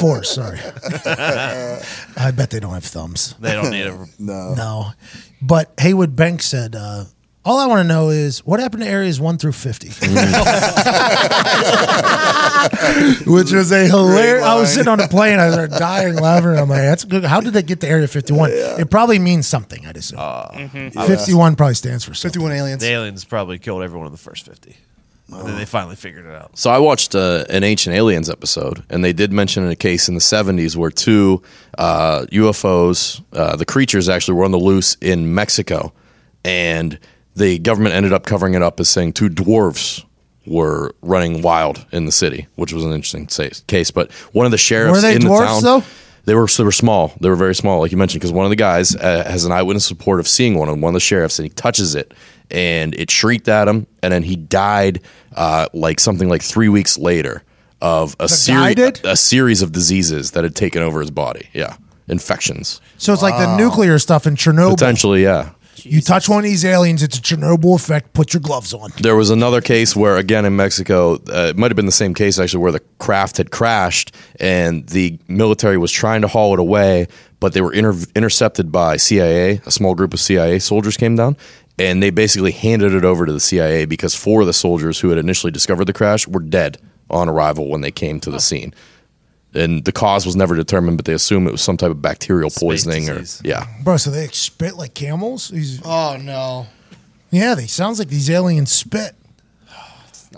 [SPEAKER 1] Four, sorry. I bet they don't have thumbs.
[SPEAKER 3] they don't
[SPEAKER 2] [laughs]
[SPEAKER 3] need a
[SPEAKER 2] No.
[SPEAKER 1] Oh. No. But Haywood Banks said, uh, all I want to know is what happened to areas one through 50? [laughs] Which was a hilarious. I was
[SPEAKER 2] line.
[SPEAKER 1] sitting on a plane. I was dying laughing. I'm like, that's good. How did they get to Area 51? It probably means something, I'd assume.
[SPEAKER 3] Uh, mm-hmm.
[SPEAKER 1] 51 probably stands for something.
[SPEAKER 8] 51 aliens.
[SPEAKER 3] The aliens probably killed everyone in the first 50. And then they finally figured it out.
[SPEAKER 7] So I watched uh, an Ancient Aliens episode, and they did mention a case in the 70s where two uh, UFOs, uh, the creatures actually, were on the loose in Mexico, and the government ended up covering it up as saying two dwarves were running wild in the city, which was an interesting sa- case. But one of the sheriffs
[SPEAKER 1] Were they
[SPEAKER 7] in
[SPEAKER 1] dwarves,
[SPEAKER 7] the town,
[SPEAKER 1] though?
[SPEAKER 7] they were they were small. They were very small, like you mentioned, because one of the guys uh, has an eyewitness report of seeing one on one of the sheriffs, and he touches it, and it shrieked at him, and then he died uh, like something like three weeks later of a series
[SPEAKER 1] did?
[SPEAKER 7] a, series of diseases that had taken over his body. Yeah, infections
[SPEAKER 1] So it's like the nuclear stuff in Chernobyl.
[SPEAKER 7] potentially. Yeah.
[SPEAKER 1] You touch one of these aliens, it's a Chernobyl effect. Put your gloves on.
[SPEAKER 7] There was another case where, again, in Mexico, uh, it might have been the same case actually, where the craft had crashed and the military was trying to haul it away, but they were inter- intercepted by CIA. A small group of CIA soldiers came down and they basically handed it over to the CIA because four of the soldiers who had initially discovered the crash were dead on arrival when they came to the scene. And the cause was never determined, but they assume it was some type of bacterial poisoning or
[SPEAKER 3] disease.
[SPEAKER 7] yeah.
[SPEAKER 1] Bro, so they spit like camels? These-
[SPEAKER 8] Oh, no.
[SPEAKER 1] yeah, they sounds like these aliens spit.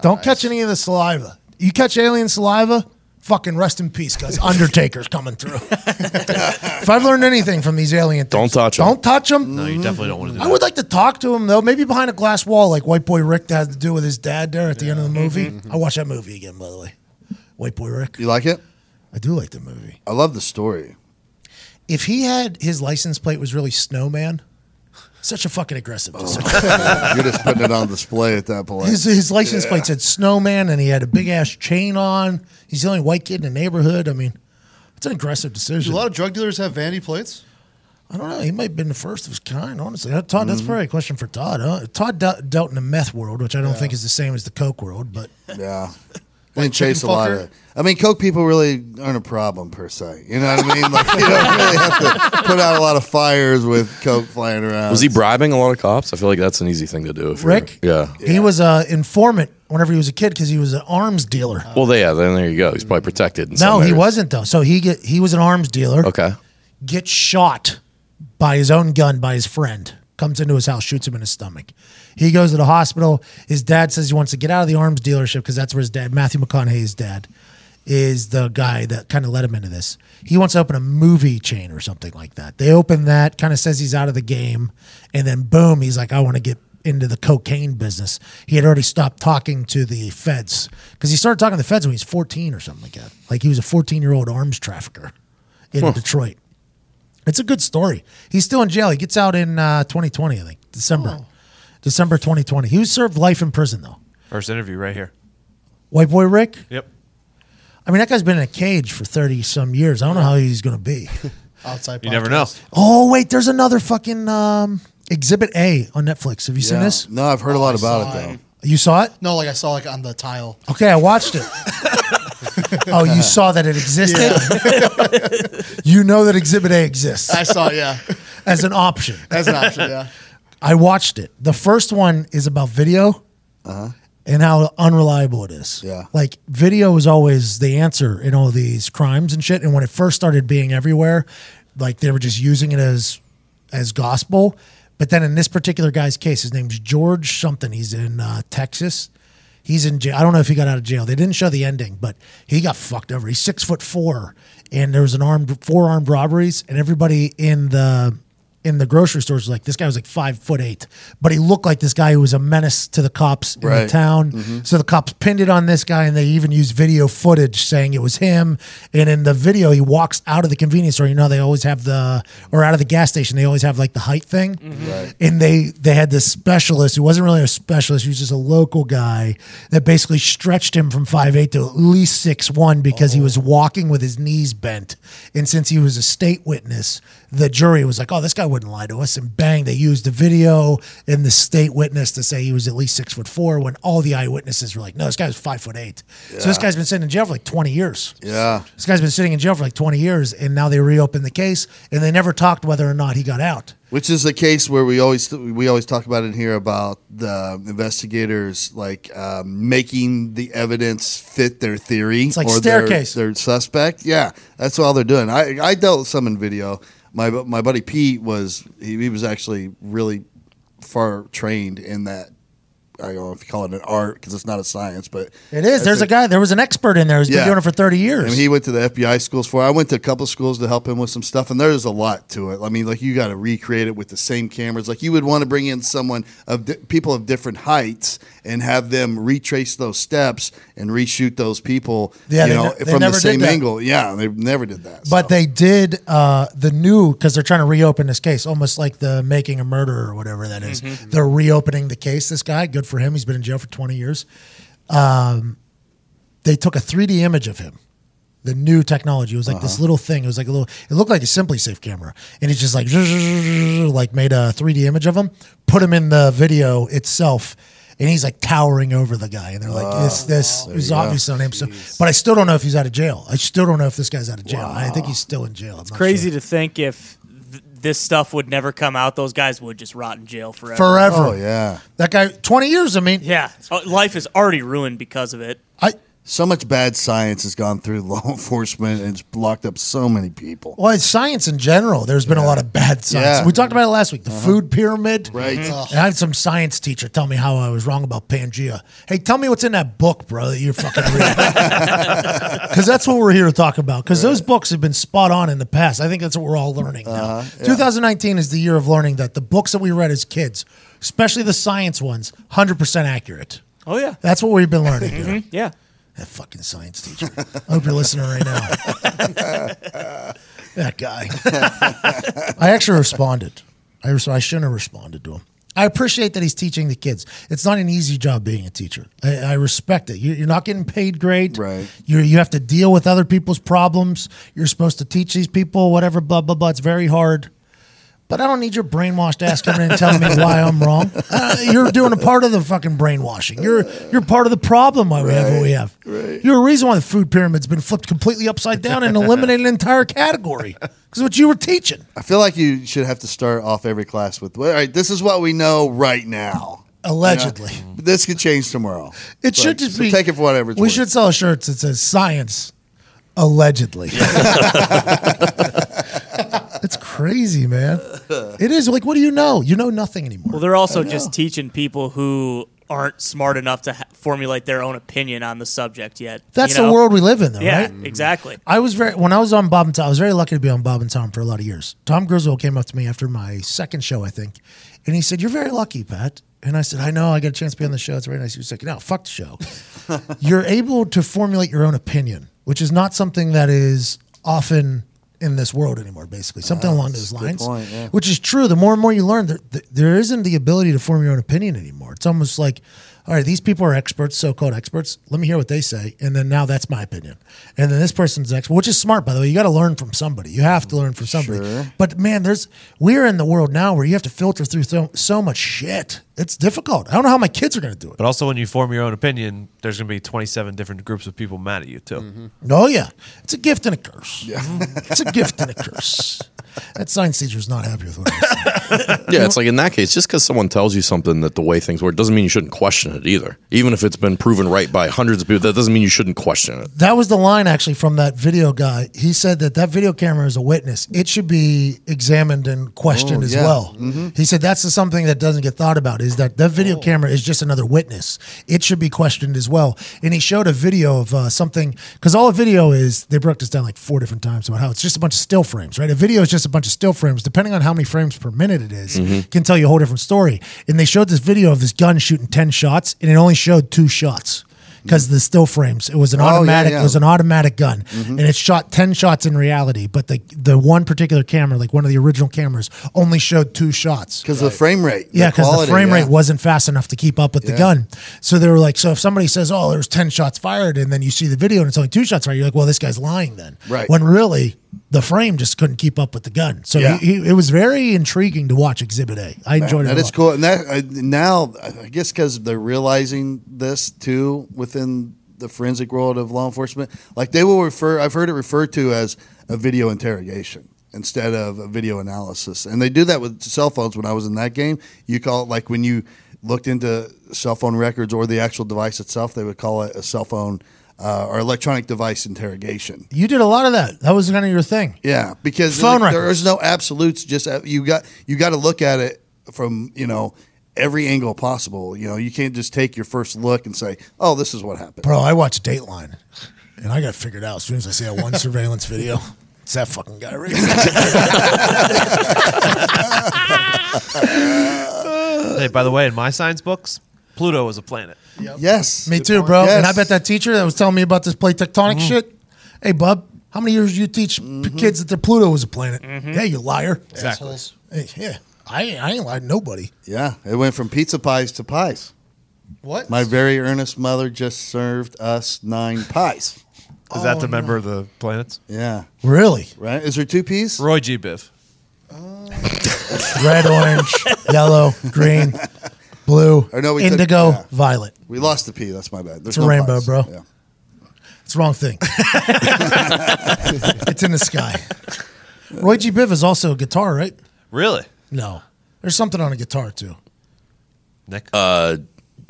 [SPEAKER 1] Don't catch any of the saliva. You catch alien saliva, fucking rest in peace, because Undertaker's coming
[SPEAKER 8] [laughs]
[SPEAKER 1] through. if I've learned anything from these alien
[SPEAKER 7] Don't
[SPEAKER 1] things,
[SPEAKER 7] touch 'em.
[SPEAKER 1] Don't touch them.
[SPEAKER 3] No, you definitely don't want to do
[SPEAKER 1] I
[SPEAKER 3] that.
[SPEAKER 1] would like to talk to him though, maybe behind a glass wall, like White Boy Rick had to do with his dad there at the end of the movie.
[SPEAKER 8] Mm-hmm.
[SPEAKER 1] I watched that movie again, by the way. White Boy Rick.
[SPEAKER 2] You like it?
[SPEAKER 1] I do like the movie.
[SPEAKER 2] I love
[SPEAKER 1] [laughs]
[SPEAKER 2] the story.
[SPEAKER 1] if he had his license plate was really snowman, such a fucking aggressive.
[SPEAKER 8] Oh,
[SPEAKER 1] decision.
[SPEAKER 2] You're just putting it on display at that point.
[SPEAKER 1] His, his license plate said snowman, and he had a big ass chain on. He's the only white kid in the neighborhood. I mean, it's an aggressive
[SPEAKER 8] Do
[SPEAKER 1] decision.
[SPEAKER 8] a lot of drug dealers have vanity plates?
[SPEAKER 1] I don't know. He might have been the first of his kind, honestly. Uh, Todd, that's probably a question for [laughs] Todd. Huh? Todd de- dealt in the meth world, which I don't think is the same as the coke world, but
[SPEAKER 2] Yeah. I didn't chase a
[SPEAKER 8] chicken
[SPEAKER 2] lot
[SPEAKER 8] fucker?
[SPEAKER 2] of it. I mean, Coke people really aren't a problem per se. You know what I mean? Like you don't really
[SPEAKER 1] [laughs]
[SPEAKER 2] have to [laughs] put out a lot of fires with Coke flying around.
[SPEAKER 7] Was he bribing a lot of cops? I feel like that's an easy thing to do. If
[SPEAKER 1] Rick?
[SPEAKER 7] You're, yeah.
[SPEAKER 1] He was a informant whenever he was a kid because he was an arms dealer.
[SPEAKER 7] Well, yeah. Then there you go. He's probably protected. In
[SPEAKER 1] No,
[SPEAKER 7] some
[SPEAKER 1] he
[SPEAKER 7] areas.
[SPEAKER 1] wasn't though. So he get, he was an arms dealer.
[SPEAKER 7] Okay.
[SPEAKER 1] Gets shot by his own gun by his friend. Comes into his house, shoots him in his stomach. He goes to the hospital. His dad says he wants to get out of the arms dealership because that's where his dad, Matthew McConaughey's dad, is the guy that kind of led him into this. He wants to open a movie chain or something like that. They open that, kind of says he's out of the game, and then boom, he's like, I want to get into the cocaine business. He had already stopped talking to the feds because he started talking to the feds when he was 14 or something like that. Like he was a 14 year old arms trafficker in Detroit. It's a good story. He's still in jail. He gets out in uh, 2020, I think, December. December 2020. He was served life in prison, though.
[SPEAKER 3] First interview right here.
[SPEAKER 1] White boy Rick?
[SPEAKER 3] Yep.
[SPEAKER 1] I mean, that guy's been in a cage for 30 some years. I don't know how he's going to be. [laughs]
[SPEAKER 8] Outside.
[SPEAKER 3] You never know.
[SPEAKER 1] oh, wait, there's another fucking um, Exhibit A on Netflix. Have you seen
[SPEAKER 2] Yeah.
[SPEAKER 1] this?
[SPEAKER 2] No, I've heard a lot
[SPEAKER 8] I
[SPEAKER 2] about
[SPEAKER 8] saw
[SPEAKER 2] it
[SPEAKER 8] it.
[SPEAKER 2] though.
[SPEAKER 1] You saw it?
[SPEAKER 8] No, like I saw like on the tile.
[SPEAKER 1] Okay, I
[SPEAKER 8] [laughs]
[SPEAKER 1] watched it. oh, you saw that it existed? [laughs] you know that Exhibit A exists
[SPEAKER 8] I saw it, yeah.
[SPEAKER 1] as an option.
[SPEAKER 8] As an option, yeah.
[SPEAKER 1] I watched it. The first one is about video and how unreliable it is.
[SPEAKER 2] Yeah.
[SPEAKER 1] Like, video is always the answer in all these crimes and shit. And when it first started being everywhere, like they were just using it as as gospel. But then in this particular guy's case, his name's George something. He's in uh, Texas. He's in jail. I don't know if he got out of jail. They didn't show the ending, but he got fucked over. He's six foot four, and there was an armed four armed robberies, and everybody in the in the grocery stores was like, this guy was like five foot eight, but he looked like this guy who was a menace to the cops in the
[SPEAKER 2] Right.
[SPEAKER 1] town. So the cops pinned it on this guy, and they even used video footage saying it was him. And in the video, he walks out of the convenience store. You know, they always have the or out of the gas station, they always have like the height thing. Mm-hmm. And they they had this specialist who wasn't really a specialist; he was just a local guy that basically stretched him from five eight to at least six one because he was walking with his knees bent. And since he was a state witness, the jury was like, "Oh, this guy wouldn't lie to us." And bang, they used the video and the state witness to say he was at least six foot four. When all the eyewitnesses were like, "No, this guy was five foot eight. So this guy's been sitting in jail for like twenty years.
[SPEAKER 2] Yeah.
[SPEAKER 1] This guy's been sitting in jail for like twenty years, and now they reopened the case, and they never talked whether or not he got out.
[SPEAKER 2] Which is the case where we always we always talk about in here about the investigators like um, making the evidence fit their theory
[SPEAKER 1] like
[SPEAKER 2] or their-
[SPEAKER 1] staircase.
[SPEAKER 2] their, suspect. Yeah, that's all they're doing. I I dealt with some in video. My bu- my buddy Pete was he, he was actually really far trained in that. I don't know if you call it an art because it's not a science, but
[SPEAKER 1] It is. There's a guy. There was an expert in there who's been
[SPEAKER 2] Yeah.
[SPEAKER 1] doing it for thirty years.
[SPEAKER 2] and he went to the FBI schools for. it. I went to a couple schools to help him with some stuff, and there's a lot to it. I mean, like you got to recreate it with the same cameras. Like you would want to bring in someone of di- people of different heights and have them retrace those steps and reshoot those people.
[SPEAKER 1] Yeah,
[SPEAKER 2] you
[SPEAKER 1] they
[SPEAKER 2] know,
[SPEAKER 1] ne- they
[SPEAKER 2] from
[SPEAKER 1] never
[SPEAKER 2] the
[SPEAKER 1] did
[SPEAKER 2] same
[SPEAKER 1] that.
[SPEAKER 2] angle. Yeah, they never did that.
[SPEAKER 1] But
[SPEAKER 2] so.
[SPEAKER 1] they did uh, the new because they're trying to reopen this case, almost like the making a murderer or whatever that is.
[SPEAKER 2] Mm-hmm.
[SPEAKER 1] They're reopening the case. This guy, good for him. He's been in jail for twenty years. Um, they took a 3D image of him. The new technology it was like
[SPEAKER 2] Uh-huh.
[SPEAKER 1] this little thing. It was like a little. It looked like a Simply Safe camera, and it's just like [laughs] like made a 3D image of him, put him in the video itself. And he's like towering over the guy, and they're like, "This, this is obviously on him." So, but I still don't know if he's out of jail. I still don't know if this guy's out of jail. I think he's still in jail. It's
[SPEAKER 9] Crazy to think if th- this stuff would never come out, those guys would just rot in jail forever.
[SPEAKER 1] forever.
[SPEAKER 2] oh yeah,
[SPEAKER 1] That guy, twenty years. I mean,
[SPEAKER 9] Yeah, Oh, life is already ruined because of it.
[SPEAKER 1] I
[SPEAKER 2] so much bad science has gone through [laughs] law enforcement and it's locked up so many people.
[SPEAKER 1] well, it's science in general. There's been a lot of bad science.
[SPEAKER 2] Yeah. Uh-huh.
[SPEAKER 1] We talked about it last week. The food pyramid,
[SPEAKER 2] Right.
[SPEAKER 1] And I had some science teacher tell me how I was wrong about Pangea. Hey, tell me what's in that book, bro, that you're fucking reading. [laughs]
[SPEAKER 2] [laughs]
[SPEAKER 1] Because that's what we're here to talk about. Because those books have been spot on in the past. I think that's what we're all learning now.
[SPEAKER 2] Uh,
[SPEAKER 1] 2019 is the year of learning that the books that we read as kids, especially the science ones, 100% accurate.
[SPEAKER 9] Oh yeah,
[SPEAKER 1] That's what we've been learning
[SPEAKER 3] Mm-hmm.
[SPEAKER 1] here.
[SPEAKER 9] yeah.
[SPEAKER 1] That fucking science teacher. I hope you're listening
[SPEAKER 8] [laughs]
[SPEAKER 1] right now. that guy. I actually responded. I, res- I shouldn't have responded to him. I appreciate that he's teaching the kids. It's not an easy job being a teacher. I, I respect it. You, you're not getting paid great.
[SPEAKER 2] Right.
[SPEAKER 1] You you have to deal with other people's problems. You're supposed to teach these people whatever. Blah blah blah. It's very hard. But I don't need your brainwashed ass coming in and telling me why I'm wrong. Uh, you're doing a part of the fucking brainwashing. You're you're part of the problem why we have what we have. You're a reason why the food pyramid's been flipped completely upside down and eliminated an entire category because what you were teaching.
[SPEAKER 2] I feel like you should have to start off every class with, all right, this is what we know right now.
[SPEAKER 1] Allegedly.
[SPEAKER 2] You know? This could change tomorrow.
[SPEAKER 1] It should
[SPEAKER 2] Like,
[SPEAKER 1] just
[SPEAKER 2] so
[SPEAKER 1] be
[SPEAKER 2] Take it for whatever it's
[SPEAKER 1] We
[SPEAKER 2] worth.
[SPEAKER 1] should sell shirts that says science, allegedly. it's crazy, man. It is like, what do you know? You know nothing anymore.
[SPEAKER 9] Well, they're also just teaching people who aren't smart enough to ha- formulate their own opinion on the subject yet.
[SPEAKER 1] That's
[SPEAKER 9] you know?
[SPEAKER 1] the world we live in, though,
[SPEAKER 9] Yeah,
[SPEAKER 1] right?
[SPEAKER 9] exactly.
[SPEAKER 1] I was very when I was on Bob and Tom. I was very lucky to be on Bob and Tom for a lot of years. Tom Griswold came up to me after my second show, I think, and he said, "You're very lucky, Pat." And I said, "I know. I got a chance to be on the show. It's very nice." He was like, "No, fuck the show. You're able to formulate your own opinion, which is not something that is often." In this world anymore, basically
[SPEAKER 2] Ah,
[SPEAKER 1] something along those lines,
[SPEAKER 2] point, yeah.
[SPEAKER 1] which is true. The more and more you learn, there, th- there isn't the ability to form your own opinion anymore. It's almost like, all right, these people are experts, so-called experts. Let me hear what they say, and then now that's my opinion. And then this person's expert, which is smart, by the way. You got to learn from somebody. You have to learn from somebody. But man, there's we're in the world now where you have to filter through so, so much shit. It's difficult. I don't know how my kids are going to do it.
[SPEAKER 3] But also, when you form your own opinion, there's going to be 27 different groups of people mad at you too.
[SPEAKER 1] Oh yeah, it's a gift and a curse. it's a gift and a curse. That science teacher's not happy with what I said.
[SPEAKER 7] [laughs] Yeah, it's like in that case, just because someone tells you something that the way things work doesn't mean you shouldn't question it either. Even if it's been proven right by hundreds of people, that doesn't mean you shouldn't question it.
[SPEAKER 1] That was the line actually from that video guy. He said that that video camera is a witness. It should be examined and questioned
[SPEAKER 2] Oh,
[SPEAKER 1] as
[SPEAKER 2] yeah.
[SPEAKER 1] well. He said that's the something that doesn't get thought about is that that
[SPEAKER 2] Oh.
[SPEAKER 1] video camera is just another witness. It should be questioned as well. And he showed a video of uh, something because all a video is they broke this down like four different times about how it's just a bunch of still frames, right? A video is just a bunch of still frames. Depending on how many frames per minute it is,
[SPEAKER 3] Mm-hmm.
[SPEAKER 1] can tell you a whole different story. And they showed this video of this gun shooting ten shots, and it only showed two shots. Because the still frames, it was an
[SPEAKER 2] Oh, yeah,
[SPEAKER 1] automatic.
[SPEAKER 2] yeah. Mm-hmm.
[SPEAKER 1] It was an automatic gun, and it shot ten shots in reality. But the the one particular camera, like one of the original cameras, only showed two shots.
[SPEAKER 2] Because the frame rate.
[SPEAKER 1] Yeah, because
[SPEAKER 2] quality,
[SPEAKER 1] the frame
[SPEAKER 2] yeah.
[SPEAKER 1] rate wasn't fast enough to keep up with the gun. So they were like, so if somebody says, "Oh, there's ten shots fired," and then you see the video and it's only two shots fired, you're like, "Well, this guy's lying then."
[SPEAKER 2] Right.
[SPEAKER 1] When really, the frame just couldn't keep up with the gun. So
[SPEAKER 2] Yeah.
[SPEAKER 1] he, he, it was very intriguing to watch Exhibit A. I enjoyed it.
[SPEAKER 2] That
[SPEAKER 1] a
[SPEAKER 2] is
[SPEAKER 1] lot.
[SPEAKER 2] cool. And that uh, now, I guess, because they're realizing this too within the forensic world of law enforcement, like they will refer. I've heard it referred to as a video interrogation instead of a video analysis, and they do that with cell phones. When I was in that game, you call it like when you looked into cell phone records or the actual device itself, they would call it a cell phone uh, or electronic device interrogation.
[SPEAKER 1] You did a lot of that. That was kind of your thing.
[SPEAKER 2] Yeah, because
[SPEAKER 1] Phone
[SPEAKER 2] like, there
[SPEAKER 1] records.
[SPEAKER 2] is no absolutes. Just uh, you got you got to look at it from you know every angle possible. You know, you can't just take your first look and say, "Oh, this is what happened."
[SPEAKER 1] Bro, I watched Dateline, and I got figured out as soon as I see that
[SPEAKER 2] [laughs]
[SPEAKER 1] one surveillance video. It's that fucking guy right there.
[SPEAKER 3] [laughs] Hey, by the way, in my science books, Pluto is a planet.
[SPEAKER 2] Yes,
[SPEAKER 1] Me too, bro. And I
[SPEAKER 2] Yes. Mm-hmm.
[SPEAKER 1] bet that teacher that was telling me about this plate tectonic shit. Hey, bub, how many years you teach p- kids that their Pluto was a [laughs] planet?
[SPEAKER 2] Mm-hmm.
[SPEAKER 1] Yeah, you liar.
[SPEAKER 3] Exactly.
[SPEAKER 1] Hey, yeah, I, ain't- I ain't lied to nobody.
[SPEAKER 2] Yeah, it went from pizza pies to pies.
[SPEAKER 8] What?
[SPEAKER 2] My very earnest mother just served us nine pies.
[SPEAKER 3] Is that the member of the planets?
[SPEAKER 2] Yeah,
[SPEAKER 1] Oh, Really?
[SPEAKER 2] right. Is there two peas?
[SPEAKER 3] Roy G. Biv.
[SPEAKER 1] Red, orange, yellow, green, blue,
[SPEAKER 2] I know we took-
[SPEAKER 1] indigo,
[SPEAKER 2] yeah.
[SPEAKER 1] violet.
[SPEAKER 2] We lost the pea. That's my bad.
[SPEAKER 1] It's
[SPEAKER 2] There's
[SPEAKER 1] a
[SPEAKER 2] no
[SPEAKER 1] rainbow,
[SPEAKER 2] pies.
[SPEAKER 1] bro.
[SPEAKER 2] Yeah.
[SPEAKER 1] It's the wrong thing. [laughs] it's in the sky. Roy G. Biv is also a guitar, right?
[SPEAKER 3] Really?
[SPEAKER 1] No. There's something on a guitar, too.
[SPEAKER 3] Nick?
[SPEAKER 7] Uh,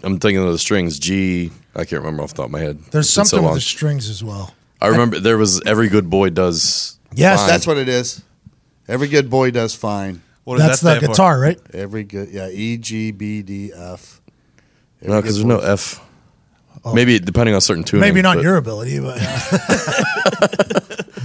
[SPEAKER 7] I'm thinking of the strings G. I can't remember off the top of my head.
[SPEAKER 1] There's
[SPEAKER 7] It's been so
[SPEAKER 1] something with
[SPEAKER 7] long.
[SPEAKER 1] the strings as well.
[SPEAKER 7] I remember there was every good boy does.
[SPEAKER 1] Yes,
[SPEAKER 7] fine.
[SPEAKER 2] That's what it is. Every good boy does fine.
[SPEAKER 3] What
[SPEAKER 1] That's the
[SPEAKER 3] stand for?
[SPEAKER 1] guitar, right?
[SPEAKER 2] Every good, yeah. E G B D F.
[SPEAKER 7] no, because there's no F. Maybe depending on certain tuning.
[SPEAKER 1] Oh. Maybe not
[SPEAKER 7] but-
[SPEAKER 1] your ability, but [laughs] uh,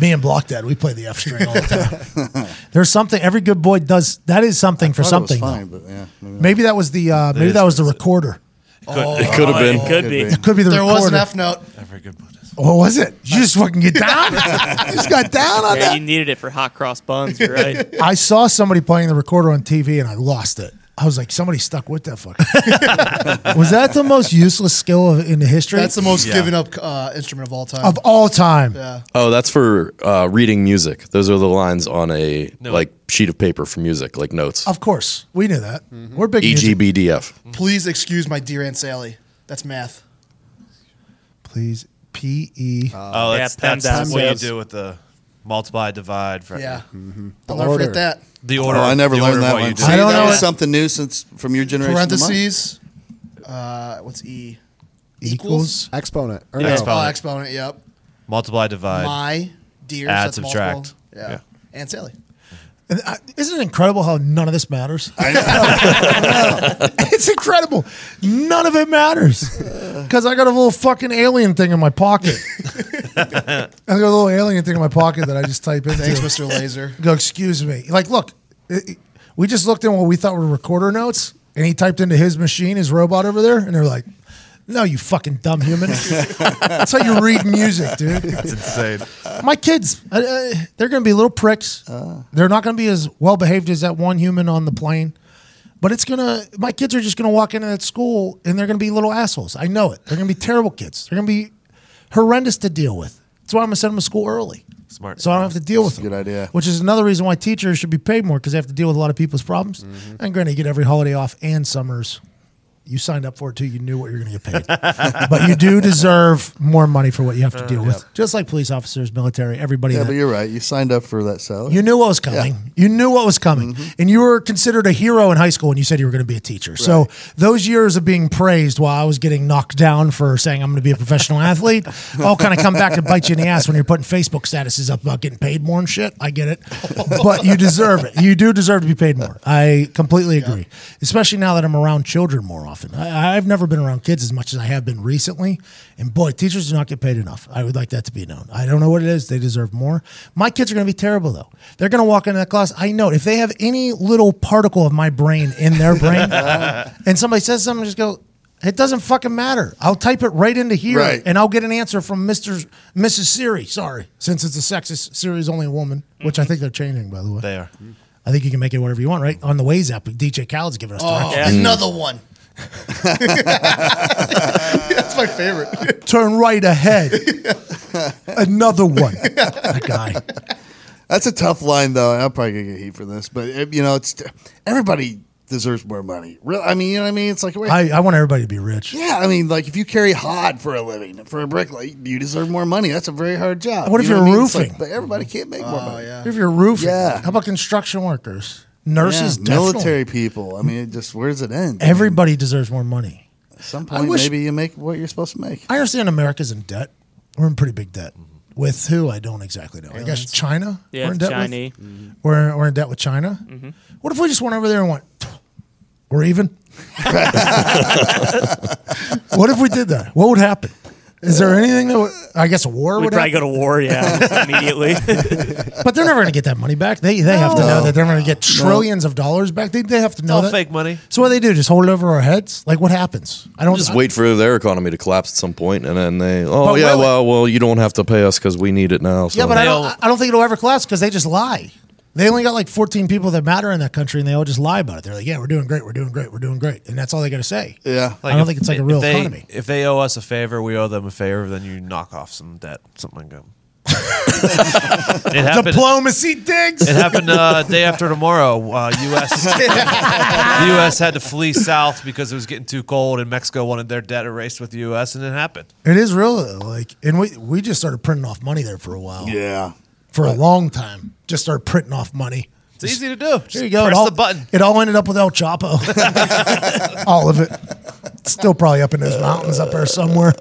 [SPEAKER 1] me and Block Dad, we play the F string all the time. There's something every good boy does. That is something for
[SPEAKER 2] Thought it was
[SPEAKER 1] something.
[SPEAKER 2] fine, but yeah.
[SPEAKER 1] though. Maybe that was the uh, maybe
[SPEAKER 3] is
[SPEAKER 1] that was the
[SPEAKER 3] what
[SPEAKER 1] recorder.
[SPEAKER 7] It
[SPEAKER 1] Oh.
[SPEAKER 7] could have been.
[SPEAKER 9] Oh, It could be.
[SPEAKER 2] Could
[SPEAKER 1] Could be the
[SPEAKER 8] there
[SPEAKER 1] recorder.
[SPEAKER 8] was an F note.
[SPEAKER 3] Every good Buddhist.
[SPEAKER 1] What was it? Did you just fucking get down. you just got down on
[SPEAKER 9] Yeah,
[SPEAKER 1] that. [laughs]
[SPEAKER 9] you needed it for hot cross buns, you're right?
[SPEAKER 1] I saw somebody playing the recorder on TV and I lost it. I was like, somebody stuck with that fucker. [laughs] was that the most useless skill of, in history?
[SPEAKER 8] That's the most
[SPEAKER 3] Yeah.
[SPEAKER 8] given up uh, instrument of all time.
[SPEAKER 1] of all time.
[SPEAKER 7] Oh, that's for uh, reading music. Those are the lines on a like sheet of paper for music, like notes. E
[SPEAKER 1] Of course, we knew that. We're big.
[SPEAKER 8] E
[SPEAKER 1] music-
[SPEAKER 7] EGBDF.
[SPEAKER 8] Mm-hmm. Please excuse my dear Aunt Sally. That's math.
[SPEAKER 1] Please, P E.
[SPEAKER 3] Oh, that's,
[SPEAKER 9] Yeah, pen
[SPEAKER 3] that's, that's
[SPEAKER 9] down.
[SPEAKER 3] what you
[SPEAKER 9] Yes.
[SPEAKER 3] do with the multiply, divide. fra-
[SPEAKER 8] Yeah. I'll
[SPEAKER 1] The
[SPEAKER 8] never
[SPEAKER 1] order.
[SPEAKER 8] forget that.
[SPEAKER 3] The
[SPEAKER 2] Mm-hmm. Oh,
[SPEAKER 3] order.
[SPEAKER 2] I never
[SPEAKER 3] the order
[SPEAKER 2] learned
[SPEAKER 3] of
[SPEAKER 2] that
[SPEAKER 3] what you
[SPEAKER 2] one.
[SPEAKER 3] do.
[SPEAKER 2] See,
[SPEAKER 1] I don't
[SPEAKER 2] that
[SPEAKER 1] know
[SPEAKER 2] was
[SPEAKER 1] it.
[SPEAKER 2] something new since from your generation. to mine.
[SPEAKER 3] [laughs]
[SPEAKER 8] Parentheses. Uh, what's E?
[SPEAKER 1] equals.
[SPEAKER 4] Exponent. Or
[SPEAKER 3] Yeah,
[SPEAKER 4] no.
[SPEAKER 3] exponent.
[SPEAKER 8] Oh, exponent. Yep.
[SPEAKER 3] Multiply, divide.
[SPEAKER 8] My dear.
[SPEAKER 3] Add,
[SPEAKER 8] that's
[SPEAKER 3] subtract.
[SPEAKER 8] multiple. Yeah.
[SPEAKER 3] Yeah.
[SPEAKER 8] Aunt Sally.
[SPEAKER 1] And I- Isn't it incredible how none of this matters? [laughs]
[SPEAKER 2] I know.
[SPEAKER 1] it's incredible. None of it matters because I got a little fucking alien thing in my
[SPEAKER 2] [laughs]
[SPEAKER 1] pocket. I got a little alien thing in my pocket that I just type into.
[SPEAKER 8] Thanks, Mr. Laser.
[SPEAKER 1] Go, excuse me. Like, look, it- it- we just looked in what we thought were recorder notes, and he typed into his machine, his robot over there, and they're like, "No, you fucking dumb human." That's how you read music, dude.
[SPEAKER 3] It's insane.
[SPEAKER 1] My kids, uh, uh, they're going to be little pricks.
[SPEAKER 2] Uh.
[SPEAKER 1] they're not going to be as well behaved as that one human on the plane. But it's going to, my kids are just going to walk into that school and they're going to be little assholes. I know it. They're going to be terrible kids. They're going to be horrendous to deal with. That's why I'm going to send them to school early.
[SPEAKER 3] Smart.
[SPEAKER 1] So I don't have to deal with them.
[SPEAKER 2] a good idea.
[SPEAKER 1] Which is another reason why teachers should be paid more because they have to deal with a lot of people's problems.
[SPEAKER 2] Mm-hmm.
[SPEAKER 1] And granted, you get every holiday off and summers. You signed up for it too. You knew what you were going to
[SPEAKER 2] [laughs]
[SPEAKER 1] get paid, but you do deserve more money for what you
[SPEAKER 2] Uh,
[SPEAKER 1] have [laughs] to deal with. Just like police officers, military, everybody.
[SPEAKER 2] yeah,
[SPEAKER 1] that-
[SPEAKER 2] but you're right. You signed up for that salary.
[SPEAKER 1] you
[SPEAKER 2] [laughs]
[SPEAKER 1] knew what was coming. You knew what was coming. And you were considered a hero in high school when you said you were going to be a teacher. So those years of being praised while I was getting knocked down for saying I'm going to be a professional athlete all kind of come back and bite you in the ass when you're putting Facebook statuses up about getting paid more and shit. I get it. but you deserve it. You do deserve to be paid more. I completely agree. Especially now that I'm around children more often. I, I've never been around kids as much as I have been recently. And boy, teachers do not get paid enough. I would like that to be known. I don't know what it is. They deserve more. My kids are going to be terrible, though. They're going to walk into that class. I know it. if they have any little particle of my brain in their
[SPEAKER 8] [laughs]
[SPEAKER 1] brain
[SPEAKER 8] Uh,
[SPEAKER 1] and somebody says something, just go, it doesn't fucking matter. I'll type it right into here
[SPEAKER 2] Right.
[SPEAKER 1] and I'll get an answer from Mr. Mrs. Siri. Sorry, since it's a sexist, Siri's only a woman, which I think they're changing, by the way.
[SPEAKER 3] They are.
[SPEAKER 1] I think you can make it whatever you want, right? On the Waze app, DJ Khaled's giving us
[SPEAKER 8] Oh,
[SPEAKER 1] directions.
[SPEAKER 8] another one. That's my favorite.
[SPEAKER 1] [laughs] Turn right ahead. Another one. That guy.
[SPEAKER 2] That's a tough line, though. and I'm probably gonna get heat for this, but it, you know, it's everybody deserves more money. Real, I mean, you know what I mean? It's like, wait,
[SPEAKER 1] I, I want everybody to be rich.
[SPEAKER 2] yeah, I mean, like if you carry hod for a living, for a brick, like you deserve more money. That's a very hard job.
[SPEAKER 1] What if
[SPEAKER 2] You know
[SPEAKER 1] you're
[SPEAKER 2] I mean? It's like,
[SPEAKER 1] roofing? Uh,
[SPEAKER 2] but everybody can't make more
[SPEAKER 8] Oh,
[SPEAKER 2] money. Yeah.
[SPEAKER 1] If you're roofing,
[SPEAKER 2] Yeah.
[SPEAKER 1] how about construction workers, nurses, definitely.
[SPEAKER 2] military people. I mean, it just where's it end? I mean,
[SPEAKER 1] Everybody deserves more money.
[SPEAKER 2] at some
[SPEAKER 1] I
[SPEAKER 2] point,
[SPEAKER 1] wish-
[SPEAKER 2] maybe you make what you're supposed to make.
[SPEAKER 1] I understand America's in debt. We're in pretty big debt. With who? I don't exactly know. I guess China.
[SPEAKER 9] Yeah,
[SPEAKER 1] we're in debt
[SPEAKER 9] Chinese. Mm-hmm.
[SPEAKER 1] With.
[SPEAKER 2] Mm-hmm.
[SPEAKER 1] We're, we're in debt with China. What if we just went over there and went, we're even? [laughs] what if we did that? What would happen? Is there anything that would, I guess a war
[SPEAKER 9] We'd
[SPEAKER 1] would
[SPEAKER 9] probably
[SPEAKER 1] happen?
[SPEAKER 9] go to war, yeah,
[SPEAKER 1] [laughs]
[SPEAKER 9] almost immediately.
[SPEAKER 1] but they're never going to get that money back. They they have to know that they're going to get trillions of dollars back. They, they have to know
[SPEAKER 3] all
[SPEAKER 1] that.
[SPEAKER 3] fake money.
[SPEAKER 1] So what do they do? Just hold it over our heads? Like what happens? I don't
[SPEAKER 7] Just
[SPEAKER 1] I-
[SPEAKER 7] wait for their economy to collapse at some point, and then they, oh
[SPEAKER 1] But
[SPEAKER 7] yeah,
[SPEAKER 1] will it?
[SPEAKER 7] well, well, you don't have to pay us because we need it now. So.
[SPEAKER 1] Yeah, but I don't.
[SPEAKER 3] They'll-
[SPEAKER 1] I don't think it'll ever collapse because they just lie. They only got like 14 people that matter in that country, and they all just lie about it. They're like, "Yeah, we're doing great, we're doing great, we're doing great," and that's all they got to say.
[SPEAKER 2] Yeah.
[SPEAKER 1] I don't
[SPEAKER 3] if-
[SPEAKER 1] think it's like a
[SPEAKER 3] if
[SPEAKER 1] real
[SPEAKER 3] they-
[SPEAKER 1] economy.
[SPEAKER 3] If they owe us a favor, we owe them a favor. Then you knock off some debt, something like that. [laughs] it happened.
[SPEAKER 1] Diplomacy digs.
[SPEAKER 3] it happened uh, day after tomorrow. Uh,
[SPEAKER 1] [laughs]
[SPEAKER 3] U.S. the U.S. had to flee south because it was getting too cold, and Mexico wanted their debt erased with the U.S. And it happened.
[SPEAKER 1] It is real, though. like, and we we just started printing off money there for a
[SPEAKER 3] Oh.
[SPEAKER 1] while,
[SPEAKER 2] Yeah.
[SPEAKER 1] for a long time. Just started printing off money.
[SPEAKER 3] It's easy to do. Just
[SPEAKER 1] There you go.
[SPEAKER 3] Press
[SPEAKER 1] it all, [laughs]
[SPEAKER 3] the button.
[SPEAKER 1] It all ended up with El Chapo. [laughs] all of it. Still probably up in those mountains up there somewhere.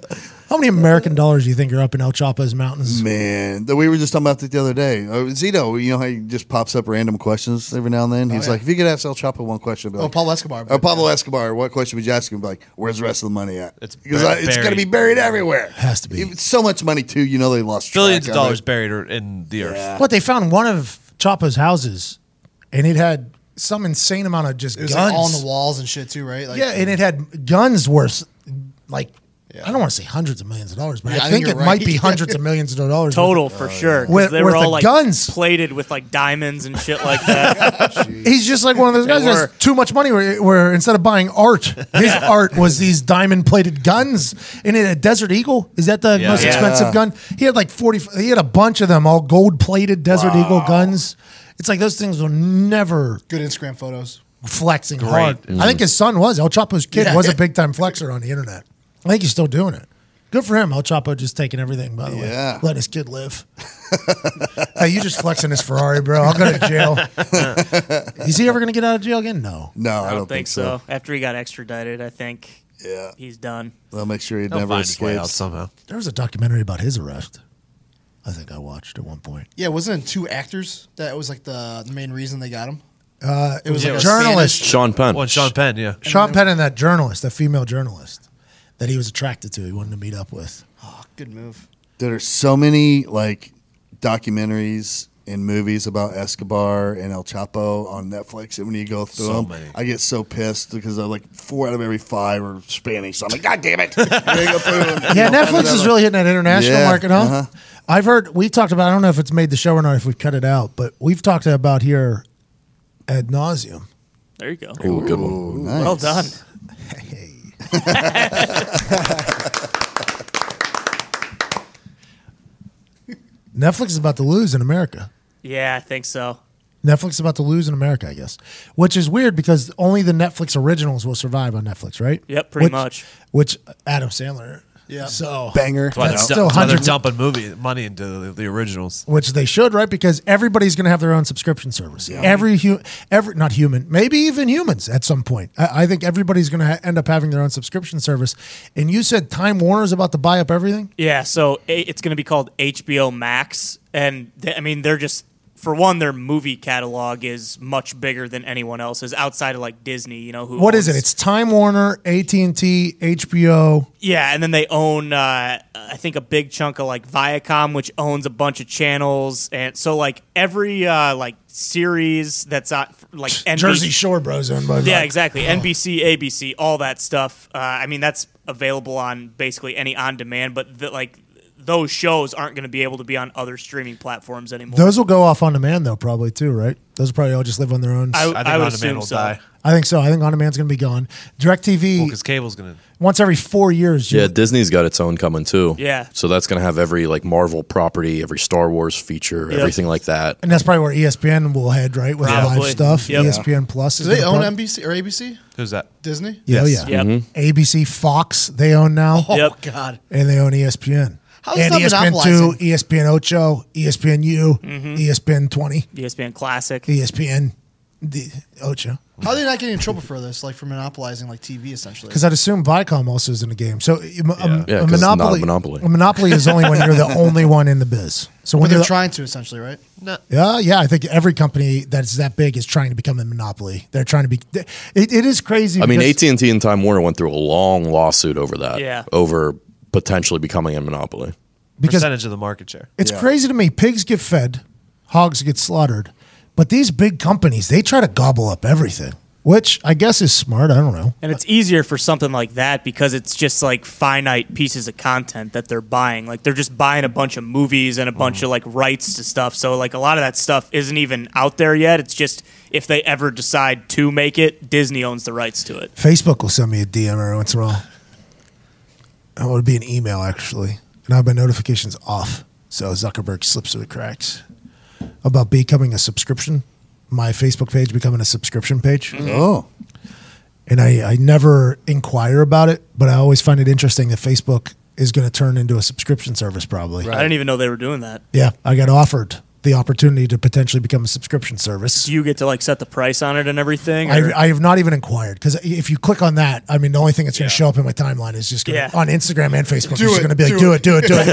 [SPEAKER 1] How many American dollars do you think are up in El Chapo's mountains?
[SPEAKER 2] Man, that we were just talking about that the other day. Uh, Zito, you know how he just pops up random questions every now and then.
[SPEAKER 1] Oh,
[SPEAKER 2] He's like, if you could ask El Chapo one question, it'd be
[SPEAKER 8] Oh,
[SPEAKER 2] like,
[SPEAKER 8] Pablo Escobar.
[SPEAKER 2] or Pablo Escobar, what question would you ask him? Be Like, where's the rest of the money at?
[SPEAKER 3] It's
[SPEAKER 2] because
[SPEAKER 3] bur-
[SPEAKER 2] I- it's going to be
[SPEAKER 3] buried.
[SPEAKER 2] buried everywhere.
[SPEAKER 1] Has to be.
[SPEAKER 2] It's so much money too. You know they lost
[SPEAKER 3] Billions of
[SPEAKER 2] track
[SPEAKER 3] dollars
[SPEAKER 2] it.
[SPEAKER 3] buried are in the earth.
[SPEAKER 1] But they found one of Chapo's houses, and it had some insane amount of just
[SPEAKER 8] It was
[SPEAKER 1] guns.
[SPEAKER 8] like all on the walls and shit too, right? Like,
[SPEAKER 1] Yeah, and it had guns worth like I don't want to say hundreds of millions of dollars, but
[SPEAKER 8] Yeah,
[SPEAKER 1] I,
[SPEAKER 8] I
[SPEAKER 1] think
[SPEAKER 8] think
[SPEAKER 1] it
[SPEAKER 8] you're right.
[SPEAKER 1] might be hundreds of millions of dollars.
[SPEAKER 9] Total for sure. 'cause
[SPEAKER 1] With-
[SPEAKER 9] they
[SPEAKER 1] with
[SPEAKER 9] were all
[SPEAKER 1] the
[SPEAKER 9] like
[SPEAKER 1] guns.
[SPEAKER 9] plated with like diamonds and shit like that.
[SPEAKER 1] He's just like one of those guys that has
[SPEAKER 9] we're-
[SPEAKER 1] too much money. Where, where instead of buying art, his art was these diamond plated guns. And it, a Desert Eagle is that the
[SPEAKER 3] Yeah.
[SPEAKER 1] most
[SPEAKER 3] Yeah.
[SPEAKER 1] expensive gun? He had like forty. He had a bunch of them, all gold plated Desert Eagle guns. It's like those things will never
[SPEAKER 8] Good Instagram photos.
[SPEAKER 1] flexing hard. I think his son was El Chapo's kid was a big time flexer on the internet. I think he's still doing it. Good for him. El Chapo just taking everything. By the
[SPEAKER 2] Yeah.
[SPEAKER 1] way, letting his kid live. [laughs] hey, you just flexing his Ferrari, bro. I'll go to jail. [laughs] Is he ever gonna get out of jail again? No.
[SPEAKER 2] No, I don't,
[SPEAKER 9] I don't think so. After he got extradited, I think
[SPEAKER 2] Yeah,
[SPEAKER 9] he's done.
[SPEAKER 2] they'll make sure he
[SPEAKER 3] He'll
[SPEAKER 2] never
[SPEAKER 3] find his way out
[SPEAKER 2] escapes.
[SPEAKER 3] somehow.
[SPEAKER 1] There was a documentary about his arrest. I think I watched at one point.
[SPEAKER 8] Yeah, wasn't it two actors that was like the, the main reason they got him?
[SPEAKER 1] Uh, it was
[SPEAKER 8] Yeah,
[SPEAKER 1] a
[SPEAKER 8] it was
[SPEAKER 1] journalist,
[SPEAKER 7] Sean Penn.
[SPEAKER 3] Well, and Sean Penn, yeah.
[SPEAKER 1] Sean Penn, and that journalist, that female journalist that he was attracted to. He wanted to meet up with.
[SPEAKER 8] Oh, good move.
[SPEAKER 2] There are so many like documentaries and movies about Escobar and El Chapo on Netflix, and when you go through
[SPEAKER 3] So
[SPEAKER 2] them,
[SPEAKER 3] many.
[SPEAKER 2] I get so pissed because I'm like four out of every five are Spanish. So I'm like, God damn it! [laughs] And I go through them, you
[SPEAKER 8] [laughs]
[SPEAKER 1] Yeah,
[SPEAKER 2] know,
[SPEAKER 1] Netflix is really hitting that international
[SPEAKER 2] Yeah,
[SPEAKER 1] market, huh?
[SPEAKER 2] uh-huh.
[SPEAKER 1] I've heard we talked about. I don't know if it's made the show or not. If we cut it out, but we've talked about here ad nauseum.
[SPEAKER 9] There you go.
[SPEAKER 7] Ooh, good one.
[SPEAKER 2] Ooh, nice.
[SPEAKER 9] Well done.
[SPEAKER 1] Netflix is about to lose in America.
[SPEAKER 9] [laughs] Yeah, I think so.
[SPEAKER 1] Netflix is about to lose in America, I guess, which is weird because only the Netflix originals will survive on Netflix, right?
[SPEAKER 9] Yep, pretty
[SPEAKER 1] Which-
[SPEAKER 9] much.
[SPEAKER 1] Which Adam Sandler.
[SPEAKER 8] Yeah.
[SPEAKER 1] So
[SPEAKER 4] Banger.
[SPEAKER 3] That's why
[SPEAKER 1] That's
[SPEAKER 3] they're,
[SPEAKER 1] still
[SPEAKER 3] that's why they're
[SPEAKER 1] 100
[SPEAKER 3] dumping movie money into the, the originals.
[SPEAKER 1] which they should, right? Because everybody's going to have their own subscription service. Every hu- every not human, maybe even humans at some point. I, I think everybody's going to ha- end up having their own subscription service. And you said Time Warner's about to buy up everything.
[SPEAKER 9] Yeah, so a- it's going to be called HBO Max, and they, I mean they're just for one, their movie catalog is much bigger than anyone else's outside of like Disney. You know who?
[SPEAKER 1] What is it?
[SPEAKER 9] owns-
[SPEAKER 1] It's Time Warner, AT and T, HBO.
[SPEAKER 9] yeah, and then they own uh, I think a big chunk of like Viacom, which owns a bunch of channels, and so like every uh, like series that's on like NBC,
[SPEAKER 1] Jersey Shore Bros. Owned by Oh.
[SPEAKER 9] Yeah,
[SPEAKER 1] like-
[SPEAKER 9] exactly. NBC, ABC, all that stuff. Uh, I mean, that's available on basically any on demand, but the, like those shows aren't going to be able to be on other streaming platforms anymore.
[SPEAKER 1] Those will go off on demand though, probably too, right? Those will probably all just live on their own.
[SPEAKER 9] I,
[SPEAKER 1] I,
[SPEAKER 3] I think
[SPEAKER 9] I would
[SPEAKER 3] On
[SPEAKER 9] assume
[SPEAKER 3] Demand will
[SPEAKER 9] so.
[SPEAKER 3] die
[SPEAKER 1] think so. I think on demand's going to be gone. Directv
[SPEAKER 3] because cable's gonna.
[SPEAKER 1] once every four years. you-
[SPEAKER 7] Yeah, Disney's got its own coming too.
[SPEAKER 9] Yeah.
[SPEAKER 7] So that's gonna have every like Marvel property, every Star Wars feature, everything like that.
[SPEAKER 1] and that's probably where E ESPN will head, right? With
[SPEAKER 9] Probably.
[SPEAKER 1] live stuff, E
[SPEAKER 9] Yep.
[SPEAKER 1] ESPN Plus.
[SPEAKER 8] Do they own NBC or ABC?
[SPEAKER 3] Who's that?
[SPEAKER 8] Disney?
[SPEAKER 1] Yeah, oh, yeah.
[SPEAKER 9] Yep.
[SPEAKER 7] Mm-hmm.
[SPEAKER 1] ABC, Fox, they own now,
[SPEAKER 8] Oh
[SPEAKER 9] Yep.
[SPEAKER 8] God.
[SPEAKER 1] and they own E ESPN.
[SPEAKER 8] How's
[SPEAKER 1] and E
[SPEAKER 8] that
[SPEAKER 1] ESPN
[SPEAKER 8] monopolizing?
[SPEAKER 1] two, ESPN Ocho, E ESPN U,
[SPEAKER 9] Mm-hmm.
[SPEAKER 1] E ESPN twenty,
[SPEAKER 9] ESPN Classic.
[SPEAKER 1] E ESPN the Ocho.
[SPEAKER 2] Mm-hmm.
[SPEAKER 8] How are they not getting in trouble for this? Like for monopolizing like TV essentially.
[SPEAKER 1] Because I'd assume Viacom also is in the game. So um, a, a- a
[SPEAKER 7] Yeah, 'cause it's not a
[SPEAKER 1] monopoly,
[SPEAKER 7] monopoly.
[SPEAKER 1] a monopoly is only when
[SPEAKER 7] [laughs]
[SPEAKER 1] you're the only one in the biz. So when
[SPEAKER 8] But they're
[SPEAKER 1] you're the-
[SPEAKER 8] trying to essentially, right?
[SPEAKER 1] Yeah, yeah. I think every company that's that big is trying to become a monopoly. They're trying to be. It, it is crazy.
[SPEAKER 7] I mean,
[SPEAKER 1] because-
[SPEAKER 7] AT and T and Time Warner went through a long lawsuit over that.
[SPEAKER 9] Yeah.
[SPEAKER 7] Over potentially becoming a monopoly.
[SPEAKER 1] because
[SPEAKER 3] Percentage of the market share.
[SPEAKER 1] It's crazy to me. Pigs get fed, hogs get slaughtered, but these big companies they try to gobble up everything, which I guess is smart. I don't know.
[SPEAKER 9] And it's easier for something like that because it's just like finite pieces of content that they're buying. Like they're just buying a bunch of movies and a bunch
[SPEAKER 1] Mm-hmm.
[SPEAKER 9] of like rights to stuff. So like a lot of that stuff isn't even out there yet. It's just if they ever decide to make it, Disney owns the rights to it.
[SPEAKER 1] Facebook will send me a DM every once in a while. It would be an email actually, and I have my notifications off, so Zuckerberg slips through the cracks about becoming a subscription. My Facebook page becoming a subscription page.
[SPEAKER 2] Oh,
[SPEAKER 1] and I, I never inquire about it, but I always find it interesting that Facebook is going to turn into a subscription service probably.
[SPEAKER 9] I didn't even know they were doing that.
[SPEAKER 1] Yeah, I got offered the opportunity to potentially become a subscription service.
[SPEAKER 9] Do you get to like set the price on it and everything? or-
[SPEAKER 1] I, I have not even inquired because if you click on that, I mean, the only thing that's going to show up in my timeline is just gonna,
[SPEAKER 9] Yeah.
[SPEAKER 1] on Instagram and Facebook.
[SPEAKER 8] Do
[SPEAKER 1] it's
[SPEAKER 8] it,
[SPEAKER 1] going to be like,
[SPEAKER 8] do
[SPEAKER 1] do it,
[SPEAKER 8] it."
[SPEAKER 1] do it, do [laughs] it.
[SPEAKER 8] [laughs]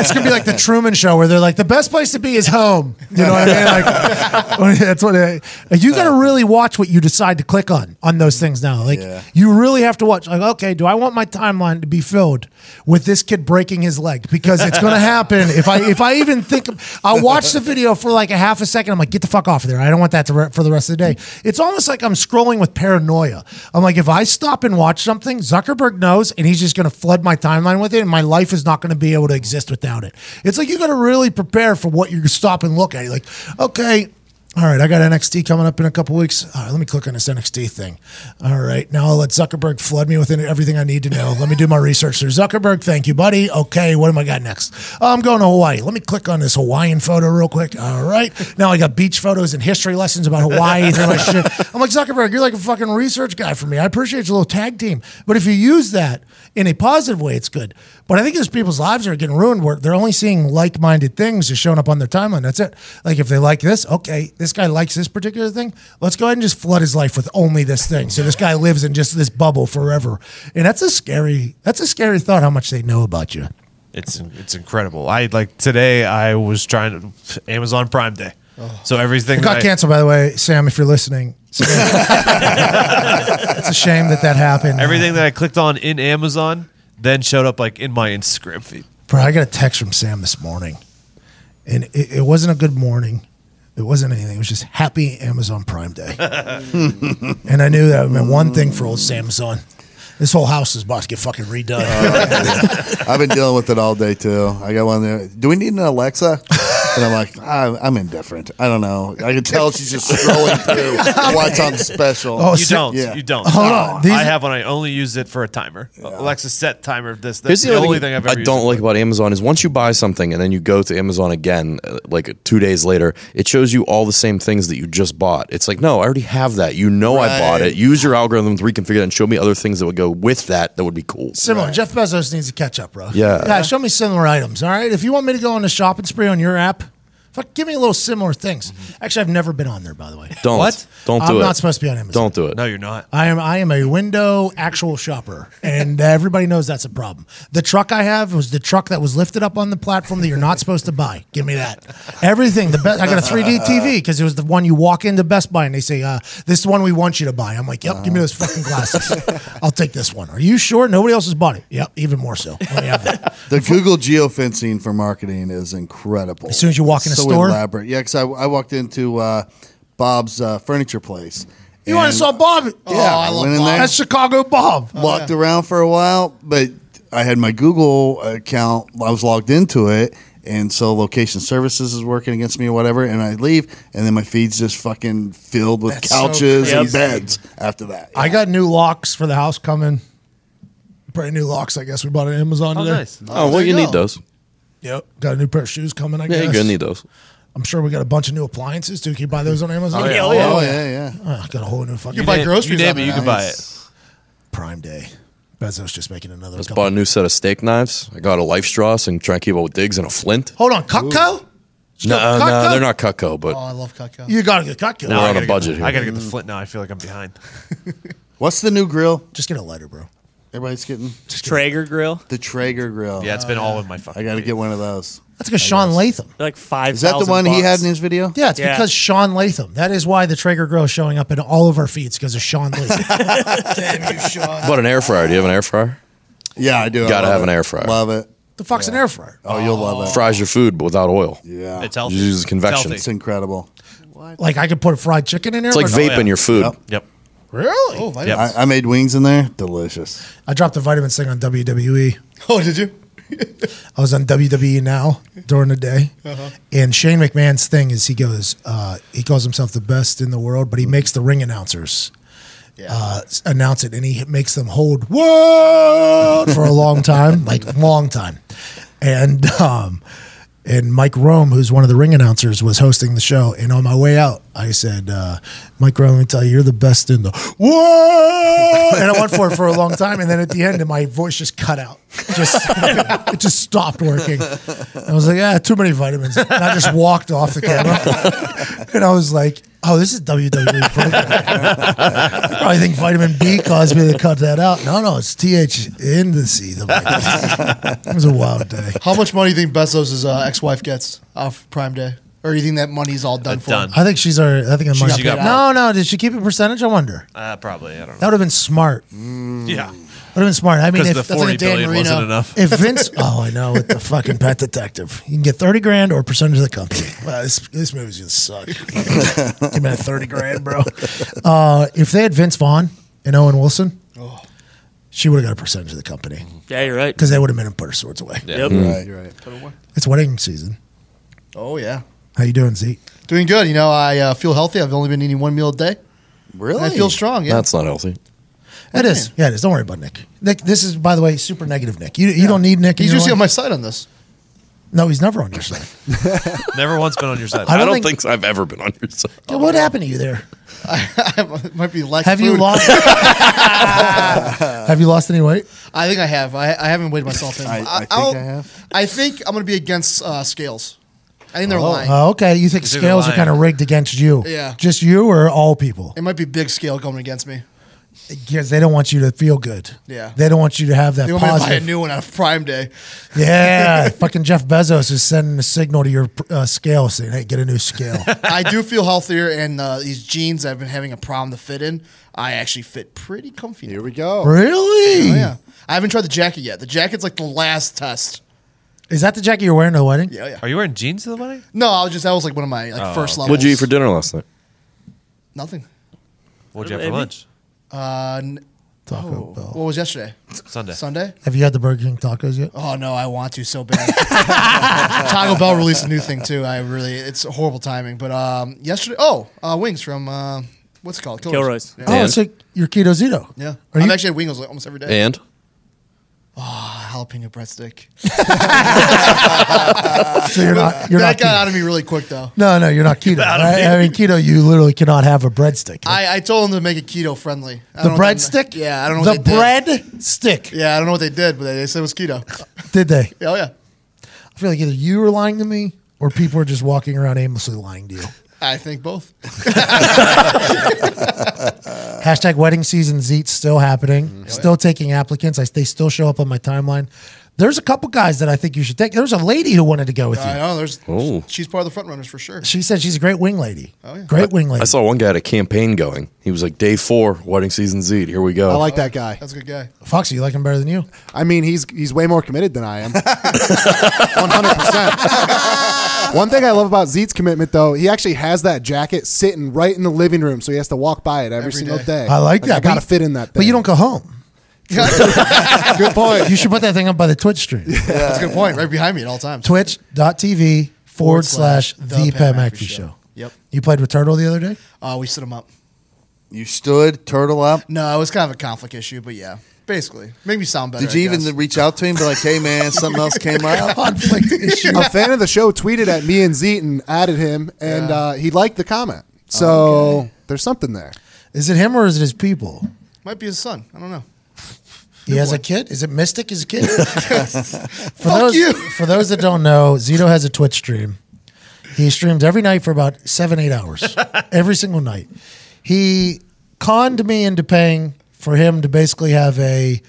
[SPEAKER 1] it's going to be like the Truman Show where they're like, the best place to be is home. You know what I mean? [laughs] Like, that's what I, you got to really watch what you decide to click on on those things now. Like,
[SPEAKER 2] Yeah.
[SPEAKER 1] you really have to watch. Like, okay, do I want my timeline to be filled with this kid breaking his leg because it's going to happen if I if I even think I'll watch the video for like a half a second. I'm like, get the fuck off of there. I don't want that to re- for the rest of the day. It's almost like I'm scrolling with paranoia. I'm like, if I stop and watch something, Zuckerberg knows, and he's just going to flood my timeline with it, and my life is not going to be able to exist without it. It's like you got to really prepare for what you stop and look at. You're like, okay. All right, I got NXT coming up in a couple weeks. All right, let me click on this NXT thing. All right, now I'll let Zuckerberg flood me with everything I need to know. Let me do my research there. Zuckerberg, thank you, buddy. Okay, what am I got next? Oh, I'm going to Hawaii. Let me click on this Hawaiian photo real quick. All right, now I got beach photos and history lessons about Hawaii. through my shit. I'm like, Zuckerberg, you're like a fucking research guy for me. I appreciate your little tag team. But if you use that in a positive way, it's good. But I think there's people's lives are getting ruined where they're only seeing like minded things just showing up on their timeline. That's it. Like if they like this, okay, this guy likes this particular thing. Let's go ahead and just flood his life with only this thing. So this guy lives in just this bubble forever. And that's a scary that's a scary thought how much they know about you.
[SPEAKER 3] It's it's incredible. I like today. I was trying to Amazon Prime Day, so everything
[SPEAKER 1] Oh. It got
[SPEAKER 3] that I-
[SPEAKER 1] canceled by the way, Sam, if you're listening. it's a shame [laughs] that that happened.
[SPEAKER 3] everything that I clicked on in Amazon then showed up like in my Instagram feed. [laughs]
[SPEAKER 1] Bro, I got a text from Sam this morning, and it, it wasn't a good morning. It wasn't anything. It was just happy Amazon Prime
[SPEAKER 3] [laughs]
[SPEAKER 1] Day, and I knew that meant one thing for old Samson. This whole house is about to get fucking redone.
[SPEAKER 2] [laughs]
[SPEAKER 3] [laughs]
[SPEAKER 2] I've been dealing with it all day too. I got one there. Do we need an Alexa? And I'm like, I'm, I'm indifferent. I don't know. I can tell she's just scrolling through
[SPEAKER 1] [laughs]
[SPEAKER 2] what's on special.
[SPEAKER 1] Oh,
[SPEAKER 3] you
[SPEAKER 1] so-
[SPEAKER 3] don't.
[SPEAKER 2] yeah.
[SPEAKER 3] You don't.
[SPEAKER 1] Hold on, these-
[SPEAKER 3] I have one. I only use it for a timer. Alexa set timer. This. That's
[SPEAKER 7] Here's
[SPEAKER 3] the, only thing, I've ever.
[SPEAKER 7] I
[SPEAKER 3] used
[SPEAKER 7] don't
[SPEAKER 3] it
[SPEAKER 7] like
[SPEAKER 3] for.
[SPEAKER 7] about Amazon is once you buy something and then you go to Amazon again, uh, like two days later, it shows you all the same things that you just bought. It's like, no, I already have that. You know, I bought
[SPEAKER 2] Right.
[SPEAKER 7] it. Use your algorithm to reconfigure it and show me other things that would go with that. That would be cool.
[SPEAKER 1] Similar. Jeff Bezos needs to catch up, bro.
[SPEAKER 7] Yeah.
[SPEAKER 1] Yeah. Show me similar items. All right. If you want me to go on a shopping spree on your app, fuck, give me a little similar things. Actually, I've never been on there, by the way.
[SPEAKER 7] Don't
[SPEAKER 3] What?
[SPEAKER 7] don't do
[SPEAKER 1] I'm
[SPEAKER 7] it.
[SPEAKER 1] not supposed to be on Amazon.
[SPEAKER 7] Don't do it.
[SPEAKER 3] No, you're not.
[SPEAKER 1] I am I am a window actual shopper, and [laughs] everybody knows that's a problem. The truck I have was the truck that was lifted up on the platform that you're not supposed to buy. Give me that. Everything. The best. I got a 3D TV because it was the one you walk into Best Buy and they say, uh, "This is the one we want you to buy." I'm like, "Yep, give me those fucking
[SPEAKER 2] [laughs]
[SPEAKER 1] glasses. I'll take this one." Are you sure nobody else has bought it? Yep, even more so. Let me have that.
[SPEAKER 2] The Google geofencing for marketing is incredible.
[SPEAKER 1] As soon as you walk in a
[SPEAKER 2] so
[SPEAKER 1] store?
[SPEAKER 2] elaborate. Yeah, because I, I walked into uh, Bob's uh, furniture place.
[SPEAKER 1] You want to
[SPEAKER 2] and
[SPEAKER 1] saw Bob? Yeah,
[SPEAKER 2] Oh, I love Bob. Oh,
[SPEAKER 1] That's Chicago Bob.
[SPEAKER 2] Walked around for a while, but I had my Google account. I was logged into it, and so location services is working against me or whatever. And I leave, and then my feed's just fucking filled with
[SPEAKER 8] That's so
[SPEAKER 2] couches and
[SPEAKER 8] crazy.
[SPEAKER 2] beds. After that,
[SPEAKER 1] I got new locks for the house coming. Brand new locks, I guess we bought at Amazon
[SPEAKER 3] Oh,
[SPEAKER 1] today.
[SPEAKER 3] nice.
[SPEAKER 7] Oh well, you need those.
[SPEAKER 1] Yep. Got a new pair of shoes coming, I
[SPEAKER 7] Yeah,
[SPEAKER 1] guess.
[SPEAKER 7] you're gonna need those.
[SPEAKER 1] I'm sure we got a bunch of new appliances too. Can you buy those on Amazon?
[SPEAKER 3] yeah.
[SPEAKER 9] Oh, yeah.
[SPEAKER 2] oh yeah, yeah.
[SPEAKER 1] Ah, got a whole new fucking
[SPEAKER 8] You buy
[SPEAKER 3] name-
[SPEAKER 8] groceries
[SPEAKER 3] You
[SPEAKER 8] on
[SPEAKER 3] name
[SPEAKER 8] there
[SPEAKER 3] it. You can
[SPEAKER 8] now.
[SPEAKER 3] buy it.
[SPEAKER 1] Prime Day. Bezos just making another
[SPEAKER 7] Just
[SPEAKER 1] couple-
[SPEAKER 7] bought a new set of steak knives. I got a life straw so I can try and keep up with digs and a flint.
[SPEAKER 1] Hold on, Cutco?
[SPEAKER 7] No,
[SPEAKER 1] got Cutco?
[SPEAKER 7] no, they're not Cutco, but [laughs]
[SPEAKER 8] Oh, I love Cutco.
[SPEAKER 1] You gotta get Cutco.
[SPEAKER 7] we're
[SPEAKER 3] I
[SPEAKER 7] on
[SPEAKER 3] gotta
[SPEAKER 7] a
[SPEAKER 3] get-
[SPEAKER 7] budget here.
[SPEAKER 3] I gotta get the Flint now. I feel like I'm behind.
[SPEAKER 2] What's the new grill?
[SPEAKER 1] Just get a lighter, bro.
[SPEAKER 2] Everybody's getting
[SPEAKER 9] Traeger grill.
[SPEAKER 2] the Traeger grill.
[SPEAKER 3] Yeah, it's been all in my fucking.
[SPEAKER 2] I got to
[SPEAKER 3] feed.
[SPEAKER 2] get one of those.
[SPEAKER 1] That's because Sean Latham.
[SPEAKER 9] They're like five.
[SPEAKER 2] Is that the one he had in his video?
[SPEAKER 1] Yeah, it's
[SPEAKER 9] Yeah.
[SPEAKER 1] because Sean Latham. That is why the Traeger Grill is showing up in all of our feeds because of Sean [laughs] Latham.
[SPEAKER 8] Damn you, Sean.
[SPEAKER 7] bought an air fryer. Do you have an air fryer?
[SPEAKER 2] Yeah, I do. I
[SPEAKER 7] Gotta
[SPEAKER 2] love
[SPEAKER 7] have an
[SPEAKER 2] it.
[SPEAKER 7] air fryer.
[SPEAKER 2] Love it.
[SPEAKER 1] the fuck's an air fryer.
[SPEAKER 2] Oh, you'll love it.
[SPEAKER 7] Fries your food but without oil.
[SPEAKER 2] Yeah,
[SPEAKER 3] It's
[SPEAKER 2] it's,
[SPEAKER 3] healthy.
[SPEAKER 7] You use
[SPEAKER 3] It's
[SPEAKER 7] convection.
[SPEAKER 3] healthy.
[SPEAKER 2] incredible.
[SPEAKER 1] Like I could put fried chicken in there.
[SPEAKER 7] It's like
[SPEAKER 1] but-
[SPEAKER 7] vaping
[SPEAKER 3] Oh, yeah.
[SPEAKER 7] your food.
[SPEAKER 2] Yep.
[SPEAKER 3] Yep.
[SPEAKER 1] Really?
[SPEAKER 8] Oh, vitamins.
[SPEAKER 3] Yep.
[SPEAKER 2] I, I made wings in there. Delicious.
[SPEAKER 1] I dropped the vitamins thing on WWE.
[SPEAKER 8] Oh, did you?
[SPEAKER 1] [laughs] I was on WWE now during the day,
[SPEAKER 8] Uh-huh.
[SPEAKER 1] and Shane McMahon's thing is he goes, uh, he calls himself the best in the world, but he makes the ring announcers uh, s- announce it, and he makes them hold world for a long time, like long time, and um, and Mike Rome, who's one of the ring announcers, was hosting the show, and on my way out, I said, uh, Mike Rome, let me tell you, you're the best in the world, and I went for it for a long time, and then at the end, my voice just cut out, just [laughs] it just stopped working. I was like, yeah, too many vitamins, and I just walked off the camera, [laughs] and I was like. Oh, this is WWE program. [laughs] I think vitamin B caused me to cut that out. No, no, it's TH in the C. The vitamin. it was a wild day.
[SPEAKER 8] [laughs] How much money do you think Bezos' uh, ex-wife gets off Prime Day? Or you think that money's all done
[SPEAKER 3] Uh,
[SPEAKER 8] for?
[SPEAKER 3] done.
[SPEAKER 8] him?
[SPEAKER 1] I think she's already. I think I might.
[SPEAKER 3] got
[SPEAKER 1] [laughs]
[SPEAKER 3] paid
[SPEAKER 1] No, no. Did she keep a percentage? I wonder.
[SPEAKER 3] Uh, probably. I don't
[SPEAKER 1] That
[SPEAKER 3] know.
[SPEAKER 1] would have been smart.
[SPEAKER 3] Yeah.
[SPEAKER 1] would have been smart. I mean, if
[SPEAKER 3] 'Cause the
[SPEAKER 1] that's like a
[SPEAKER 3] 40
[SPEAKER 1] Dan
[SPEAKER 3] billion wasn't
[SPEAKER 1] Marino.
[SPEAKER 3] enough.
[SPEAKER 1] If
[SPEAKER 3] [laughs]
[SPEAKER 1] Vince, oh, I know, with the fucking pet detective, you can get thirty grand or a percentage of the company. Wow, this, this movie's gonna [laughs] suck. Give me that thirty grand, bro. Uh, if they had Vince Vaughn and Owen Wilson, she would have got a percentage of the company
[SPEAKER 9] Yeah, you're right.
[SPEAKER 1] because they would have made him put her swords away.
[SPEAKER 9] Yep.
[SPEAKER 2] Right.
[SPEAKER 8] Right.
[SPEAKER 1] It's wedding season.
[SPEAKER 8] Oh yeah.
[SPEAKER 1] How you doing, Zeke?
[SPEAKER 8] Doing good. You know, I uh, feel healthy. I've only been eating one meal a day.
[SPEAKER 2] Really?
[SPEAKER 8] And I feel strong. Yeah.
[SPEAKER 7] That's not healthy.
[SPEAKER 1] It is. Yeah, it is. Don't worry about Nick. Nick, this is, by the way, super negative Nick. You, you don't need Nick. in
[SPEAKER 8] He's
[SPEAKER 1] your
[SPEAKER 8] usually on
[SPEAKER 1] life.
[SPEAKER 8] my side on this.
[SPEAKER 1] No, he's never on
[SPEAKER 8] [laughs]
[SPEAKER 1] your side.
[SPEAKER 3] [laughs] Never once been on your side.
[SPEAKER 7] I
[SPEAKER 1] don't
[SPEAKER 7] don't,
[SPEAKER 1] think-
[SPEAKER 7] think, so I've ever been on your side.
[SPEAKER 1] Yeah, what happened to you
[SPEAKER 8] [laughs]
[SPEAKER 1] there?
[SPEAKER 8] I might be lack of
[SPEAKER 1] Have you
[SPEAKER 8] food. [laughs]
[SPEAKER 1] lost? [laughs] have you lost any weight?
[SPEAKER 8] I think I have. I, I haven't weighed
[SPEAKER 1] [laughs]
[SPEAKER 8] myself in.
[SPEAKER 2] I- I think
[SPEAKER 8] I'll-
[SPEAKER 2] I have.
[SPEAKER 8] I think I'm going to be against uh, scales. I think they're lying.
[SPEAKER 1] Oh, okay. You think
[SPEAKER 3] He's
[SPEAKER 1] scales are
[SPEAKER 3] lying.
[SPEAKER 1] kind of rigged against you?
[SPEAKER 8] Yeah.
[SPEAKER 1] Just you or all people?
[SPEAKER 8] it might be big scale going against me.
[SPEAKER 1] Because they don't want you to feel good.
[SPEAKER 8] Yeah.
[SPEAKER 1] They don't want you to have that
[SPEAKER 8] They want me to buy a
[SPEAKER 1] positive.
[SPEAKER 8] new one on Prime
[SPEAKER 1] [laughs]
[SPEAKER 8] Day. [laughs]
[SPEAKER 1] yeah. fucking Jeff Bezos is sending a signal to your uh, scale saying, "Hey, get a
[SPEAKER 8] [laughs]
[SPEAKER 1] new scale."
[SPEAKER 8] I do feel healthier, and uh, these jeans I've been having a problem to fit in, I actually fit pretty comfy. now.
[SPEAKER 2] Here we go.
[SPEAKER 1] really?
[SPEAKER 8] Oh, yeah. I haven't tried the jacket yet. The jacket's like the last test.
[SPEAKER 1] Is that the jacket you're wearing to the wedding?
[SPEAKER 8] Yeah, yeah.
[SPEAKER 3] Are you wearing jeans to the wedding?
[SPEAKER 8] No, I was just, that was like one of my like first levels.
[SPEAKER 7] What'd Oh. you eat for dinner last night?
[SPEAKER 8] Nothing.
[SPEAKER 3] What'd you have
[SPEAKER 9] Maybe.
[SPEAKER 3] for lunch?
[SPEAKER 8] Uh, n- oh,
[SPEAKER 1] Taco Bell.
[SPEAKER 8] what was yesterday?
[SPEAKER 3] Sunday.
[SPEAKER 8] Sunday?
[SPEAKER 1] Have you had the Burger King tacos yet?
[SPEAKER 8] Oh no, I want to so bad. [laughs] Taco Bell released a new thing too. I really, it's horrible timing. But um, yesterday, oh, uh, wings from uh, what's it called
[SPEAKER 9] Kilroy's.
[SPEAKER 8] Yeah,
[SPEAKER 1] Oh,
[SPEAKER 7] And-
[SPEAKER 1] it's like your keto zito.
[SPEAKER 8] yeah.
[SPEAKER 1] Are
[SPEAKER 8] I've
[SPEAKER 1] you-
[SPEAKER 8] actually had wings like, almost every day.
[SPEAKER 7] And
[SPEAKER 8] A jalapeno breadstick. [laughs]
[SPEAKER 1] [laughs] So you're not. You're
[SPEAKER 8] that
[SPEAKER 1] not
[SPEAKER 8] got
[SPEAKER 1] keto.
[SPEAKER 8] out of me really quick though.
[SPEAKER 1] No, no,
[SPEAKER 8] [laughs]
[SPEAKER 1] you're not keto.
[SPEAKER 3] out of
[SPEAKER 1] right?
[SPEAKER 3] here.
[SPEAKER 1] I mean, keto, you literally cannot have a breadstick.
[SPEAKER 8] I, I told them to make it keto friendly. I
[SPEAKER 1] the
[SPEAKER 8] don't know what they-
[SPEAKER 1] breadstick.
[SPEAKER 8] Yeah, I don't know.
[SPEAKER 1] The
[SPEAKER 8] what they
[SPEAKER 1] bread stick.
[SPEAKER 8] Did. Yeah, I don't know what they did, but they, they said it was keto. [laughs]
[SPEAKER 1] Did they?
[SPEAKER 8] Yeah, oh yeah.
[SPEAKER 1] I feel like either you were lying to me, or people are just walking around aimlessly lying to you.
[SPEAKER 8] I think
[SPEAKER 1] [laughs]
[SPEAKER 8] both.
[SPEAKER 1] Hashtag wedding season Zeet's still happening. Still taking applicants. I, they still show up on my timeline. There's a couple guys that I think you should take. There was a lady who wanted to go with
[SPEAKER 8] I
[SPEAKER 1] you.
[SPEAKER 8] know. There's.
[SPEAKER 7] Oh.
[SPEAKER 8] She's part of the front runners for sure.
[SPEAKER 1] She said she's a great wing lady.
[SPEAKER 8] Oh, yeah.
[SPEAKER 1] Great wing lady.
[SPEAKER 7] I saw one guy at a campaign going. He was like, day four, wedding season Z. Here we go.
[SPEAKER 4] I like that guy.
[SPEAKER 8] That's a good guy.
[SPEAKER 1] Foxy, you like him better than you.
[SPEAKER 4] I mean, he's he's way more committed than
[SPEAKER 1] [laughs]
[SPEAKER 4] I am. One hundred percent. One thing I love about Zeet's commitment, though, he actually has that jacket sitting right in the living room, so he has to walk by it every,
[SPEAKER 8] Every
[SPEAKER 4] single
[SPEAKER 8] day.
[SPEAKER 4] day.
[SPEAKER 1] I like that.
[SPEAKER 4] I
[SPEAKER 1] but
[SPEAKER 4] gotta
[SPEAKER 1] you-
[SPEAKER 4] fit in that. Thing.
[SPEAKER 1] But you don't go home.
[SPEAKER 4] Good point.
[SPEAKER 1] You should put that thing up by the Twitch stream.
[SPEAKER 8] That's a good point. Right behind me at all times.
[SPEAKER 1] Twitch.tv forward slash the Pat McAfee
[SPEAKER 8] Show.
[SPEAKER 1] show.
[SPEAKER 8] Yep.
[SPEAKER 1] You played with Turtle the other day?
[SPEAKER 8] Uh, we stood him up.
[SPEAKER 2] You stood turtle up.
[SPEAKER 8] No, it was kind of a conflict issue, but yeah, basically, make me sound better.
[SPEAKER 2] Did you
[SPEAKER 8] I
[SPEAKER 2] even
[SPEAKER 8] guess.
[SPEAKER 2] reach out to him? Be like,
[SPEAKER 8] [laughs]
[SPEAKER 2] hey man, something else came up.
[SPEAKER 1] [laughs] Conflict issue.
[SPEAKER 4] a fan of the show tweeted at me and Zeet and added him, and uh, he liked the comment. So there's something there.
[SPEAKER 1] Is it him or is it his people?
[SPEAKER 8] might be his son? I don't know.
[SPEAKER 1] He has a kid. Is it Mystic? Is a kid?
[SPEAKER 2] [laughs]
[SPEAKER 1] for those,
[SPEAKER 8] you.
[SPEAKER 1] for those that don't know, Zito has a Twitch stream. He streams every night for about seven,
[SPEAKER 8] [laughs]
[SPEAKER 1] eight hours, every single night. He conned me into paying for him to basically have a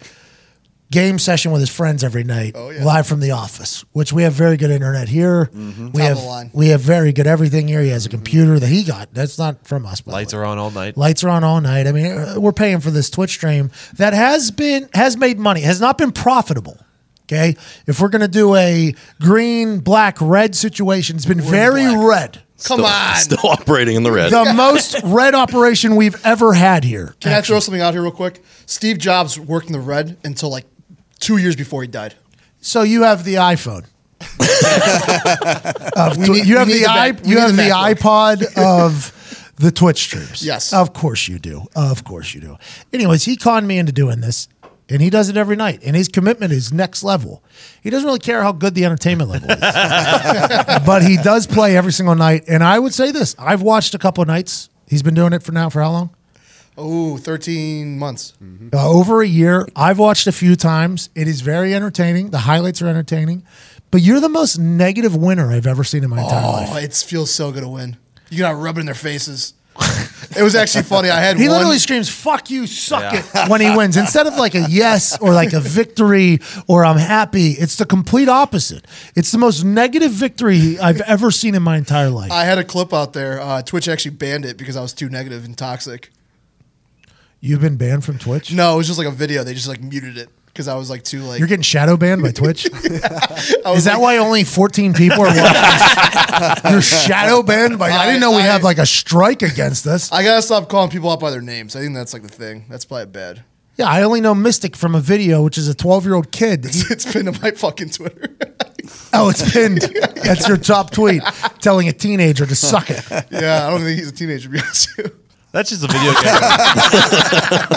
[SPEAKER 1] game session with his friends every night,
[SPEAKER 8] Oh, yeah. Mm-hmm.
[SPEAKER 1] live from the office. Which we have very good internet here. We
[SPEAKER 10] Mm-hmm.
[SPEAKER 8] Top
[SPEAKER 1] have
[SPEAKER 8] of the line.
[SPEAKER 1] we have very good everything here. He has a computer that he got. That's not from us. By the
[SPEAKER 3] Lights
[SPEAKER 1] way.
[SPEAKER 3] are on all night.
[SPEAKER 1] Lights are on all night. I mean, uh, we're paying for this Twitch stream that has been has made money. Has not been profitable. Okay, if we're gonna do a green, black, red situation, it's been very red.
[SPEAKER 8] Come
[SPEAKER 7] [laughs]
[SPEAKER 8] on.
[SPEAKER 7] Still operating in the red.
[SPEAKER 1] The
[SPEAKER 7] [laughs]
[SPEAKER 1] [laughs] most
[SPEAKER 8] [laughs]
[SPEAKER 1] red operation we've ever had here.
[SPEAKER 8] Can I throw something out here real quick? Steve Jobs worked in the red until like two years before he died.
[SPEAKER 1] So you have
[SPEAKER 8] [laughs]
[SPEAKER 1] the iPhone. Of
[SPEAKER 8] We
[SPEAKER 1] Uh, tw-
[SPEAKER 8] need-
[SPEAKER 1] you
[SPEAKER 8] we
[SPEAKER 1] have
[SPEAKER 8] need
[SPEAKER 1] the,
[SPEAKER 8] the
[SPEAKER 1] i
[SPEAKER 8] Mac- we
[SPEAKER 1] you
[SPEAKER 8] need the
[SPEAKER 1] have the
[SPEAKER 8] MacBook. [laughs]
[SPEAKER 1] iPod of the Twitch streams.
[SPEAKER 8] Yes.
[SPEAKER 1] of course you do. Of course you do. Anyways, he conned me into doing this, and he does it every night. And his commitment is next level. He doesn't really care how good the entertainment level is,
[SPEAKER 8] [laughs]
[SPEAKER 1] but he does play every single night. And I would say this: I've watched a couple nights. He's been doing it for now for how long?
[SPEAKER 8] Oh, 13 months.
[SPEAKER 1] uh, over a year. I've watched a few times. It is very entertaining. The highlights are entertaining. But you're the most negative winner I've ever seen in my entire life.
[SPEAKER 8] Oh, it feels so good to win. You gotta rub it in their faces. it was actually funny. I had
[SPEAKER 1] He
[SPEAKER 8] one.
[SPEAKER 1] literally screams, "Fuck you, suck [laughs] it!" when he wins. Instead of like a yes or like a victory or I'm happy, it's the complete opposite. It's the most negative victory I've ever seen in my entire life.
[SPEAKER 8] I had a clip out there. Uh, Twitch actually banned it because I was too negative and toxic.
[SPEAKER 1] You've been banned from Twitch.
[SPEAKER 8] No, it was just like a video. They just like muted it because I was like too like.
[SPEAKER 1] You're getting shadow banned by
[SPEAKER 8] [laughs]
[SPEAKER 1] Twitch.
[SPEAKER 8] I was
[SPEAKER 1] Is that
[SPEAKER 8] like-
[SPEAKER 1] why only 14 people
[SPEAKER 8] [laughs]
[SPEAKER 1] are watching? [laughs] this? You're shadow banned by. I, didn't know we
[SPEAKER 8] I-
[SPEAKER 1] have like a strike against us.
[SPEAKER 8] I gotta stop calling people out by their names. I think that's like the thing. That's probably bad. [laughs]
[SPEAKER 1] yeah, I only know Mystic from a video, which is a 12 year old kid. He-
[SPEAKER 8] It's been on my fucking
[SPEAKER 1] [laughs]
[SPEAKER 8] Twitter.
[SPEAKER 1] oh, it's pinned. That's your top tweet, telling a teenager to suck it.
[SPEAKER 8] yeah, I don't think he's a teenager. To be honest with you.
[SPEAKER 3] That's just a video game.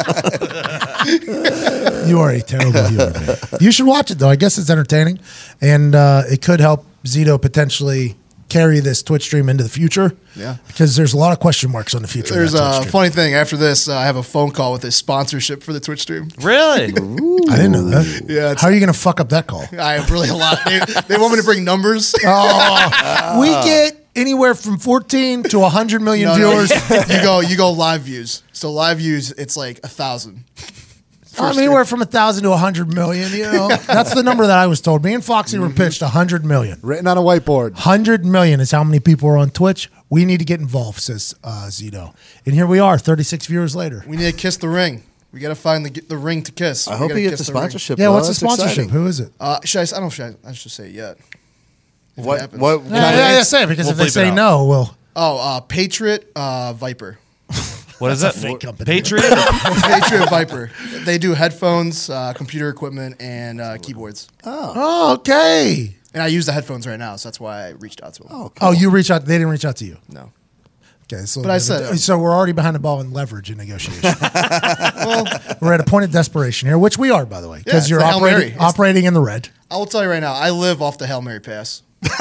[SPEAKER 1] You are a terrible human. man. You should watch it though. I guess it's entertaining, and uh, it could help Zito potentially carry this Twitch stream into the future.
[SPEAKER 8] [laughs] Yeah.
[SPEAKER 1] because there's a lot of question marks on the future. of
[SPEAKER 8] There's
[SPEAKER 1] that Twitch
[SPEAKER 8] a
[SPEAKER 1] stream.
[SPEAKER 8] funny thing. After this, uh, I have a phone call with a sponsorship for the Twitch stream.
[SPEAKER 4] uh,
[SPEAKER 3] really?
[SPEAKER 1] I didn't know
[SPEAKER 4] [laughs]
[SPEAKER 1] that.
[SPEAKER 8] Yeah, it's-
[SPEAKER 1] how are you going to fuck up that call?
[SPEAKER 8] I have really a lot. They, they want me to bring numbers.
[SPEAKER 1] [laughs] Oh, we get anywhere from 14 to 100 million
[SPEAKER 8] No, no,
[SPEAKER 1] viewers.
[SPEAKER 8] [laughs] you go, you go live views. So live views, it's like a thousand.
[SPEAKER 1] I'm anywhere from 1,000 to 100 million. You
[SPEAKER 4] [laughs]
[SPEAKER 1] know, that's the number that I was told. Me and Foxy were pitched 100 million.
[SPEAKER 4] Written on a whiteboard.
[SPEAKER 1] 100 million is how many people are on Twitch. We need to get involved, says uh, Zito. And here we are, 36 viewers later.
[SPEAKER 8] We need to kiss the ring. We gotta find the the ring to kiss.
[SPEAKER 2] I hope
[SPEAKER 8] we
[SPEAKER 2] he
[SPEAKER 8] gotta
[SPEAKER 2] gets a
[SPEAKER 8] kiss the ring.
[SPEAKER 2] sponsorship.
[SPEAKER 1] Yeah,
[SPEAKER 2] though.
[SPEAKER 1] what's the
[SPEAKER 2] That's
[SPEAKER 1] sponsorship?
[SPEAKER 2] exciting.
[SPEAKER 1] Who is it?
[SPEAKER 8] Uh, should I, s- I don't should I, I should say it yet. If it
[SPEAKER 2] What?
[SPEAKER 8] happens.
[SPEAKER 2] What?
[SPEAKER 1] Yeah, yeah, yeah, say it because
[SPEAKER 3] We'll
[SPEAKER 1] if they
[SPEAKER 3] bleep it
[SPEAKER 1] say
[SPEAKER 3] out.
[SPEAKER 1] no, well,
[SPEAKER 8] Oh, uh, Patriot uh, Viper.
[SPEAKER 3] What is that?
[SPEAKER 1] fake company.
[SPEAKER 3] Patriot?
[SPEAKER 8] [laughs] Patriot Viper. They do headphones, uh, computer equipment, and uh, keyboards.
[SPEAKER 1] oh, okay.
[SPEAKER 8] And I use the headphones right now, so that's why I reached out to them.
[SPEAKER 1] Oh, you reach out. They didn't reach out to you.
[SPEAKER 8] no.
[SPEAKER 1] Okay, so
[SPEAKER 8] But I said-
[SPEAKER 1] so we're already behind the ball in leverage
[SPEAKER 8] [laughs]
[SPEAKER 1] in negotiation. Oh, [laughs] well, we're at a point of desperation here, which we are, by the way,
[SPEAKER 8] Yeah,
[SPEAKER 1] because
[SPEAKER 8] it's
[SPEAKER 1] you're
[SPEAKER 8] the Hail Mary.
[SPEAKER 1] operating
[SPEAKER 8] It's-
[SPEAKER 1] operating in the red.
[SPEAKER 8] I will tell you right now, I live off the Hail Mary pass. [laughs]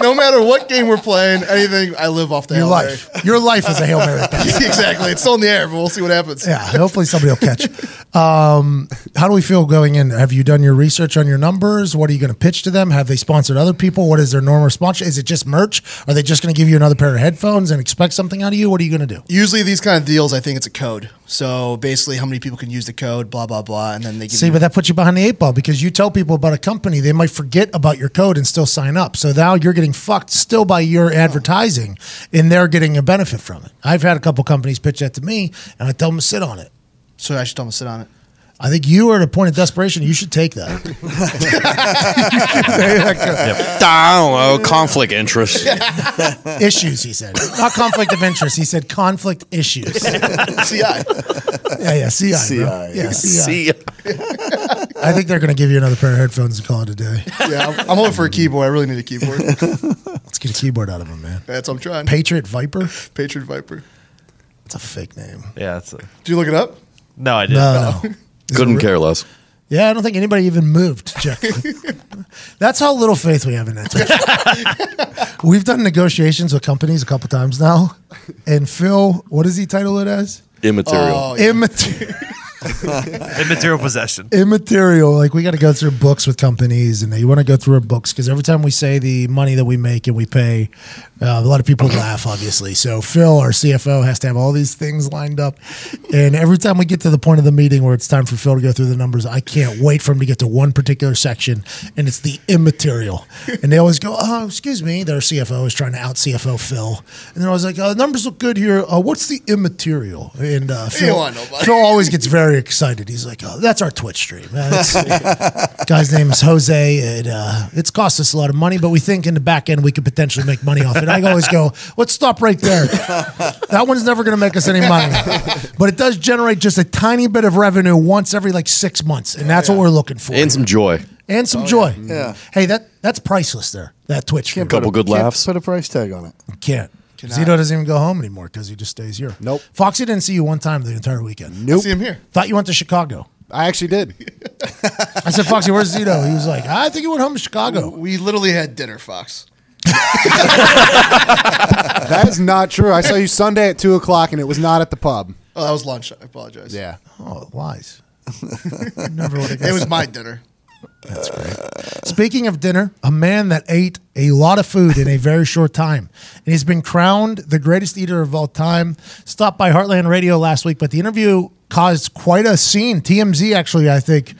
[SPEAKER 8] no matter what game we're playing, anything, I live off the
[SPEAKER 1] Your
[SPEAKER 8] Hail
[SPEAKER 1] life, your life is a hail mary. pass.
[SPEAKER 8] Mary. [laughs] exactly. It's still in the air, but we'll see what happens.
[SPEAKER 1] Yeah, Uh, hopefully somebody will catch.
[SPEAKER 8] [laughs]
[SPEAKER 1] Um, how do we feel going in? Have you done your research on your numbers? What are you going to pitch to them? Have they sponsored other people? What is their normal sponsor? Is it just merch? Are they just going to give you another pair of headphones and expect something out of you? What are you going to do?
[SPEAKER 8] Usually these kind of deals, I think it's a code. So basically how many people can use the code, blah, blah, blah. And then they give
[SPEAKER 1] See,
[SPEAKER 8] you [laughs]
[SPEAKER 1] but that puts you behind the eight ball because you tell people about a company, they might forget about your code and still sign up. So now you're getting fucked still by your advertising and they're getting a benefit from it. I've had a couple companies pitch that to me and I tell them to sit on it.
[SPEAKER 8] So I should tell them to sit on it.
[SPEAKER 1] I think you are at a point of desperation. You should take that.
[SPEAKER 8] [laughs]
[SPEAKER 7] Down, oh, conflict interest.
[SPEAKER 1] issues, he said. Not conflict of interest. He said conflict
[SPEAKER 8] [laughs]
[SPEAKER 1] issues. Yeah,
[SPEAKER 8] CI.
[SPEAKER 1] yeah, CI. Bro.
[SPEAKER 7] [laughs]
[SPEAKER 2] CI.
[SPEAKER 1] Yeah, CI.
[SPEAKER 7] See ya.
[SPEAKER 1] I think they're going to give you another pair of headphones and call it a day. [laughs]
[SPEAKER 8] Yeah, I'm, I'm hoping for a keyboard. I really need a keyboard.
[SPEAKER 1] Let's get a keyboard out of him, man.
[SPEAKER 8] That's what I'm trying.
[SPEAKER 1] Patriot Viper?
[SPEAKER 8] Patriot Viper.
[SPEAKER 1] It's a fake name.
[SPEAKER 3] Yeah, that's a,
[SPEAKER 8] Did you look it up?
[SPEAKER 3] no, I didn't.
[SPEAKER 1] No,
[SPEAKER 7] [laughs]
[SPEAKER 1] no.
[SPEAKER 7] Couldn't care less.
[SPEAKER 1] Yeah, I don't think anybody even moved, Jeff. That's how little faith we have in that. Twitch. We've done negotiations with companies a couple times now, and Phil, what does he title it as?
[SPEAKER 7] Immaterial.
[SPEAKER 8] Oh, yeah.
[SPEAKER 1] Immaterial.
[SPEAKER 3] [laughs] Immaterial possession.
[SPEAKER 1] immaterial. Like we got to go through books with companies, and they want to go through our books because every time we say the money that we make and we pay, uh, a lot of people laugh. Obviously, so Phil, our CFO, has to have all these things lined up, and every time we get to the point of the meeting where it's time for Phil to go through the numbers, I can't wait for him to get to one particular section, and it's the immaterial, and they always go, "Oh, excuse me," their CFO is trying to out CFO Phil, and they're always like, uh, "Numbers look good here. Uh, what's the immaterial?" And uh, Phil,
[SPEAKER 8] want nobody.
[SPEAKER 1] Phil always gets very excited. He's like, "Oh, that's our Twitch stream." Uh, it's- guy's name is Jose. It, uh, it's cost us a lot of money, but we think in the back end we could potentially make money off it. I always go, "Let's stop right there. That one's never going to make us any money, but it does generate just a tiny bit of revenue once every like six months, and that's what we're looking for."
[SPEAKER 7] And some joy.
[SPEAKER 1] And some joy.
[SPEAKER 2] Oh, Yeah. Mm.
[SPEAKER 1] Hey, that that's priceless. There, that Twitch stream.
[SPEAKER 7] Couple good
[SPEAKER 2] Can't
[SPEAKER 7] laughs.
[SPEAKER 2] Put a price tag on it.
[SPEAKER 1] Can't. Zito doesn't even go home anymore because he just stays here.
[SPEAKER 4] Nope.
[SPEAKER 1] Foxy didn't see you one time the entire weekend.
[SPEAKER 4] Nope.
[SPEAKER 8] See him here.
[SPEAKER 1] Thought you went to Chicago.
[SPEAKER 4] I actually did.
[SPEAKER 1] [laughs] I said, Foxy, where's Zito? He was like, I think he went home to Chicago.
[SPEAKER 8] We literally had dinner, Fox.
[SPEAKER 4] [laughs] That is not true. I saw you Sunday at two o'clock, and it was not at the pub.
[SPEAKER 8] [laughs] Oh, that was lunch. I apologize.
[SPEAKER 4] Yeah.
[SPEAKER 1] Oh, lies. Never would have
[SPEAKER 8] It was
[SPEAKER 1] guessed.
[SPEAKER 8] my dinner.
[SPEAKER 1] Speaking of dinner, a man that ate a lot of food in a very short time. And he's been crowned the greatest eater of all time. Stopped by Heartland Radio last week, but the interview caused quite a scene. TMZ actually, I think,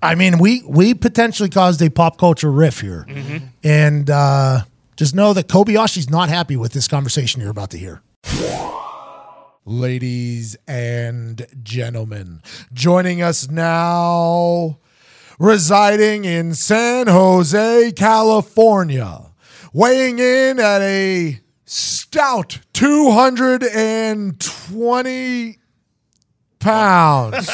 [SPEAKER 1] I mean, we we potentially caused a pop culture riff here, and uh, just know that Kobayashi's not happy with this conversation you're about to hear. Ladies and gentlemen, joining us now, residing in San Jose, California, weighing in at a stout 220 pounds.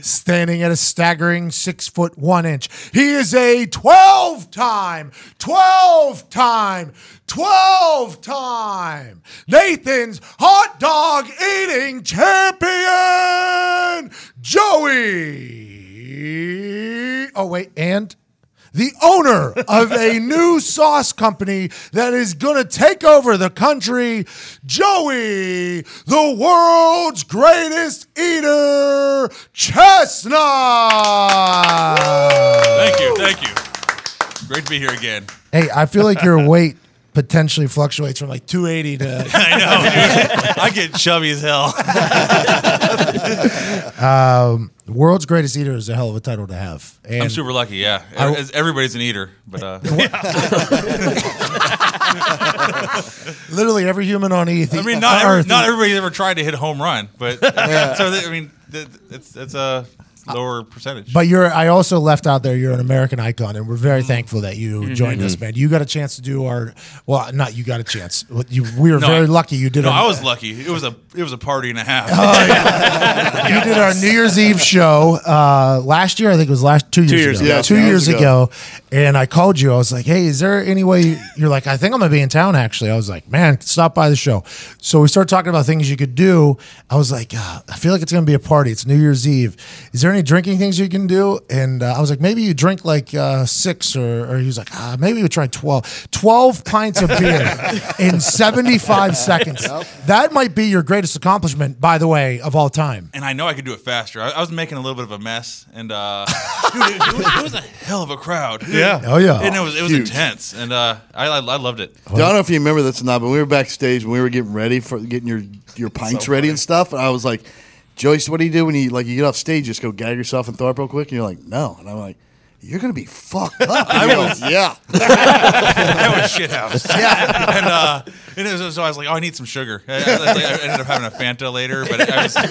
[SPEAKER 1] standing at a staggering six foot one inch. He is a 12 time, 12 time, 12 time Nathan's hot dog eating champion, Joey. Oh, wait, and the owner of a new sauce company that is going to take over the country, Joey, the world's greatest eater, Chestnut.
[SPEAKER 10] Thank you, thank you. Great to be here again.
[SPEAKER 1] Hey, I feel like
[SPEAKER 10] [laughs]
[SPEAKER 1] your weight potentially fluctuates from like 280 to.
[SPEAKER 10] I know. dude. I get chubby as
[SPEAKER 1] [laughs]
[SPEAKER 10] hell.
[SPEAKER 1] um, world's greatest eater is a hell of a title to have. And
[SPEAKER 10] I'm super lucky. Yeah, As- everybody's an eater, but
[SPEAKER 1] [laughs]
[SPEAKER 10] uh, [laughs]
[SPEAKER 1] literally every human on Earth.
[SPEAKER 10] I mean, not every, not everybody's ever tried to hit a home run,
[SPEAKER 1] [laughs]
[SPEAKER 10] but so that, I mean, that, it's it's a lower percentage.
[SPEAKER 1] But you're. I also left out there. You're an American icon, and we're very
[SPEAKER 10] Mm.
[SPEAKER 1] thankful that you
[SPEAKER 10] Mm-hmm.
[SPEAKER 1] joined us, man. You got a chance to do our. Well, not you got a chance. What You, we were
[SPEAKER 10] No,
[SPEAKER 1] very
[SPEAKER 10] I-
[SPEAKER 1] lucky. You did. Oh,
[SPEAKER 10] no,
[SPEAKER 1] our,
[SPEAKER 10] I was lucky. It was a it was a party and a half. [laughs]
[SPEAKER 1] [laughs] You did our New Year's Eve show uh, last year. I think it was last two
[SPEAKER 9] years
[SPEAKER 1] years. ago.
[SPEAKER 2] ago.
[SPEAKER 1] Two
[SPEAKER 2] Yeah,
[SPEAKER 1] years
[SPEAKER 2] years
[SPEAKER 1] ago, and I called you. I was like, "Hey, is there any way?" you- You're like, "I think I'm gonna be in town." Actually, I was like, "Man, stop by the show." So we started talking about things you could do. I was like, uh, "I feel like it's gonna be a party. It's New Year's Eve. Is there any drinking things you can do?" And uh, I was like, "Maybe you drink like uh, six, or, or he was like, ah, maybe we try 12. 12 pints of beer in seventy five seconds. That might be your greatest accomplishment, by the way, of all time."
[SPEAKER 10] and I know I could do it faster. I, I was making a little bit of a mess, and uh, [laughs] dude, it, it was, it was a hell of a crowd. Yeah,
[SPEAKER 1] Oh, yeah.
[SPEAKER 10] and it was it was
[SPEAKER 2] Huge.
[SPEAKER 10] intense, and uh, I, I I loved it. [laughs]
[SPEAKER 2] I don't know if you remember this or not, but we were backstage when we were getting ready for getting your your pints ready and stuff, and I was like, Joyce, what do you do when you like you get off stage? Just go gag yourself and throw up real quick, and you're like, no, and I'm like. You're gonna be
[SPEAKER 10] [laughs]
[SPEAKER 2] fucked up. I was, [laughs] yeah.
[SPEAKER 10] that was shit
[SPEAKER 2] [laughs]
[SPEAKER 10] house. Yeah, and uh, and it was, so I was like, oh, I need some sugar. I, I- I ended up having a Fanta later, but I was, I,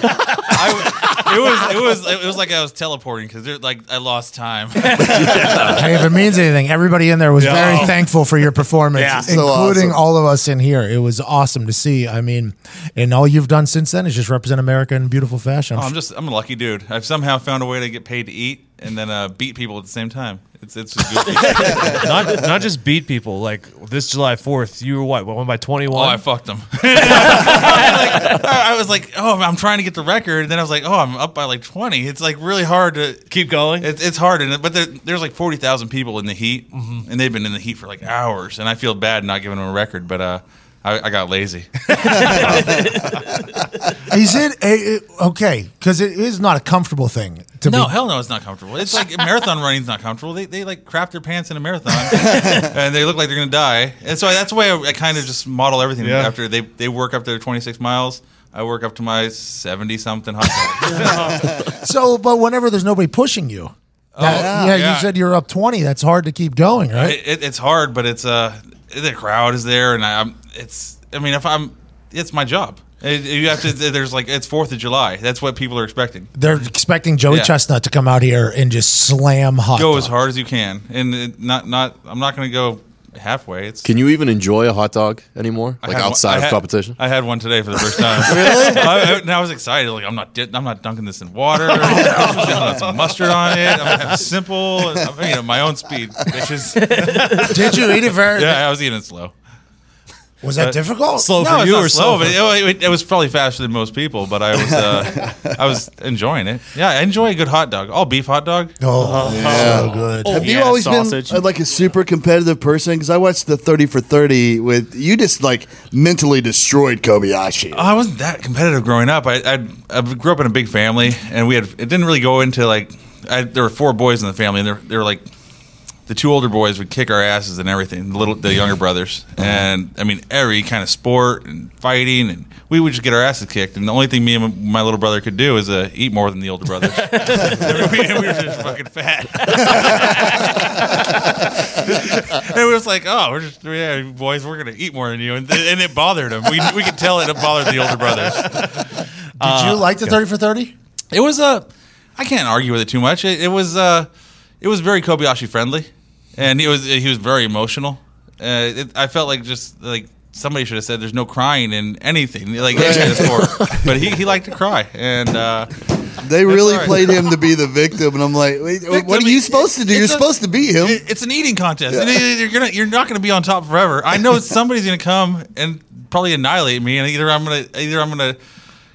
[SPEAKER 10] was- it was, it was, it was like I was teleporting because like I lost time. [laughs]
[SPEAKER 1] hey, if it means anything, everybody in there was very
[SPEAKER 10] Oh. [laughs]
[SPEAKER 1] thankful for your performance,
[SPEAKER 9] Yeah.
[SPEAKER 2] So
[SPEAKER 1] including
[SPEAKER 2] awesome.
[SPEAKER 1] all of us in here. It was awesome to see. I mean, and all you've done since then is just represent America in beautiful fashion.
[SPEAKER 10] Oh, I'm just, I'm a lucky dude. I've somehow found a way to get paid to eat and then uh, beat people at the same time. It's it's just goofy. [laughs]
[SPEAKER 3] not not just beat people. Like this July Fourth, you were what? Won by twenty
[SPEAKER 10] Oh,
[SPEAKER 3] one.
[SPEAKER 10] I fucked them. I, like, I was like, oh, I'm trying to get the record. And then I was like, oh, I'm up by like 20. It's like really hard to
[SPEAKER 3] Keep going.
[SPEAKER 10] It, it's hard, and but there, there's like forty thousand people in the heat,
[SPEAKER 3] Mm-hmm.
[SPEAKER 10] and they've been in the heat for like hours, and I feel bad not giving them a record, but uh, I, I got
[SPEAKER 3] [laughs]
[SPEAKER 10] lazy.
[SPEAKER 1] [laughs]
[SPEAKER 10] [laughs]
[SPEAKER 1] is it a, it- okay? Because it is not a comfortable thing to
[SPEAKER 10] no,
[SPEAKER 1] be.
[SPEAKER 10] hell no, it's not comfortable. It's
[SPEAKER 1] [laughs]
[SPEAKER 10] like marathon running's not comfortable. They, they like crap their pants in a marathon, and they look like they're gonna die. And so that's why I, I kind of just model everything
[SPEAKER 3] Yeah.
[SPEAKER 10] after they they work up their twenty six miles. I work up to my seventy something hot dog.
[SPEAKER 1] So, but whenever there's nobody pushing you, that-
[SPEAKER 10] Oh, yeah.
[SPEAKER 1] yeah, you
[SPEAKER 10] Yeah.
[SPEAKER 1] said you're up twenty. That's hard to keep going, [laughs] right?
[SPEAKER 10] it, it, it's hard, but it's uh the crowd is there, and I, I'm it's I mean if I'm it's my job. It- you have to. There's like it's Fourth of July. That's what people are expecting.
[SPEAKER 1] They're expecting Joey
[SPEAKER 10] Yeah.
[SPEAKER 1] Chestnut to come out here and just slam hot.
[SPEAKER 10] Go
[SPEAKER 1] dog.
[SPEAKER 10] as hard as you can, and it, not not. I'm not going to go halfway. It's
[SPEAKER 7] Can you even enjoy a hot dog anymore?
[SPEAKER 10] I
[SPEAKER 7] Like
[SPEAKER 10] had one-
[SPEAKER 7] outside
[SPEAKER 10] I
[SPEAKER 7] of
[SPEAKER 10] had- [laughs]
[SPEAKER 7] competition?
[SPEAKER 10] I had one today for the first
[SPEAKER 1] [laughs]
[SPEAKER 10] time. really? I, I, and I was excited. Like I'm not. Di- I'm not dunking this in
[SPEAKER 1] [laughs]
[SPEAKER 10] water. I'm just gonna put some mustard on it. I'm gonna have simple. I'm eating at my own speed, bitches.
[SPEAKER 1] [laughs] Did you eat it very?
[SPEAKER 10] yeah, I was eating it slow.
[SPEAKER 1] Was that difficult?
[SPEAKER 3] Slow
[SPEAKER 10] No,
[SPEAKER 3] for
[SPEAKER 10] it's
[SPEAKER 3] you
[SPEAKER 10] not
[SPEAKER 3] or
[SPEAKER 10] slow,
[SPEAKER 3] slow?
[SPEAKER 10] but
[SPEAKER 3] for-
[SPEAKER 10] it, it, it was probably faster than most people. But I was,
[SPEAKER 1] [laughs]
[SPEAKER 10] uh, I was enjoying it. Yeah, I enjoy a good hot dog. All beef hot dog. uh-huh.
[SPEAKER 1] Oh, so good.
[SPEAKER 2] Have you
[SPEAKER 9] yeah,
[SPEAKER 2] always
[SPEAKER 9] sausage.
[SPEAKER 2] been uh, like a super competitive person? Because I watched the 30 for 30 with you just like mentally destroyed Kobayashi.
[SPEAKER 10] Oh, I wasn't that competitive growing up. I, I I grew up in a big family, and we had it didn't really go into like I, there were four boys in the family, and they're they're like the two older boys would kick our asses and everything. The little, the younger brothers, and I mean every kind of sport and fighting, and we would just get our asses kicked. And the only thing me and my little brother could do is uh, eat more than the older brothers. [laughs] And we, and we were just fucking fat. [laughs] and it was like, oh, we're just yeah, boys, we're gonna eat more than you, and, and it bothered him. We we could tell it bothered the older brothers.
[SPEAKER 1] Did you like the thirty for thirty?
[SPEAKER 10] Uh, It was Uh, I can't argue with it too much. It, it was. Uh, it was very Kobayashi friendly, and he was he was very emotional. Uh, it, I felt like just like somebody should have said, "There's no crying in anything." Like any of the sport, but he, he liked to cry, and uh,
[SPEAKER 2] They really
[SPEAKER 10] all right.
[SPEAKER 2] played him to
[SPEAKER 10] [laughs]
[SPEAKER 2] be the victim, and I'm like, Wait, what are
[SPEAKER 10] Victim,
[SPEAKER 2] you
[SPEAKER 10] it-
[SPEAKER 2] supposed to do?
[SPEAKER 10] it's
[SPEAKER 2] You're
[SPEAKER 10] a-
[SPEAKER 2] supposed to beat him.
[SPEAKER 10] it- it's an eating contest. And
[SPEAKER 2] [laughs]
[SPEAKER 10] it- you're gonna you're not gonna be on top forever. I know somebody's gonna come and probably annihilate me, and either I'm gonna either I'm gonna.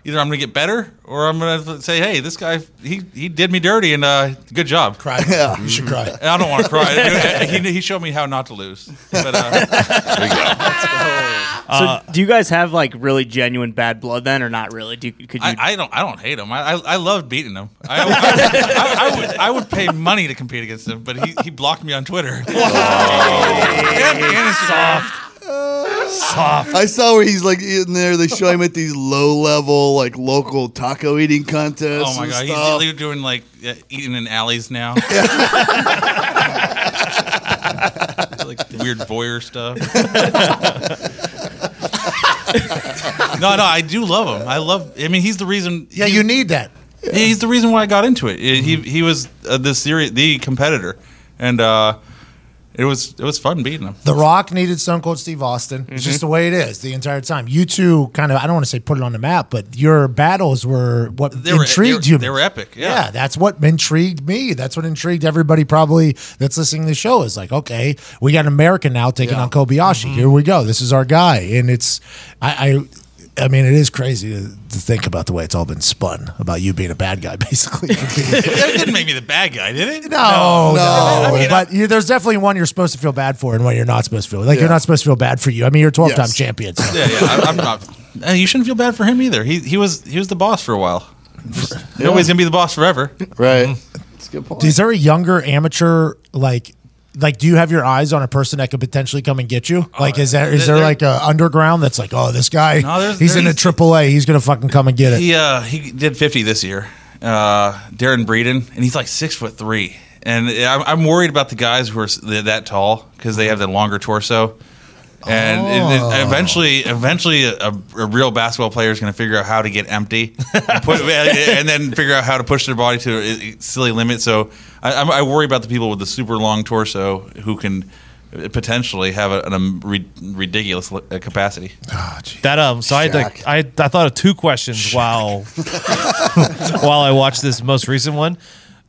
[SPEAKER 10] Either I'm gonna get better, or I'm gonna say, "Hey, this guy, he, he did me dirty, and uh, good job."
[SPEAKER 1] Cry. You should cry.
[SPEAKER 10] I don't want to
[SPEAKER 1] [laughs]
[SPEAKER 10] cry. he, he showed me how not to lose. [laughs] But, uh,
[SPEAKER 9] [laughs] so do you guys have like really genuine bad blood then, or not really? Do you, could you?
[SPEAKER 10] I, I don't. I don't hate him. I I, I love beating him. I, I, I, would I would pay money to compete against him, but he, he blocked me on Twitter. [laughs] and, and soft.
[SPEAKER 2] I saw where he's like in there. They show him at these low level, like local taco eating contests.
[SPEAKER 10] Oh my
[SPEAKER 2] and
[SPEAKER 10] god, he's
[SPEAKER 2] stuff.
[SPEAKER 10] literally doing like uh, eating in alleys
[SPEAKER 1] [laughs]
[SPEAKER 10] now. [laughs] like weird voyeur stuff. [laughs] no, no, I do love him. I love. I mean, he's the reason.
[SPEAKER 1] Yeah, you need that. Mm-hmm.
[SPEAKER 10] he's the reason why I got into it. He he was uh, the series the competitor, and uh, it was it was fun beating him.
[SPEAKER 1] The Rock needed Stone Cold Steve Austin. It's just the way it is the entire time. You two kind of, I don't want to say put it on the map, but your battles were what
[SPEAKER 10] They were-
[SPEAKER 1] intrigued
[SPEAKER 10] they were-
[SPEAKER 1] you.
[SPEAKER 10] they were epic, yeah.
[SPEAKER 1] that's what intrigued me. That's what intrigued everybody probably that's listening to the show is like, okay, we got an American now taking on Kobayashi. Here we go. This is our guy. And it's, I, I, I mean, it is crazy to, to think about the way it's all been spun about you being a bad guy, [laughs]
[SPEAKER 10] [laughs]
[SPEAKER 1] basically.
[SPEAKER 10] that didn't make me the bad guy, did it?
[SPEAKER 1] No, no.
[SPEAKER 2] no. I mean,
[SPEAKER 1] but you, there's definitely one you're supposed to feel bad for and one you're not supposed to feel. Like you're not supposed to feel bad for you. I mean, you're a 12 time [laughs]
[SPEAKER 2] Yes.
[SPEAKER 1] champion. so-
[SPEAKER 10] Yeah, yeah. I, I'm not. uh, you shouldn't feel bad for him either. He he was he was the boss for a while. Nobody's gonna be the boss forever. Mm-hmm.
[SPEAKER 2] right. That's a good
[SPEAKER 1] [laughs]
[SPEAKER 2] point.
[SPEAKER 1] Is there a younger amateur like? Like, do you have your eyes on a person that could potentially come and get you? Like, is there is
[SPEAKER 10] they're-
[SPEAKER 1] Uh, there like a underground that's like, oh, this guy,
[SPEAKER 10] No, there's-
[SPEAKER 1] he's in a
[SPEAKER 10] there's-
[SPEAKER 1] triple A, he's gonna fucking come and get it.
[SPEAKER 10] He uh he did 50 this year. Uh, Darren Breeden, and he's like six foot three. And I'm, I'm worried about the guys who are s- th- that tall because they have the longer torso. And it-
[SPEAKER 1] Oh.
[SPEAKER 10] it- eventually, eventually, a, a real basketball player is going to figure out how to get empty, and, put, [laughs] and then figure out how to push their body to a a silly limit. So I, I'm- I worry about the people with the super long torso who can uh, potentially have a, an um, ri- ridiculous li- uh, capacity.
[SPEAKER 1] Ah,
[SPEAKER 3] That um, [laughs] so I had
[SPEAKER 2] Shaq.
[SPEAKER 3] to, I I thought of two questions while [laughs] while I watched this most recent one.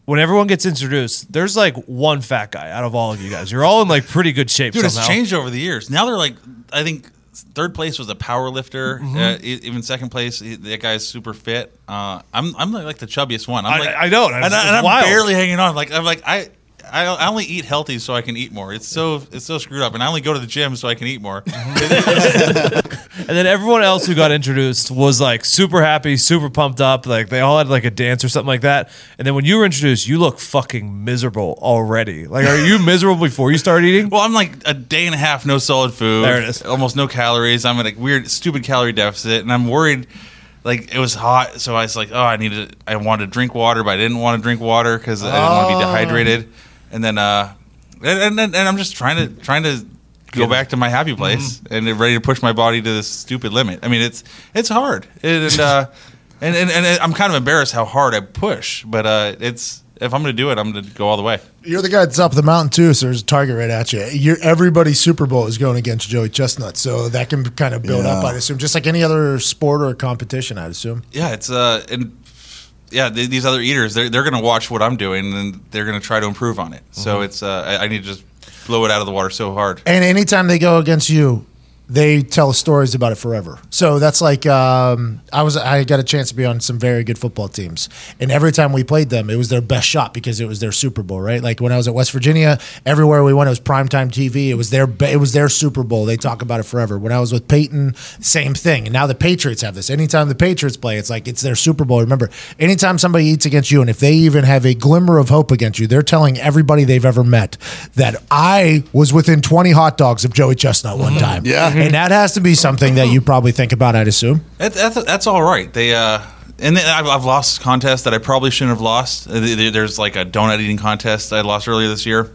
[SPEAKER 3] When everyone gets introduced, there's like one fat guy out of all of you guys. You're all in like pretty good shape.
[SPEAKER 10] Dude,
[SPEAKER 3] somehow.
[SPEAKER 10] it's changed over the years. Now they're like, I think third place was a power lifter. Uh,
[SPEAKER 3] Mm-hmm.
[SPEAKER 10] e- even second place, e- that guy's super fit. Uh, I'm I'm like the chubbiest one. I'm
[SPEAKER 3] I-
[SPEAKER 10] like,
[SPEAKER 3] I know, and
[SPEAKER 10] and,
[SPEAKER 3] it's-
[SPEAKER 10] I,
[SPEAKER 3] it's
[SPEAKER 10] am
[SPEAKER 3] wild.
[SPEAKER 10] barely hanging on. Like I'm like I. I I only eat healthy so I can eat more. It's so it's so screwed up, and I only go to the gym so I can eat more.
[SPEAKER 3] And then everyone else who got introduced was like super happy, super pumped up. Like they all had like a dance or something like that. And then when you were introduced, you look fucking miserable already. Like, are you miserable before you start eating?
[SPEAKER 10] Well, I'm like a day and a half no solid food.
[SPEAKER 3] There it is.
[SPEAKER 10] Almost no calories. I'm in a weird, stupid calorie deficit, and I'm worried. Like it was hot, so I was like, "Oh, I needed. I wanted to drink water, but I didn't want to drink water because I didn't want
[SPEAKER 3] Oh.
[SPEAKER 10] to be dehydrated." And then, uh, and, and and I'm just trying to trying to go back to my
[SPEAKER 3] Mm-hmm.
[SPEAKER 10] happy place and and ready to push my body to this stupid limit. I mean, it's it's hard, and uh, and, and and I'm kind of embarrassed how hard I push, but uh, it's if I'm gonna do it, I'm gonna go all the way.
[SPEAKER 1] You're the guy that's up the mountain too, so there's a target right at you. You're, everybody's Super Bowl is going against Joey Chestnut, so that can kind of build up.
[SPEAKER 2] Yeah.
[SPEAKER 1] I'd assume, just like any other sport or competition, I'd assume.
[SPEAKER 10] Yeah, it's uh, and yeah, th- these other eaters, they're they're gonna watch what I'm doing and they're gonna try to improve on it. So it's uh, I, I need to just blow it out of the water so hard.
[SPEAKER 1] And anytime they go against you, they tell stories about it forever. So that's like um, I was I got a chance to be on some very good football teams, and every time we played them, it was their best shot because it was their Super Bowl, right? Like when I was at West Virginia, everywhere we went, it was primetime TV. It was their be- it was their Super Bowl. They talk about it forever. When I was with Peyton, same thing. And now the Patriots have this. Anytime the Patriots play, it's like it's their Super Bowl. Remember, anytime somebody eats against you, and if they even have a glimmer of hope against you, they're telling everybody they've ever met that I was within 20 hot dogs of Joey Chestnut one time.
[SPEAKER 10] Mm-hmm. Yeah.
[SPEAKER 1] And that has to be something that you probably think about, I'd assume.
[SPEAKER 10] That, that's, that's all right. They uh, and then I've, I've lost contests that I probably shouldn't have lost. Uh, there- There's like a donut eating contest I lost earlier this year,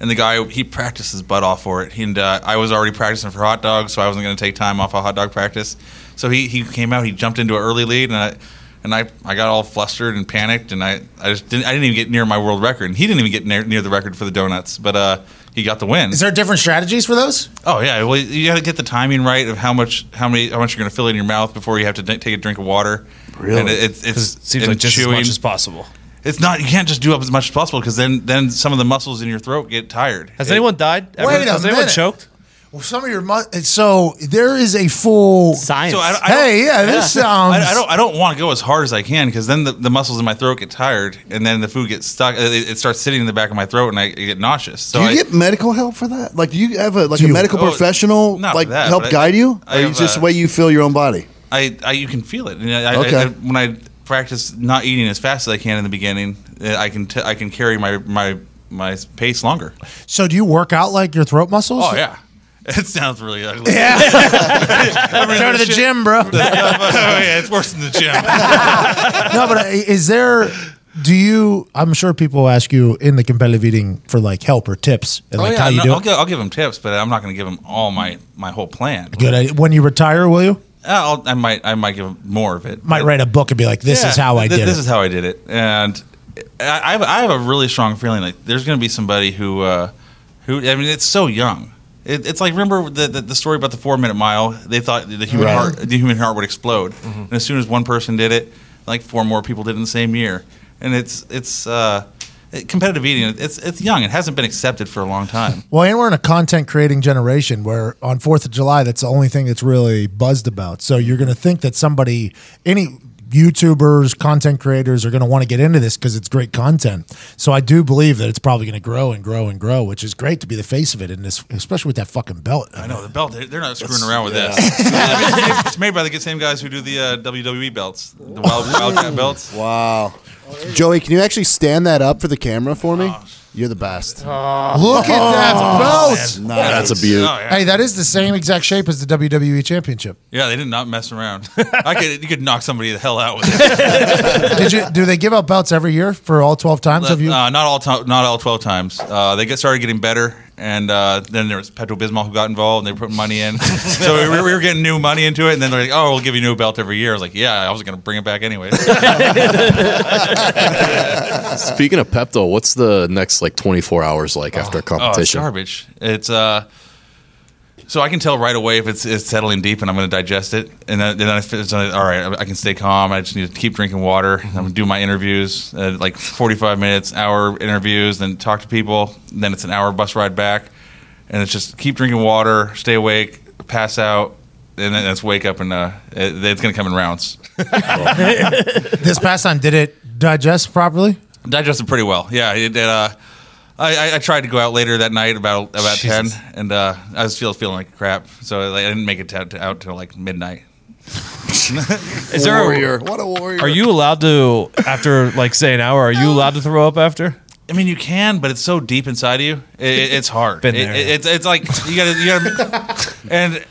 [SPEAKER 10] and the guy he practiced his butt off for it. He and uh, I was already practicing for hot dogs, so I wasn't going to take time off a hot dog practice. So he he came out, he jumped into an early lead, and I. And I, I got all flustered and panicked, and I, I just didn't I didn't even get near my world record, and he didn't even get near, near the record for the donuts, but uh, he got the win.
[SPEAKER 1] Is there different strategies for those?
[SPEAKER 10] Oh yeah, well you got to get the timing right of how much how many how much you're going to fill in your mouth before you have to d- take a drink of water.
[SPEAKER 3] Really?
[SPEAKER 10] and it, it's- it's
[SPEAKER 3] It seems like
[SPEAKER 10] and
[SPEAKER 3] just as
[SPEAKER 10] chewing.
[SPEAKER 3] much as possible.
[SPEAKER 10] It's not you can't just do up as much as possible because then then some of the muscles in your throat get tired.
[SPEAKER 3] Has
[SPEAKER 10] It-
[SPEAKER 3] anyone died? Ever?
[SPEAKER 1] Wait a
[SPEAKER 3] Has anyone
[SPEAKER 1] minute.
[SPEAKER 3] choked?
[SPEAKER 1] Well, some of your mu- so there is a full
[SPEAKER 9] Science.
[SPEAKER 10] So I, don't- I don't-
[SPEAKER 1] Hey, yeah, this
[SPEAKER 10] [laughs]
[SPEAKER 1] sounds.
[SPEAKER 10] I, I don't I don't want to go as hard as I can because then the, the muscles in my throat get tired and then the food gets stuck. It, it starts sitting in the back of my throat and I, I get nauseous. So
[SPEAKER 2] Do you
[SPEAKER 10] I,
[SPEAKER 2] get medical help for that? Like, do you have a like
[SPEAKER 1] Do
[SPEAKER 2] a
[SPEAKER 1] you-
[SPEAKER 2] medical
[SPEAKER 10] Oh,
[SPEAKER 2] professional
[SPEAKER 10] not
[SPEAKER 2] like
[SPEAKER 10] for that,
[SPEAKER 2] help
[SPEAKER 10] but I-
[SPEAKER 2] guide you,
[SPEAKER 10] I
[SPEAKER 2] or
[SPEAKER 10] have,
[SPEAKER 2] you just
[SPEAKER 10] uh,
[SPEAKER 2] the way you feel your own body?
[SPEAKER 10] I, I you can feel it. And I, I-
[SPEAKER 2] Okay.
[SPEAKER 10] I, when I practice not eating as fast as I can in the beginning, uh, I can t- I can carry my my my pace longer.
[SPEAKER 1] so do you work out like your throat muscles?
[SPEAKER 10] Oh yeah, [laughs] it sounds really ugly. [laughs]
[SPEAKER 1] Yeah. Go to the
[SPEAKER 10] shit.
[SPEAKER 1] gym, bro. no,
[SPEAKER 10] oh, [laughs] yeah, it's worse than the
[SPEAKER 1] [laughs]
[SPEAKER 10] gym.
[SPEAKER 1] but uh, is there? Do you? I'm sure people ask you in the competitive eating for like help or tips and
[SPEAKER 10] Oh,
[SPEAKER 1] like
[SPEAKER 10] yeah,
[SPEAKER 1] how you
[SPEAKER 10] no,
[SPEAKER 1] do.
[SPEAKER 10] I'll,
[SPEAKER 1] it?
[SPEAKER 10] give, I'll give them tips, but I'm not going to give them all my, my whole plan. Uh,
[SPEAKER 1] Good. idea. When you retire, will you?
[SPEAKER 10] I'll, I might I might give them more of it.
[SPEAKER 1] Might write a book and be like, "This is
[SPEAKER 10] Yeah,
[SPEAKER 1] how I
[SPEAKER 10] th-
[SPEAKER 1] did
[SPEAKER 10] this
[SPEAKER 1] it."
[SPEAKER 10] is how I did it. And I, I have, I have a really strong feeling like there's going to be somebody who, uh, who I mean, it's so young. It, it's like remember the, the the story about the four minute mile. They thought the human
[SPEAKER 1] Right.
[SPEAKER 10] heart
[SPEAKER 1] Mm-hmm.
[SPEAKER 10] the human heart would explode, and as soon as one person did it, like four more people did in the same year. And it's it's uh, it- competitive eating. It's it's young. It hasn't been accepted for a long
[SPEAKER 1] [laughs]
[SPEAKER 10] time.
[SPEAKER 1] Well, and we're in a content creating generation where on Fourth of July, that's the only thing that's really buzzed about. So you're going to think that somebody, any YouTubers, content creators are going to want to get into this because it's great content. So I do believe that it's probably going to grow and grow and grow, which is great to be the face of it, and this, especially with that fucking belt.
[SPEAKER 10] I know Oh, the belt. They're, they're not screwing around with
[SPEAKER 1] [laughs]
[SPEAKER 10] this. I mean, it's made- it's made by the same guys who do the uh, WWE belts, the Wild Wildcat belts.
[SPEAKER 2] Wow,
[SPEAKER 4] Joey, can you actually stand that up for the camera for me? You're the best.
[SPEAKER 1] Look at that
[SPEAKER 7] Oh,
[SPEAKER 1] belt!
[SPEAKER 7] That's a beaut.
[SPEAKER 10] Oh, yeah.
[SPEAKER 1] Hey, that is the same exact shape as the WWE Championship.
[SPEAKER 10] Yeah, they did not mess around. [laughs] I could you could knock somebody the hell out with it.
[SPEAKER 1] Did you? Do they give out belts every year for all twelve times?
[SPEAKER 10] uh,
[SPEAKER 1] Have you?
[SPEAKER 10] not all to- not all twelve times. Uh, they get started getting better, and uh, then there was Petro Bismol who got involved, and they put money
[SPEAKER 1] [laughs]
[SPEAKER 10] in. so we were, we were getting new money into it, and then they're like, "Oh, we'll give you a new belt every year." I was like, "Yeah, I was going to bring it back
[SPEAKER 1] [laughs]
[SPEAKER 10] anyway." [laughs]
[SPEAKER 7] Speaking of Pepto, what's the next like 24 hours like after a competition?
[SPEAKER 10] Oh, it's garbage. It's uh. So I can tell right away if it's, it's settling deep and I'm going to digest it, and then, then I feel it's like, all right, I can stay calm. I just need to keep drinking water. I'm going to do my interviews, uh, like 45 minutes, hour interviews, then talk to people. And then it's an hour bus ride back, and it's just keep drinking water, stay awake, pass out, and then it's wake up and uh, it, it's going to come in rounds.
[SPEAKER 1] this past time, did it digest properly?
[SPEAKER 10] digested pretty well. Yeah, it, it, uh, I, I- I tried to go out later that night about about ten, and uh, I was still feeling like crap, so like, I didn't make it out, out till like
[SPEAKER 3] [laughs]
[SPEAKER 10] midnight.
[SPEAKER 3] Is there
[SPEAKER 2] warrior! What a warrior!
[SPEAKER 3] Are you allowed to after like say an hour? Are you allowed to throw up after?
[SPEAKER 10] I mean, you can, but it's so deep inside of you, it, it- it's hard.
[SPEAKER 3] [laughs] Been
[SPEAKER 10] It-
[SPEAKER 3] there.
[SPEAKER 10] it- it's it's like you gotta you gotta, [laughs] and.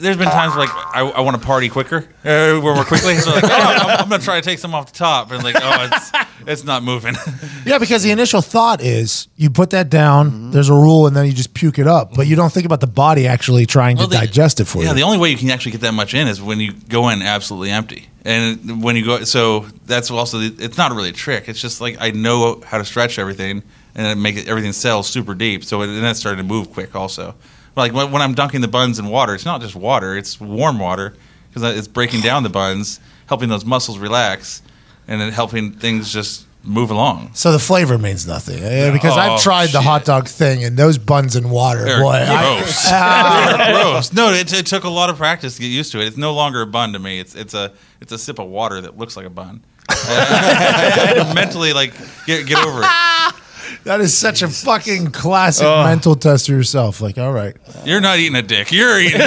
[SPEAKER 10] There's been times where, like I, I want to party quicker, uh, where more quickly. So like, oh, I'm, I'm gonna try to take some off the top, and like, oh, it's it's not moving. [laughs]
[SPEAKER 1] Yeah, because the initial thought is you put that down,
[SPEAKER 10] Mm-hmm.
[SPEAKER 1] there's a rule, and then you just puke it up. But you don't think about the body actually trying to
[SPEAKER 10] Well, the-
[SPEAKER 1] digest it for
[SPEAKER 10] yeah,
[SPEAKER 1] you.
[SPEAKER 10] the only way you can actually get that much in is when you go in absolutely empty. And when you go, so that's also the, it's not really a trick. It's just like I know how to stretch everything and it make it, everything sell super deep. So it, and that started to move quick also. Like when, when I'm dunking the buns in water, it's not just water; it's warm water because it's breaking down the buns, helping those muscles relax, and then helping things just move along.
[SPEAKER 1] So the flavor means nothing eh, because
[SPEAKER 10] Oh,
[SPEAKER 1] I've tried the hot dog thing and those buns and water,
[SPEAKER 10] They're
[SPEAKER 1] boy. I- [laughs] Ah.
[SPEAKER 10] gross. They're gross. No, it, it took a lot of practice to get used to it. It's no longer a bun to me. It's it's a it's a sip of water that looks like a bun. I had to [laughs] mentally like get get over it.
[SPEAKER 1] that is such a fucking classic mental test of yourself. Like, all right,
[SPEAKER 10] You're not eating a dick. You're eating.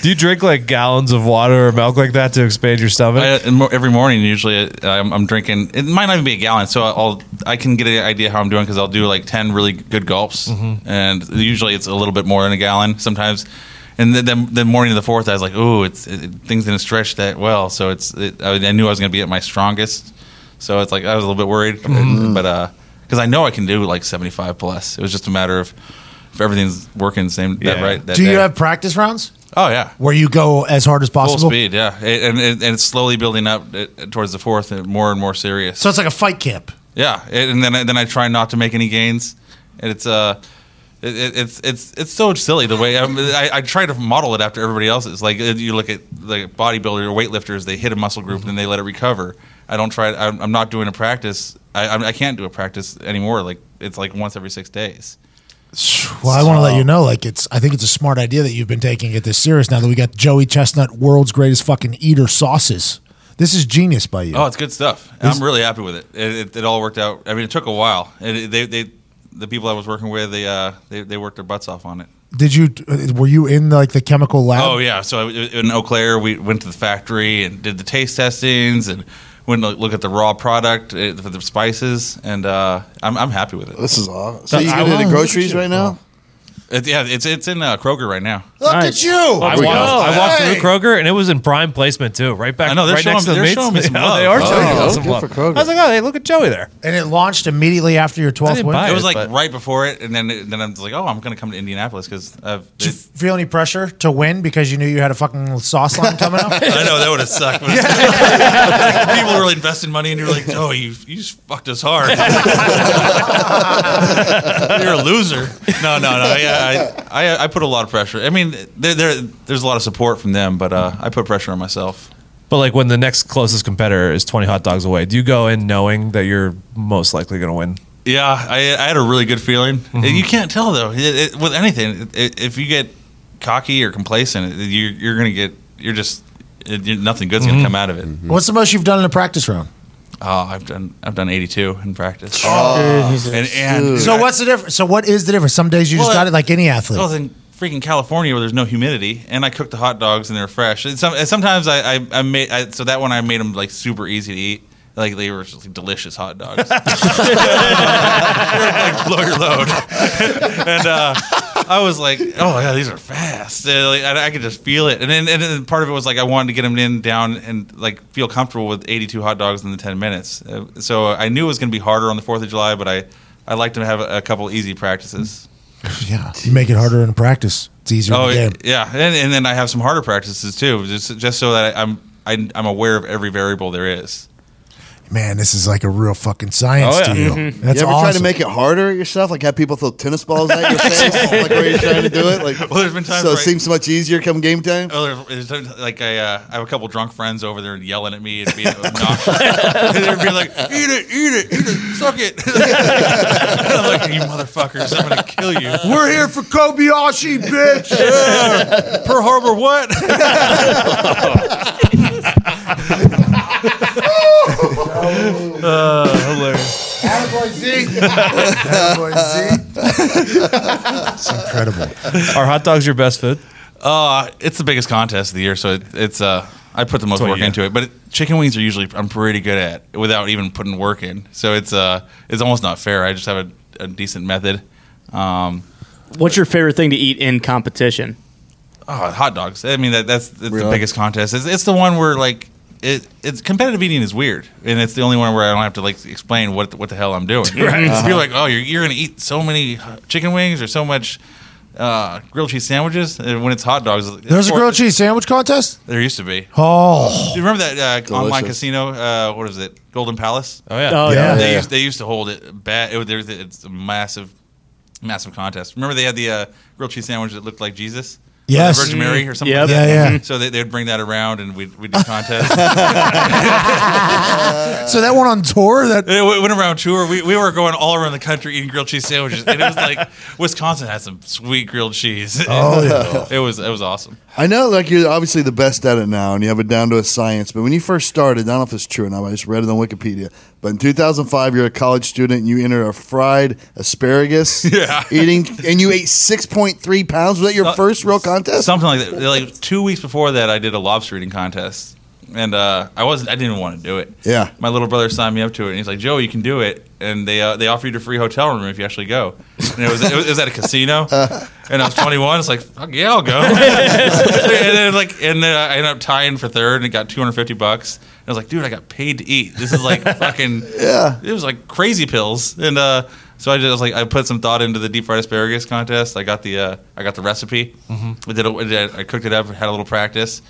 [SPEAKER 3] Do you drink like gallons of water or milk like that to expand your stomach?
[SPEAKER 10] I, and mo- every morning, usually, uh, I'm, I'm drinking. It might not even be a gallon, so I'll I can get an idea how I'm doing because I'll do like ten really good gulps, and usually it's a little bit more than a gallon sometimes. And then, then the morning of the fourth, I was like, "Ooh, it's it, it- things didn't stretch that well." So it's it, I, I knew I was going to be at my strongest, so it's like I was a little bit worried, and- but uh, because I know I can do like 75 plus. It was just a matter of if everything's working the same that
[SPEAKER 3] Yeah.
[SPEAKER 10] right. That
[SPEAKER 1] do you
[SPEAKER 10] day.
[SPEAKER 1] have practice rounds
[SPEAKER 10] Oh yeah.
[SPEAKER 1] where you go as hard as
[SPEAKER 10] Full
[SPEAKER 1] possible?
[SPEAKER 10] speed, yeah, It- and, and and it's slowly building up uh, towards the fourth, and more and more serious.
[SPEAKER 1] So it's like a fight camp.
[SPEAKER 10] yeah, and and then I, then I try not to make any gains, and it's uh, it, it- it's it's it's so silly the way I, I I try to model it after everybody else's. Like uh, you look at like bodybuilder or weightlifters, they hit a muscle group and they let it recover. I don't try. I'm, I'm not doing a practice. I I'm- I can't do a practice anymore. Like it's like once every six days.
[SPEAKER 1] Well, I want to let you know, like it's. I think it's a smart idea that you've been taking it this serious. Now that we got Joey Chestnut, world's greatest fucking eater sauces. This is genius by you.
[SPEAKER 10] Oh, it's good stuff. And I'm really happy with it. It, it. it all worked out. I mean, it took a while. It, it- they, they, the people I was working with, they, uh, they, they worked their butts off on it.
[SPEAKER 1] Did you? uh, Were you in like the chemical lab?
[SPEAKER 10] Oh yeah. So I- in Eau Claire, we went to the factory and did the taste testings and went to look at the raw product uh, for the spices, and uh, I'm, I'm happy with it.
[SPEAKER 2] This is awesome. So you get into groceries right now?
[SPEAKER 10] It- yeah, it's it's in uh, Kroger right now.
[SPEAKER 1] Look at you!
[SPEAKER 3] I
[SPEAKER 2] we
[SPEAKER 3] walked,
[SPEAKER 2] go.
[SPEAKER 3] I walked
[SPEAKER 2] Hey.
[SPEAKER 3] through Kroger and it was in prime placement too, right back.
[SPEAKER 10] I know, they're
[SPEAKER 3] right
[SPEAKER 10] showing-
[SPEAKER 3] next to the
[SPEAKER 10] they're
[SPEAKER 3] meats.
[SPEAKER 10] showing
[SPEAKER 3] [laughs]
[SPEAKER 10] me some
[SPEAKER 3] Yeah,
[SPEAKER 10] love.
[SPEAKER 3] They are
[SPEAKER 10] Oh,
[SPEAKER 3] showing me
[SPEAKER 2] good
[SPEAKER 3] some
[SPEAKER 2] for
[SPEAKER 3] love.
[SPEAKER 2] Kroger.
[SPEAKER 3] I was like, oh, hey, look at Joey there.
[SPEAKER 1] And it launched immediately after your twelfth
[SPEAKER 3] didn't
[SPEAKER 1] win.
[SPEAKER 3] buy
[SPEAKER 10] It was like
[SPEAKER 3] but-
[SPEAKER 10] right before it, and then then I'm just like, oh, I'm gonna come to Indianapolis because I've.
[SPEAKER 1] Did you feel any pressure to win because you knew you had a fucking sauce line coming
[SPEAKER 10] [laughs]
[SPEAKER 1] up?
[SPEAKER 10] I know that would have sucked. But [laughs] people really invested money, and you're like, "Oh, you you just fucked us hard. you're a loser." No, no, no. Yeah, I, I I put a lot of pressure. I mean, there, there there's a lot of support from them, but uh, I put pressure on myself.
[SPEAKER 3] But like when the next closest competitor is 20 hot dogs away, do you go in knowing that you're most likely going to win?
[SPEAKER 10] Yeah, I, I had a really good feeling. You can't tell though it, it, with anything. It, if you get cocky or complacent, you're you're gonna get you're just it, you- nothing good's gonna come out of it.
[SPEAKER 1] What's the most you've done in a practice round?
[SPEAKER 10] Oh, I've done I've done 82 in practice. Oh, and,
[SPEAKER 2] dude.
[SPEAKER 10] and
[SPEAKER 1] Oh, So what's the difference? So what is the difference? Some days you just
[SPEAKER 10] Well,
[SPEAKER 1] got it like any athlete.
[SPEAKER 10] I was in freaking California where there's no humidity, and I cooked the hot dogs and they're fresh. And some, and sometimes I, I, I made I, so that one I made them like super easy to eat. Like they were just like delicious hot dogs. like blow your load, [laughs] and uh, I was like, oh my god, these are fast. And, like, I, I could just feel it, and then and then part of it was like I wanted to get them in down and like feel comfortable with 82 hot dogs in the 10 minutes. Uh, so I knew it was going to be harder on the Fourth of July, but I I like to have a, a couple easy practices.
[SPEAKER 1] yeah, you make it harder in practice. It's easier
[SPEAKER 10] Oh
[SPEAKER 1] in the game.
[SPEAKER 10] yeah, and, and then I have some harder practices too, just just so that I, I'm I, am i am aware of every variable there is.
[SPEAKER 1] Man, this is like a real fucking science
[SPEAKER 10] Oh, yeah.
[SPEAKER 1] to you. That's
[SPEAKER 2] you ever
[SPEAKER 1] awesome.
[SPEAKER 2] try to
[SPEAKER 1] [laughs]
[SPEAKER 2] make it harder at yourself? Like have people throw tennis balls at your face, like where you're trying to do it. Like,
[SPEAKER 10] Well, there's been times
[SPEAKER 2] so it
[SPEAKER 10] where I-
[SPEAKER 2] seems much easier come game time.
[SPEAKER 10] Oh, there's, there's like I, uh, I have a couple drunk friends over there yelling at me and being obnoxious. [laughs] They're being like, "Eat it, eat it, eat it, suck it." [laughs] I'm like, "You motherfuckers, I'm gonna kill you." We're here for Kobayashi, bitch. [laughs] yeah. Pearl Harbor, what?
[SPEAKER 1] Incredible.
[SPEAKER 3] Are hot dogs your best food?
[SPEAKER 10] Uh, it's the biggest contest of the year, so it, it's uh, I put the most
[SPEAKER 3] what
[SPEAKER 10] work
[SPEAKER 3] you
[SPEAKER 10] into it. But it, chicken wings are usually I'm pretty good at without even putting work in. So it's uh, it's almost not fair. I just have a, a decent method. Um,
[SPEAKER 11] What's your favorite thing to eat in competition?
[SPEAKER 10] oh, hot dogs. I mean that that's, that's the
[SPEAKER 2] Really?
[SPEAKER 10] biggest contest. It's, it's the one where like it, it's competitive eating is weird, and it's the only one where I don't have to like explain what what the hell I'm doing. [laughs] Right?
[SPEAKER 3] Uh-huh.
[SPEAKER 10] You're like, oh, you're you're gonna eat so many uh, chicken wings or so much. Uh, grilled cheese sandwiches, and when it's hot dogs,
[SPEAKER 1] There's a
[SPEAKER 10] or-
[SPEAKER 1] grilled cheese sandwich contest.
[SPEAKER 10] There used to be.
[SPEAKER 2] [laughs]
[SPEAKER 1] Oh,
[SPEAKER 10] Do you remember that uh, online
[SPEAKER 2] Delicious.
[SPEAKER 10] casino? Uh, what is it? Golden Palace.
[SPEAKER 3] Oh yeah.
[SPEAKER 11] Oh,
[SPEAKER 1] yeah.
[SPEAKER 10] They, used, they used to hold it bad. It, was- there was- it's a massive, massive contest. Remember they had the uh, grilled cheese sandwich that looked like Jesus.
[SPEAKER 1] Yes.
[SPEAKER 10] the Virgin Mary or something.
[SPEAKER 1] Yep.
[SPEAKER 10] like that.
[SPEAKER 1] Yeah, yeah.
[SPEAKER 10] So they, they'd bring that around and we'd, we'd do
[SPEAKER 1] [laughs]
[SPEAKER 10] contests. [laughs]
[SPEAKER 1] so that went on tour. That
[SPEAKER 10] It went around tour. We, we were going all around the country eating grilled cheese sandwiches, and it was like [laughs] Wisconsin had some sweet grilled cheese.
[SPEAKER 2] Oh,
[SPEAKER 10] [laughs]
[SPEAKER 2] yeah.
[SPEAKER 10] it was it was awesome.
[SPEAKER 2] [laughs] I know, like you're obviously the best at it now, and you have it down to a science. But when you first started, I don't know if it's true or not. but I just read it on Wikipedia. But in 2005, you're a college student, and you entered a fried asparagus
[SPEAKER 10] [laughs] Yeah.
[SPEAKER 2] eating, and you ate 6.3 pounds. Was that your
[SPEAKER 10] So-
[SPEAKER 2] first real contest?
[SPEAKER 10] Something like that. Like two weeks before that, I did a lobster eating contest, and uh, I wasn't. I didn't want to do it.
[SPEAKER 2] Yeah.
[SPEAKER 10] My little brother signed me up to it, and he's like, "Joe, you can do it." And they uh, they offer you a free hotel room if you actually go. And it was it was, it was at a casino,
[SPEAKER 2] [laughs] Uh-huh.
[SPEAKER 10] and I was 21. It's like, fuck yeah, I'll go. and then like, and then I ended up tying for third, and got 250 bucks. And I was like, dude, I got paid to eat. This is
[SPEAKER 2] [laughs]
[SPEAKER 10] like fucking.
[SPEAKER 2] Yeah.
[SPEAKER 10] It was like crazy pills, and uh, so I just like I put some thought into the deep fried asparagus contest. I got the uh, I got the recipe. I did, a, I did- I cooked it up, had a little practice,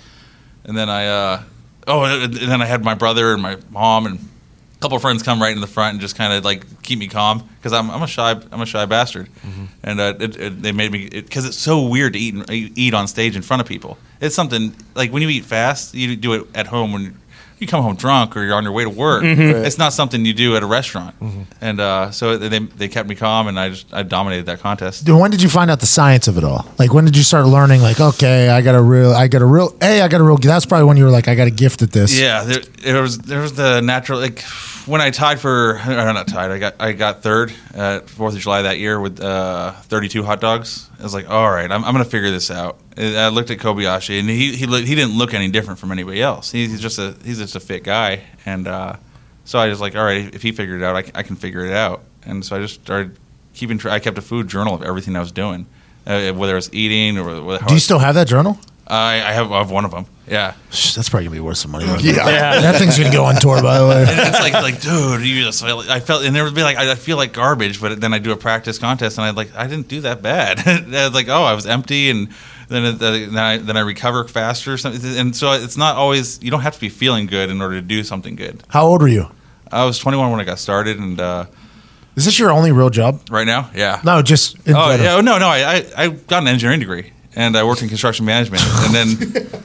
[SPEAKER 10] and then I uh, oh, and and then I had my brother and my mom and a couple of friends come right in the front and just kind of like keep me calm because I'm, I'm a shy I'm a shy bastard,
[SPEAKER 3] Mm-hmm.
[SPEAKER 10] and uh, it, it, they made me because it's so weird to eat in- eat on stage in front of people. It's something like when you eat fast, you do it at home when you come home drunk or you're on your way to work.
[SPEAKER 2] Mhm. Right.
[SPEAKER 10] It's not something you do at a restaurant, and uh, so they they kept me calm and I just I dominated that contest.
[SPEAKER 1] Dude, when did you find out the science of it all? Like, when did you start learning? Like, okay, I got a real, I got a real, hey, I got a real. That's probably when you were like, I got a gift at this.
[SPEAKER 10] Yeah, there, there was there was the natural like when I tied for or not tied. I got I got third at Fourth of July that year with uh, 32 hot dogs. I was like, all right, I'm, I'm gonna figure this out. And I looked at Kobayashi and he he looked, he didn't look any different from anybody else. He's just a he's just a fit guy, and uh, so I was like, all right, if he figured it out, I, c- I can figure it out. And so I just started keeping track. I kept a food journal of everything I was doing, uh, whether it was eating or whether, how
[SPEAKER 1] Do you still have that journal?
[SPEAKER 10] I, I have I have one of them. Yeah.
[SPEAKER 1] Shh, That's probably gonna be worth some money.
[SPEAKER 10] Yeah.
[SPEAKER 1] that thing's gonna go on tour. By the
[SPEAKER 10] And
[SPEAKER 1] way, [laughs]
[SPEAKER 10] it's like like dude, you just feel, I felt and there would be like I I feel like garbage, but then I do a practice contest and I like I didn't do that bad. [laughs] And I was like oh I was empty and then it- then I then I recover faster or something. And so it's not always you don't have to be feeling good in order to do something good.
[SPEAKER 1] how old were you?
[SPEAKER 10] I was 21 when I got started and uh,
[SPEAKER 1] Is this your only real job?
[SPEAKER 10] right now yeah.
[SPEAKER 1] No, just in
[SPEAKER 10] Oh
[SPEAKER 1] general.
[SPEAKER 10] yeah, oh, no, no. I, I I got an engineering degree and I worked in construction management and then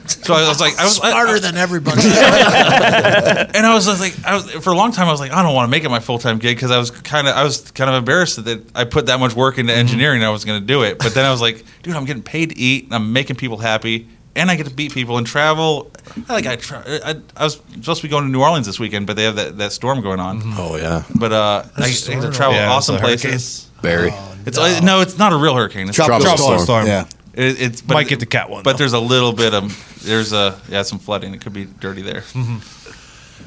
[SPEAKER 10] so I was like I was I,
[SPEAKER 1] smarter than everybody.
[SPEAKER 10] [laughs] and I was just like, I was, for a long time, I was like, I don't want to make it my full time gig because I was kind of, I was kind of embarrassed that I put that much work
[SPEAKER 3] Mm-hmm.
[SPEAKER 10] into engineering. and I was going to do it, but then I was like, dude, I'm getting paid to eat, and I'm making people happy, and I get to beat people and travel. I Like I, tra- I, I was supposed to be going to New Orleans this weekend, but they have that, that storm going on.
[SPEAKER 7] Oh yeah,
[SPEAKER 10] But uh, I, I get to travel
[SPEAKER 3] Mm-hmm. Yeah,
[SPEAKER 10] awesome
[SPEAKER 3] it's a hurricane.
[SPEAKER 10] places.
[SPEAKER 7] Barry.
[SPEAKER 10] It's uh, no, it's not a real hurricane. It's
[SPEAKER 2] Tropical
[SPEAKER 7] Tropical storm.
[SPEAKER 2] storm. Yeah.
[SPEAKER 10] It, it's but
[SPEAKER 3] Might get the cat one.
[SPEAKER 10] But
[SPEAKER 3] though.
[SPEAKER 10] there's a little bit of there's a yeah some flooding. It could be dirty there.
[SPEAKER 1] Mm-hmm.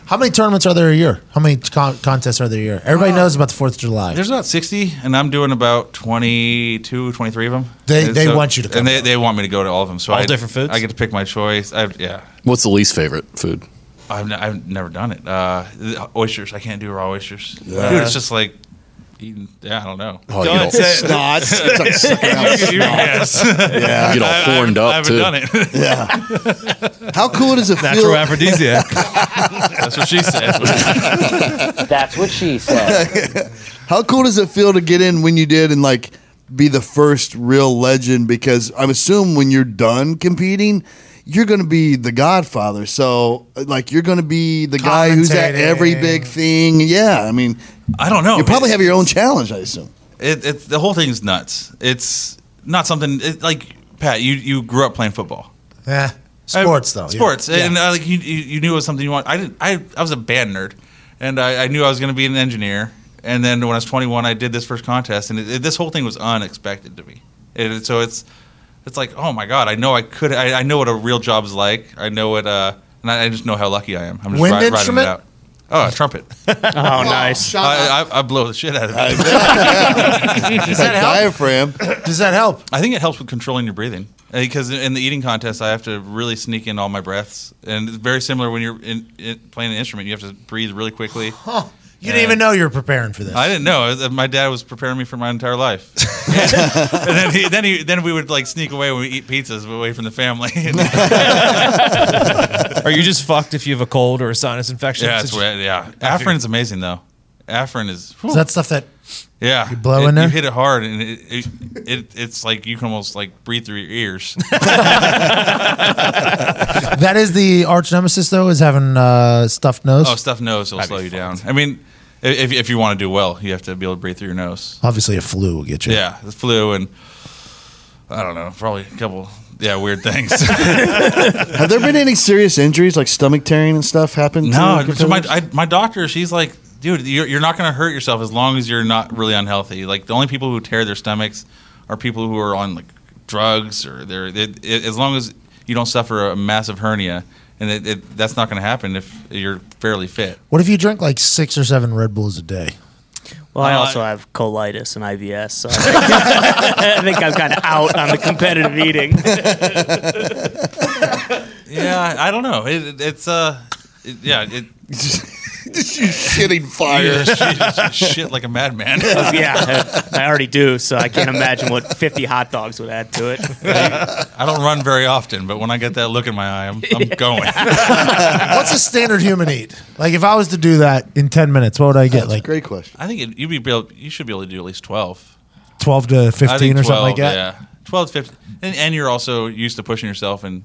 [SPEAKER 1] How many tournaments are there a year? How many con- contests are there a year? Everybody knows about the Fourth of July.
[SPEAKER 10] There's about 60, and I'm doing about 22, 23 of them.
[SPEAKER 1] They-
[SPEAKER 10] And
[SPEAKER 1] they want you to come
[SPEAKER 10] And they, they want me to go to all of them. So
[SPEAKER 3] All
[SPEAKER 10] I,
[SPEAKER 3] different foods?
[SPEAKER 10] I get to pick my choice. I, yeah.
[SPEAKER 7] What's the least favorite
[SPEAKER 10] [laughs]
[SPEAKER 7] food?
[SPEAKER 10] I've, n- I've never done it. Uh, the- oysters. I can't do raw oysters. Dude, it's just like eating. Yeah, I don't know.
[SPEAKER 7] Oh, you
[SPEAKER 3] Don't
[SPEAKER 7] get all,
[SPEAKER 10] [laughs]
[SPEAKER 3] say-
[SPEAKER 2] Snots. It's like sucking out snot.
[SPEAKER 10] Yes.
[SPEAKER 2] Yeah.
[SPEAKER 7] you get all
[SPEAKER 10] [laughs] I- I
[SPEAKER 7] horned
[SPEAKER 10] haven't-
[SPEAKER 7] up
[SPEAKER 10] I haven't
[SPEAKER 7] too.
[SPEAKER 10] done it. [laughs]
[SPEAKER 2] How cool does it
[SPEAKER 3] natural
[SPEAKER 2] feel?
[SPEAKER 3] aphrodisiac.
[SPEAKER 10] That's what she said.
[SPEAKER 12] [laughs] That's what she said.
[SPEAKER 2] [laughs]
[SPEAKER 10] [laughs]
[SPEAKER 2] How cool does it feel to get in when you did and like be the first real legend? Because I'm assuming when you're done competing, you're going to be the Godfather. So like you're going to be the guy who's at every
[SPEAKER 1] Commentating.
[SPEAKER 2] big thing. Yeah, I mean,
[SPEAKER 10] I don't know.
[SPEAKER 2] you probably
[SPEAKER 10] It-
[SPEAKER 2] have your own challenge.
[SPEAKER 10] [laughs]
[SPEAKER 2] I assume.
[SPEAKER 10] it, it the whole thing's nuts. It's not something it, like Pat. You you grew up playing football.
[SPEAKER 1] Eh, sports
[SPEAKER 10] I-
[SPEAKER 1] though. yeah.
[SPEAKER 10] Sports,
[SPEAKER 1] Yeah.
[SPEAKER 10] and uh, like you, you, you knew it was something you want. I didn't. I, I was a band nerd, and I, I knew I was going to be an engineer. And then when I was 21, I did this first contest, and it, it- this whole thing was unexpected to me. It, so it's it's like, oh my god, I know I could. I, I know what a real job's like. I know what. Uh, and I, I just know how lucky I am. I'm just
[SPEAKER 1] Wind
[SPEAKER 10] ri- riding it
[SPEAKER 1] instrument?
[SPEAKER 10] out. Oh, a trumpet!
[SPEAKER 11] Oh, nice.
[SPEAKER 10] I, I, I blow the shit out of it. [laughs]
[SPEAKER 2] Does that diaphragm.
[SPEAKER 1] Does that help?
[SPEAKER 10] I think it helps with controlling your breathing because in the eating contest, I have to really sneak in all my breaths, and it's very similar when you're in, in, playing an instrument. You have to breathe really
[SPEAKER 1] [laughs]
[SPEAKER 10] quickly.
[SPEAKER 1] You didn't even know you were preparing for this.
[SPEAKER 10] I didn't know. Uh, My dad was preparing me for my entire
[SPEAKER 1] [laughs]
[SPEAKER 10] life, and then he, then he, then we would like sneak away when we eat pizzas away from the family. [laughs] yeah,
[SPEAKER 3] Are you just fucked if you have a cold or a sinus infection?
[SPEAKER 10] it's weird, yeah. Afrin's amazing though. Afrin is.
[SPEAKER 1] Is that stuff that
[SPEAKER 10] Yeah,
[SPEAKER 1] You blowing
[SPEAKER 10] it,
[SPEAKER 1] there?
[SPEAKER 10] You hit it hard, and it, it, it it's like you can almost like breathe through your
[SPEAKER 1] [laughs]
[SPEAKER 10] ears.
[SPEAKER 1] that is the arch nemesis, though, is having uh, stuffed nose.
[SPEAKER 10] oh, stuff nose will slow you down. I mean, i- if if you want to do well, you have to be able to breathe through your nose.
[SPEAKER 1] Obviously, a flu will get you.
[SPEAKER 10] Yeah, the flu and I don't know, probably a couple. Yeah, weird
[SPEAKER 1] [laughs]
[SPEAKER 10] things. [laughs]
[SPEAKER 2] Have there been any serious injuries like stomach tearing and stuff happened?
[SPEAKER 10] No,
[SPEAKER 2] to
[SPEAKER 10] so my
[SPEAKER 2] competitors?
[SPEAKER 10] I, my doctor, she's like, dude, you're, you're not going to hurt yourself as long as you're not really unhealthy. Like the only people who tear their stomachs are people who are on like drugs or they're they, it, as long as you don't suffer a massive hernia, and it, it, that's not going to happen if you're fairly fit.
[SPEAKER 1] What if you drink like six or seven Red Bulls a day?
[SPEAKER 9] Well, I
[SPEAKER 10] Uh, [laughs]
[SPEAKER 9] also have colitis and IBS, so I think, [laughs] I think I'm kind of out on the competitive eating.
[SPEAKER 10] Yeah, I don't know. It, it- it's uh, it, yeah, it.
[SPEAKER 2] [laughs] Just you
[SPEAKER 10] [laughs]
[SPEAKER 2] shitting fire.
[SPEAKER 10] shit like a madman.
[SPEAKER 9] [laughs] yeah, I already do, so I can't imagine what 50 hot dogs would add to it.
[SPEAKER 10] I don't run very often, but when I get that look in my eye, I'm, I'm going.
[SPEAKER 1] What's a standard human eat? Like, if I was to do that in 10 minutes, what would I get? Like
[SPEAKER 2] great question.
[SPEAKER 10] I think it, you'd be able, you should be able to do at least twelve.
[SPEAKER 1] 12 to 15
[SPEAKER 10] I think
[SPEAKER 1] or something
[SPEAKER 10] 12,
[SPEAKER 1] like that?
[SPEAKER 10] Yeah, twelve to fifteen, and, and you're also used to pushing yourself. And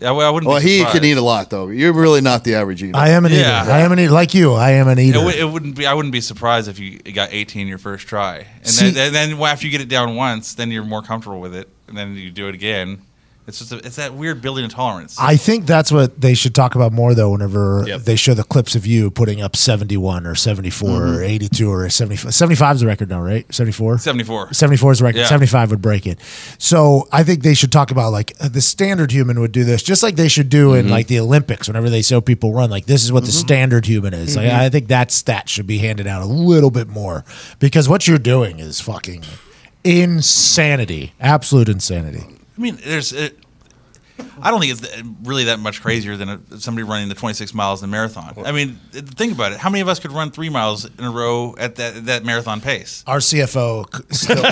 [SPEAKER 10] I, I wouldn't.
[SPEAKER 2] Well,
[SPEAKER 10] be
[SPEAKER 2] he
[SPEAKER 10] surprised.
[SPEAKER 2] can eat a lot though. You're really not the average eater.
[SPEAKER 1] I am an
[SPEAKER 10] Yeah.
[SPEAKER 1] eater. I am an eater. Like you, I am an
[SPEAKER 10] It,
[SPEAKER 1] eater.
[SPEAKER 10] wou- it wouldn't be. I wouldn't be surprised if you got 18 your first try, and
[SPEAKER 1] See-
[SPEAKER 10] then, then, then after you get it down once, then you're more comfortable with it, and then you do it again. It's just a, it's that weird building tolerance.
[SPEAKER 1] I think that's what they should talk about more, though, whenever
[SPEAKER 10] Yep.
[SPEAKER 1] they show the clips of you putting up 71 or 74 or
[SPEAKER 10] Mhm.
[SPEAKER 1] 82 or 75. 75 is the record now, right? 74?
[SPEAKER 10] 74.
[SPEAKER 1] 74 is the record.
[SPEAKER 10] Yeah.
[SPEAKER 1] 75 would break it. So I think they should talk about like uh, the standard human would do this, just like they should do in
[SPEAKER 10] Mm-hmm.
[SPEAKER 13] Mhm.
[SPEAKER 1] like the Olympics whenever they show people run. Like, this is what the standard human is. Like,
[SPEAKER 10] Mm-hmm.
[SPEAKER 13] Mhm.
[SPEAKER 1] I think that stat should be handed out a little bit more because what you're doing is fucking insanity, absolute insanity.
[SPEAKER 10] I mean, there's. It, I don't think it's th- really that much crazier than a, somebody running the 26 miles in a marathon. I mean, th- think about it. How many of us could run three miles in a row at that that marathon
[SPEAKER 1] [laughs]
[SPEAKER 10] pace?
[SPEAKER 1] Our CFO, c- still,
[SPEAKER 10] [laughs]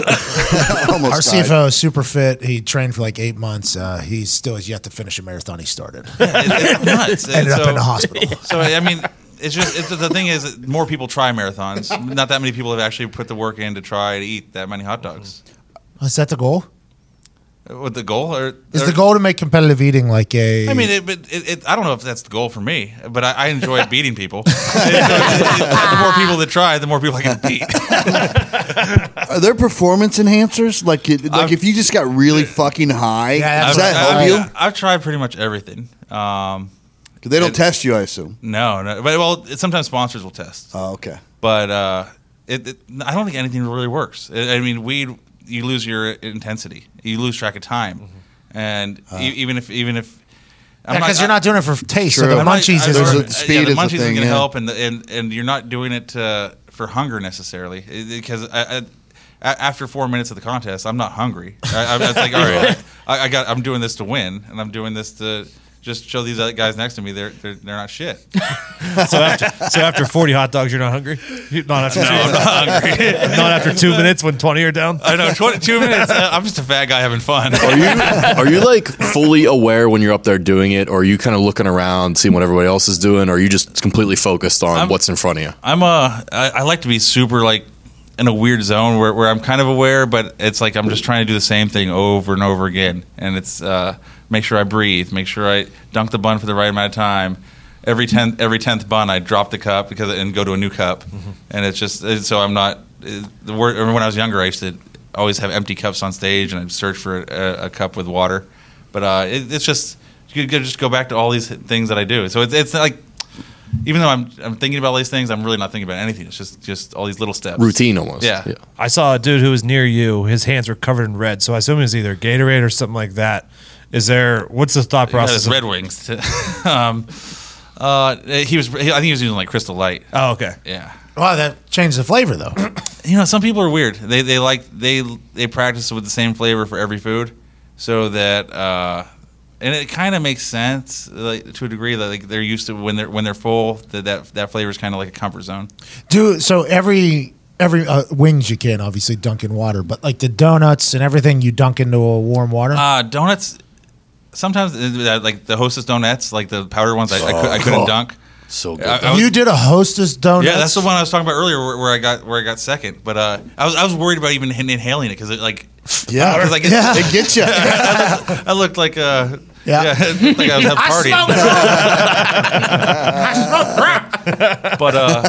[SPEAKER 10] Almost
[SPEAKER 1] our
[SPEAKER 10] died.
[SPEAKER 1] CFO, is super fit. He trained for like eight months. Uh, he still has yet to finish a marathon he started. [laughs]
[SPEAKER 10] It's nuts.
[SPEAKER 1] Ended
[SPEAKER 10] And
[SPEAKER 1] up in the hospital.
[SPEAKER 10] [laughs] So I mean, it's just it's, the thing is, that more people try marathons. Not that many people have actually put the work in to try to eat that many hot dogs.
[SPEAKER 1] Is that the goal?
[SPEAKER 10] With the goal, or,
[SPEAKER 1] Mm-hmm. Is
[SPEAKER 10] or-
[SPEAKER 1] the goal to make competitive eating like a?
[SPEAKER 10] I mean, it, but it, it, I don't know if that's the goal for me, but I, I enjoy beating
[SPEAKER 1] [laughs]
[SPEAKER 10] people. So it's- it's- the more people that try, the more people I can beat.
[SPEAKER 2] Are there performance enhancers? Like, it, like if you just got really fucking high, does that help
[SPEAKER 10] I've,
[SPEAKER 2] you?
[SPEAKER 10] I've, I've tried pretty much everything. Um,
[SPEAKER 2] they don't test you, I assume.
[SPEAKER 10] No, no. But well, it, sometimes sponsors will test.
[SPEAKER 2] Oh, okay.
[SPEAKER 10] But uh, it, it, I don't think anything really works. I I mean, weed, you lose your intensity, you lose track of time,
[SPEAKER 1] Mm-hmm.
[SPEAKER 10] and e- even if even if I'm
[SPEAKER 1] because Uh-huh. you're not doing it for taste. So
[SPEAKER 10] True.
[SPEAKER 1] the
[SPEAKER 10] I'm not-
[SPEAKER 1] munchies
[SPEAKER 10] I'm
[SPEAKER 1] is
[SPEAKER 10] not-
[SPEAKER 1] a,
[SPEAKER 10] yeah, the munchies is going to help, and, the, and and you're not doing it uh for hunger necessarily because I, I, a- after four minutes of the contest, I'm not hungry. I, I, it's like all right, I, I got. I'm doing this to win, and I'm doing this to just show these other guys next to me they're they're, they're not shit.
[SPEAKER 3] [laughs] so after so after forty hot dogs, you're not hungry. You're not after
[SPEAKER 10] No,
[SPEAKER 3] two-
[SPEAKER 10] I'm not hungry.
[SPEAKER 3] [laughs] not after two minutes when twenty are down.
[SPEAKER 10] I know 22 minutes. uh, I'm just a fat guy having fun.
[SPEAKER 7] Are you are you like fully aware when you're up there doing it, or are you kind of looking around, seeing what everybody else is doing, or are you just completely focused on what's in front of you?
[SPEAKER 10] I'm uh, I, I like to be super like in a weird zone where, where I'm kind of aware, but it's like I'm just trying to do the same thing over and over again. And it's uh, make sure I breathe, make sure I dunk the bun for the right amount of time. Every tenth every tenth bun, I drop the cup because and go to a new cup. And it's just it's- so I'm not. it- The word, or when I was younger, I used to always have empty cups on stage, and I'd search for a, a cup with water. But uh, it, it's just you could just go back to all these things that I do. So it's it's like even though I'm I'm thinking about all these things, I'm really not thinking about anything. It's just just all these little steps. Yeah.
[SPEAKER 3] I saw a dude who was near you. His hands were covered in red, so I assume it was either Gatorade or something like that. Is there? What's the thought
[SPEAKER 10] That
[SPEAKER 3] process?
[SPEAKER 10] is
[SPEAKER 3] of-
[SPEAKER 10] Red Wings. [laughs] um, uh, he was. he- I think he was using like Crystal Light.
[SPEAKER 3] Oh, okay.
[SPEAKER 10] Yeah.
[SPEAKER 1] Wow, that changed the flavor
[SPEAKER 10] [coughs]
[SPEAKER 1] though.
[SPEAKER 10] You know, some people are weird. They they like they they practice with the same flavor for every food, so that uh, and it kind of makes sense like to a degree that like they're used to when they're when they're full that that, that flavor is kind of like a comfort zone.
[SPEAKER 1] Do so every every uh, wings you can obviously dunk in water, but like the donuts and everything you dunk into a warm water.
[SPEAKER 10] Uh, donuts. Sometimes uh, like the Hostess donuts, like the powder ones, I, I, could, I couldn't
[SPEAKER 1] Oh.
[SPEAKER 10] dunk.
[SPEAKER 7] So
[SPEAKER 10] good. I- I was-
[SPEAKER 1] you did a Hostess donut.
[SPEAKER 10] Yeah,
[SPEAKER 1] [laughs]
[SPEAKER 10] that's the one I was talking about earlier, where, where I got where I got second. But uh, I was I was worried about even in- inhaling it because it like
[SPEAKER 1] Yeah.
[SPEAKER 10] I [laughs] was like,
[SPEAKER 1] Yeah.
[SPEAKER 2] It gets ya.
[SPEAKER 10] I, looked, I looked like uh
[SPEAKER 1] Yeah.
[SPEAKER 10] yeah, [laughs] I like I was at a
[SPEAKER 1] I
[SPEAKER 10] party. [laughs]
[SPEAKER 1] smell
[SPEAKER 10] but uh,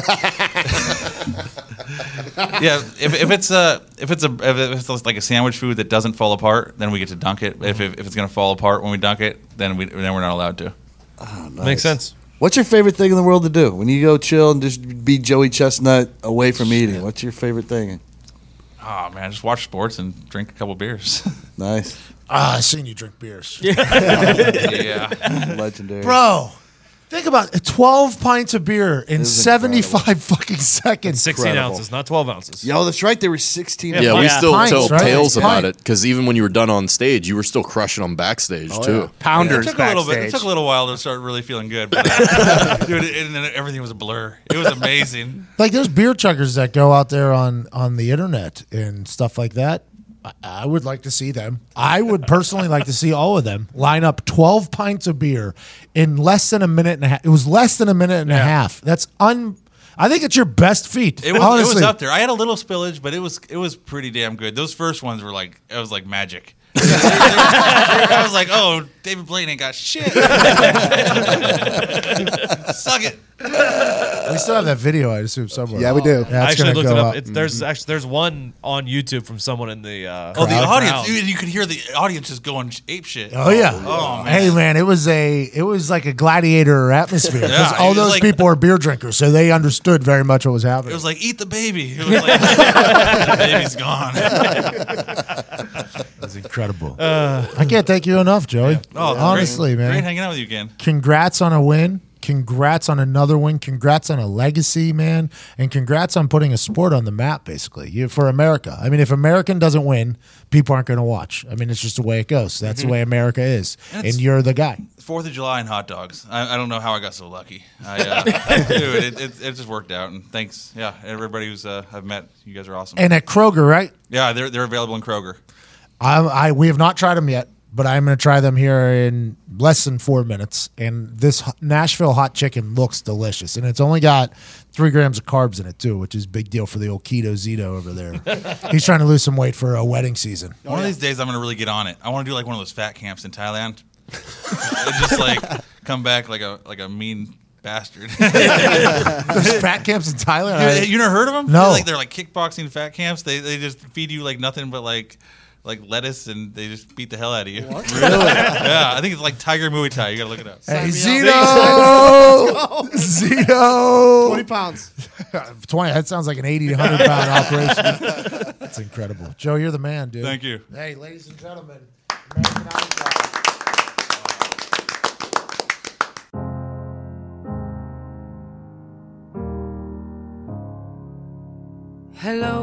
[SPEAKER 10] yeah, if, if it's a if it's a if it's like a sandwich food that doesn't fall apart, then we get to dunk it. If, if, if it's gonna fall apart when we dunk it, then we then we're not allowed to.
[SPEAKER 2] Ah,
[SPEAKER 3] Makes sense.
[SPEAKER 2] What's your favorite thing in the world to do when you go chill and just be Joey Chestnut away from eating? What's your favorite thing?
[SPEAKER 10] Oh man, just watch sports and drink a couple beers.
[SPEAKER 2] Nice.
[SPEAKER 1] Ah, I seen you
[SPEAKER 10] [laughs]
[SPEAKER 1] drink beers.
[SPEAKER 10] Yeah.
[SPEAKER 2] Legendary.
[SPEAKER 1] Bro, think about it. 12 pints of beer in 75 fucking seconds.
[SPEAKER 3] 16 ounces, not 12 ounces.
[SPEAKER 2] Yo, Oh, that's right. They were 16.
[SPEAKER 7] Yeah, we still
[SPEAKER 1] Pints,
[SPEAKER 7] tell
[SPEAKER 1] right?
[SPEAKER 7] tales
[SPEAKER 1] Pints.
[SPEAKER 7] about it because even when you were done on stage, you were still crushing them backstage
[SPEAKER 1] Oh,
[SPEAKER 7] too.
[SPEAKER 1] yeah.
[SPEAKER 10] It took a little bit. It took a little while to start really feeling good, [laughs] but, uh, dude, it- and then everything was a blur. It was amazing.
[SPEAKER 1] Like there's beer chuggers that go out there on on the internet and stuff like that. I, I would like to see them. I would personally like to see all of them line up 12 pints of beer in less than a minute and a half. It was less than a minute and a half. That's un. I think it's your best feat.
[SPEAKER 10] It was,
[SPEAKER 1] honestly.
[SPEAKER 10] it was up there. I had a little spillage, but it was it was pretty damn good. Those first ones were like it was like magic. [laughs] I was like, oh, David Blaine ain't got shit. [laughs] Suck it.
[SPEAKER 1] We still have that video, I assume, somewhere.
[SPEAKER 4] Yeah, we do.
[SPEAKER 1] Yeah,
[SPEAKER 3] I
[SPEAKER 1] it's
[SPEAKER 3] actually
[SPEAKER 1] gonna
[SPEAKER 3] looked
[SPEAKER 1] go
[SPEAKER 3] it up.
[SPEAKER 1] up. Mm-hmm.
[SPEAKER 3] It's, there's actually there's one on YouTube from someone in the uh,
[SPEAKER 10] Oh, the
[SPEAKER 3] crowd.
[SPEAKER 10] audience! You, you could hear the audience just going ape shit.
[SPEAKER 1] Oh yeah!
[SPEAKER 10] Oh man!
[SPEAKER 1] Hey man, it was a it was like a gladiator atmosphere 'cause
[SPEAKER 10] Yeah, it
[SPEAKER 1] all
[SPEAKER 10] was
[SPEAKER 1] those
[SPEAKER 10] like-
[SPEAKER 1] people are beer drinkers, so they understood very much what was
[SPEAKER 10] It
[SPEAKER 1] happening.
[SPEAKER 10] was like eat the baby. It
[SPEAKER 3] [laughs]
[SPEAKER 10] was like [laughs] the baby's gone. [laughs]
[SPEAKER 1] [laughs] It's incredible. Uh, I can't thank you enough, Joey.
[SPEAKER 10] Oh,
[SPEAKER 1] Honestly,
[SPEAKER 10] great,
[SPEAKER 1] man.
[SPEAKER 10] great hanging out with you again.
[SPEAKER 1] Congrats on a win. Congrats on another win. Congrats on a legacy, man. And congrats on putting a sport on the map, basically, you, for America. I mean, if American doesn't win, people aren't going to watch. I mean, it's just the way it goes. That's
[SPEAKER 10] Mhm.
[SPEAKER 1] the way America is.
[SPEAKER 10] And
[SPEAKER 1] And,
[SPEAKER 10] it's-
[SPEAKER 1] you're the guy.
[SPEAKER 10] Fourth of July and hot dogs. I, I don't know how I got so lucky. I, uh, dude, it, it, it just worked out. And thanks, yeah, everybody who's uh, I've met. You guys are awesome.
[SPEAKER 1] And at Kroger, right?
[SPEAKER 10] yeah, they're they're available in Kroger.
[SPEAKER 1] I, I we have not tried them yet, but I'm going to try them here in less than four minutes. And this h- Nashville hot chicken looks delicious, and it's only got three grams of carbs in it too, which is a big deal for the old keto Zito
[SPEAKER 10] [laughs]
[SPEAKER 1] over there. He's trying to lose some weight for a wedding season.
[SPEAKER 10] One of these days, I'm gonna really get on it. I want to do like one of those fat camps in Thailand. [laughs] and just like come back like a like a mean bastard.
[SPEAKER 1] [laughs] There's
[SPEAKER 10] [laughs]
[SPEAKER 1] fat camps in Thailand.
[SPEAKER 10] You-
[SPEAKER 1] I-
[SPEAKER 10] you, never heard of them?
[SPEAKER 1] No.
[SPEAKER 10] They're like they're like kickboxing fat camps. They they just feed you like nothing but like like lettuce and they just beat the hell out of you. really? [laughs] Yeah, I think it's like Tiger Muay Thai. You gotta look it up.
[SPEAKER 1] Hey,
[SPEAKER 10] Sign me
[SPEAKER 1] Zito!
[SPEAKER 10] [laughs] up.
[SPEAKER 1] Zito!
[SPEAKER 4] 20 pounds.
[SPEAKER 1] [laughs] 20. That sounds like an 80 to
[SPEAKER 10] [laughs]
[SPEAKER 8] [laughs]
[SPEAKER 1] 100 pound operation. That's incredible. Joe, you're the man, dude.
[SPEAKER 10] Thank you.
[SPEAKER 1] Hey, ladies and gentlemen.
[SPEAKER 13] Hello,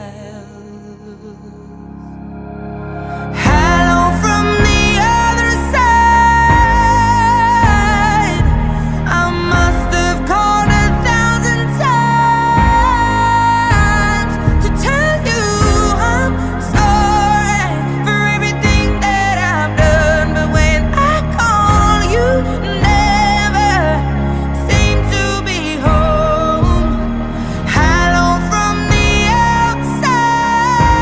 [SPEAKER 13] Hello from the other side. I must have called a thousand times to tell you I'm sorry for everything that I've done. But when I call, you never seem to be home. Hello from the outside.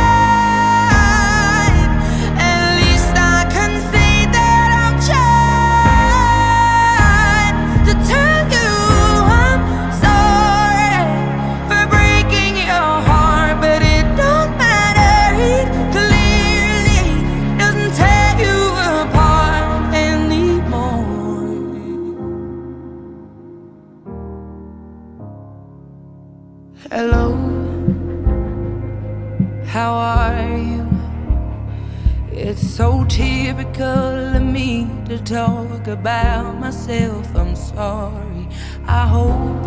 [SPEAKER 13] Hello, how are you? It's so typical of me to talk about myself. I'm sorry. I hope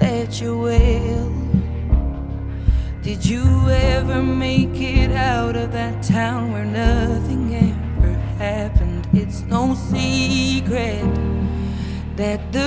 [SPEAKER 13] that you will. Did you ever make it out of that town where nothing ever happened? It's no secret that the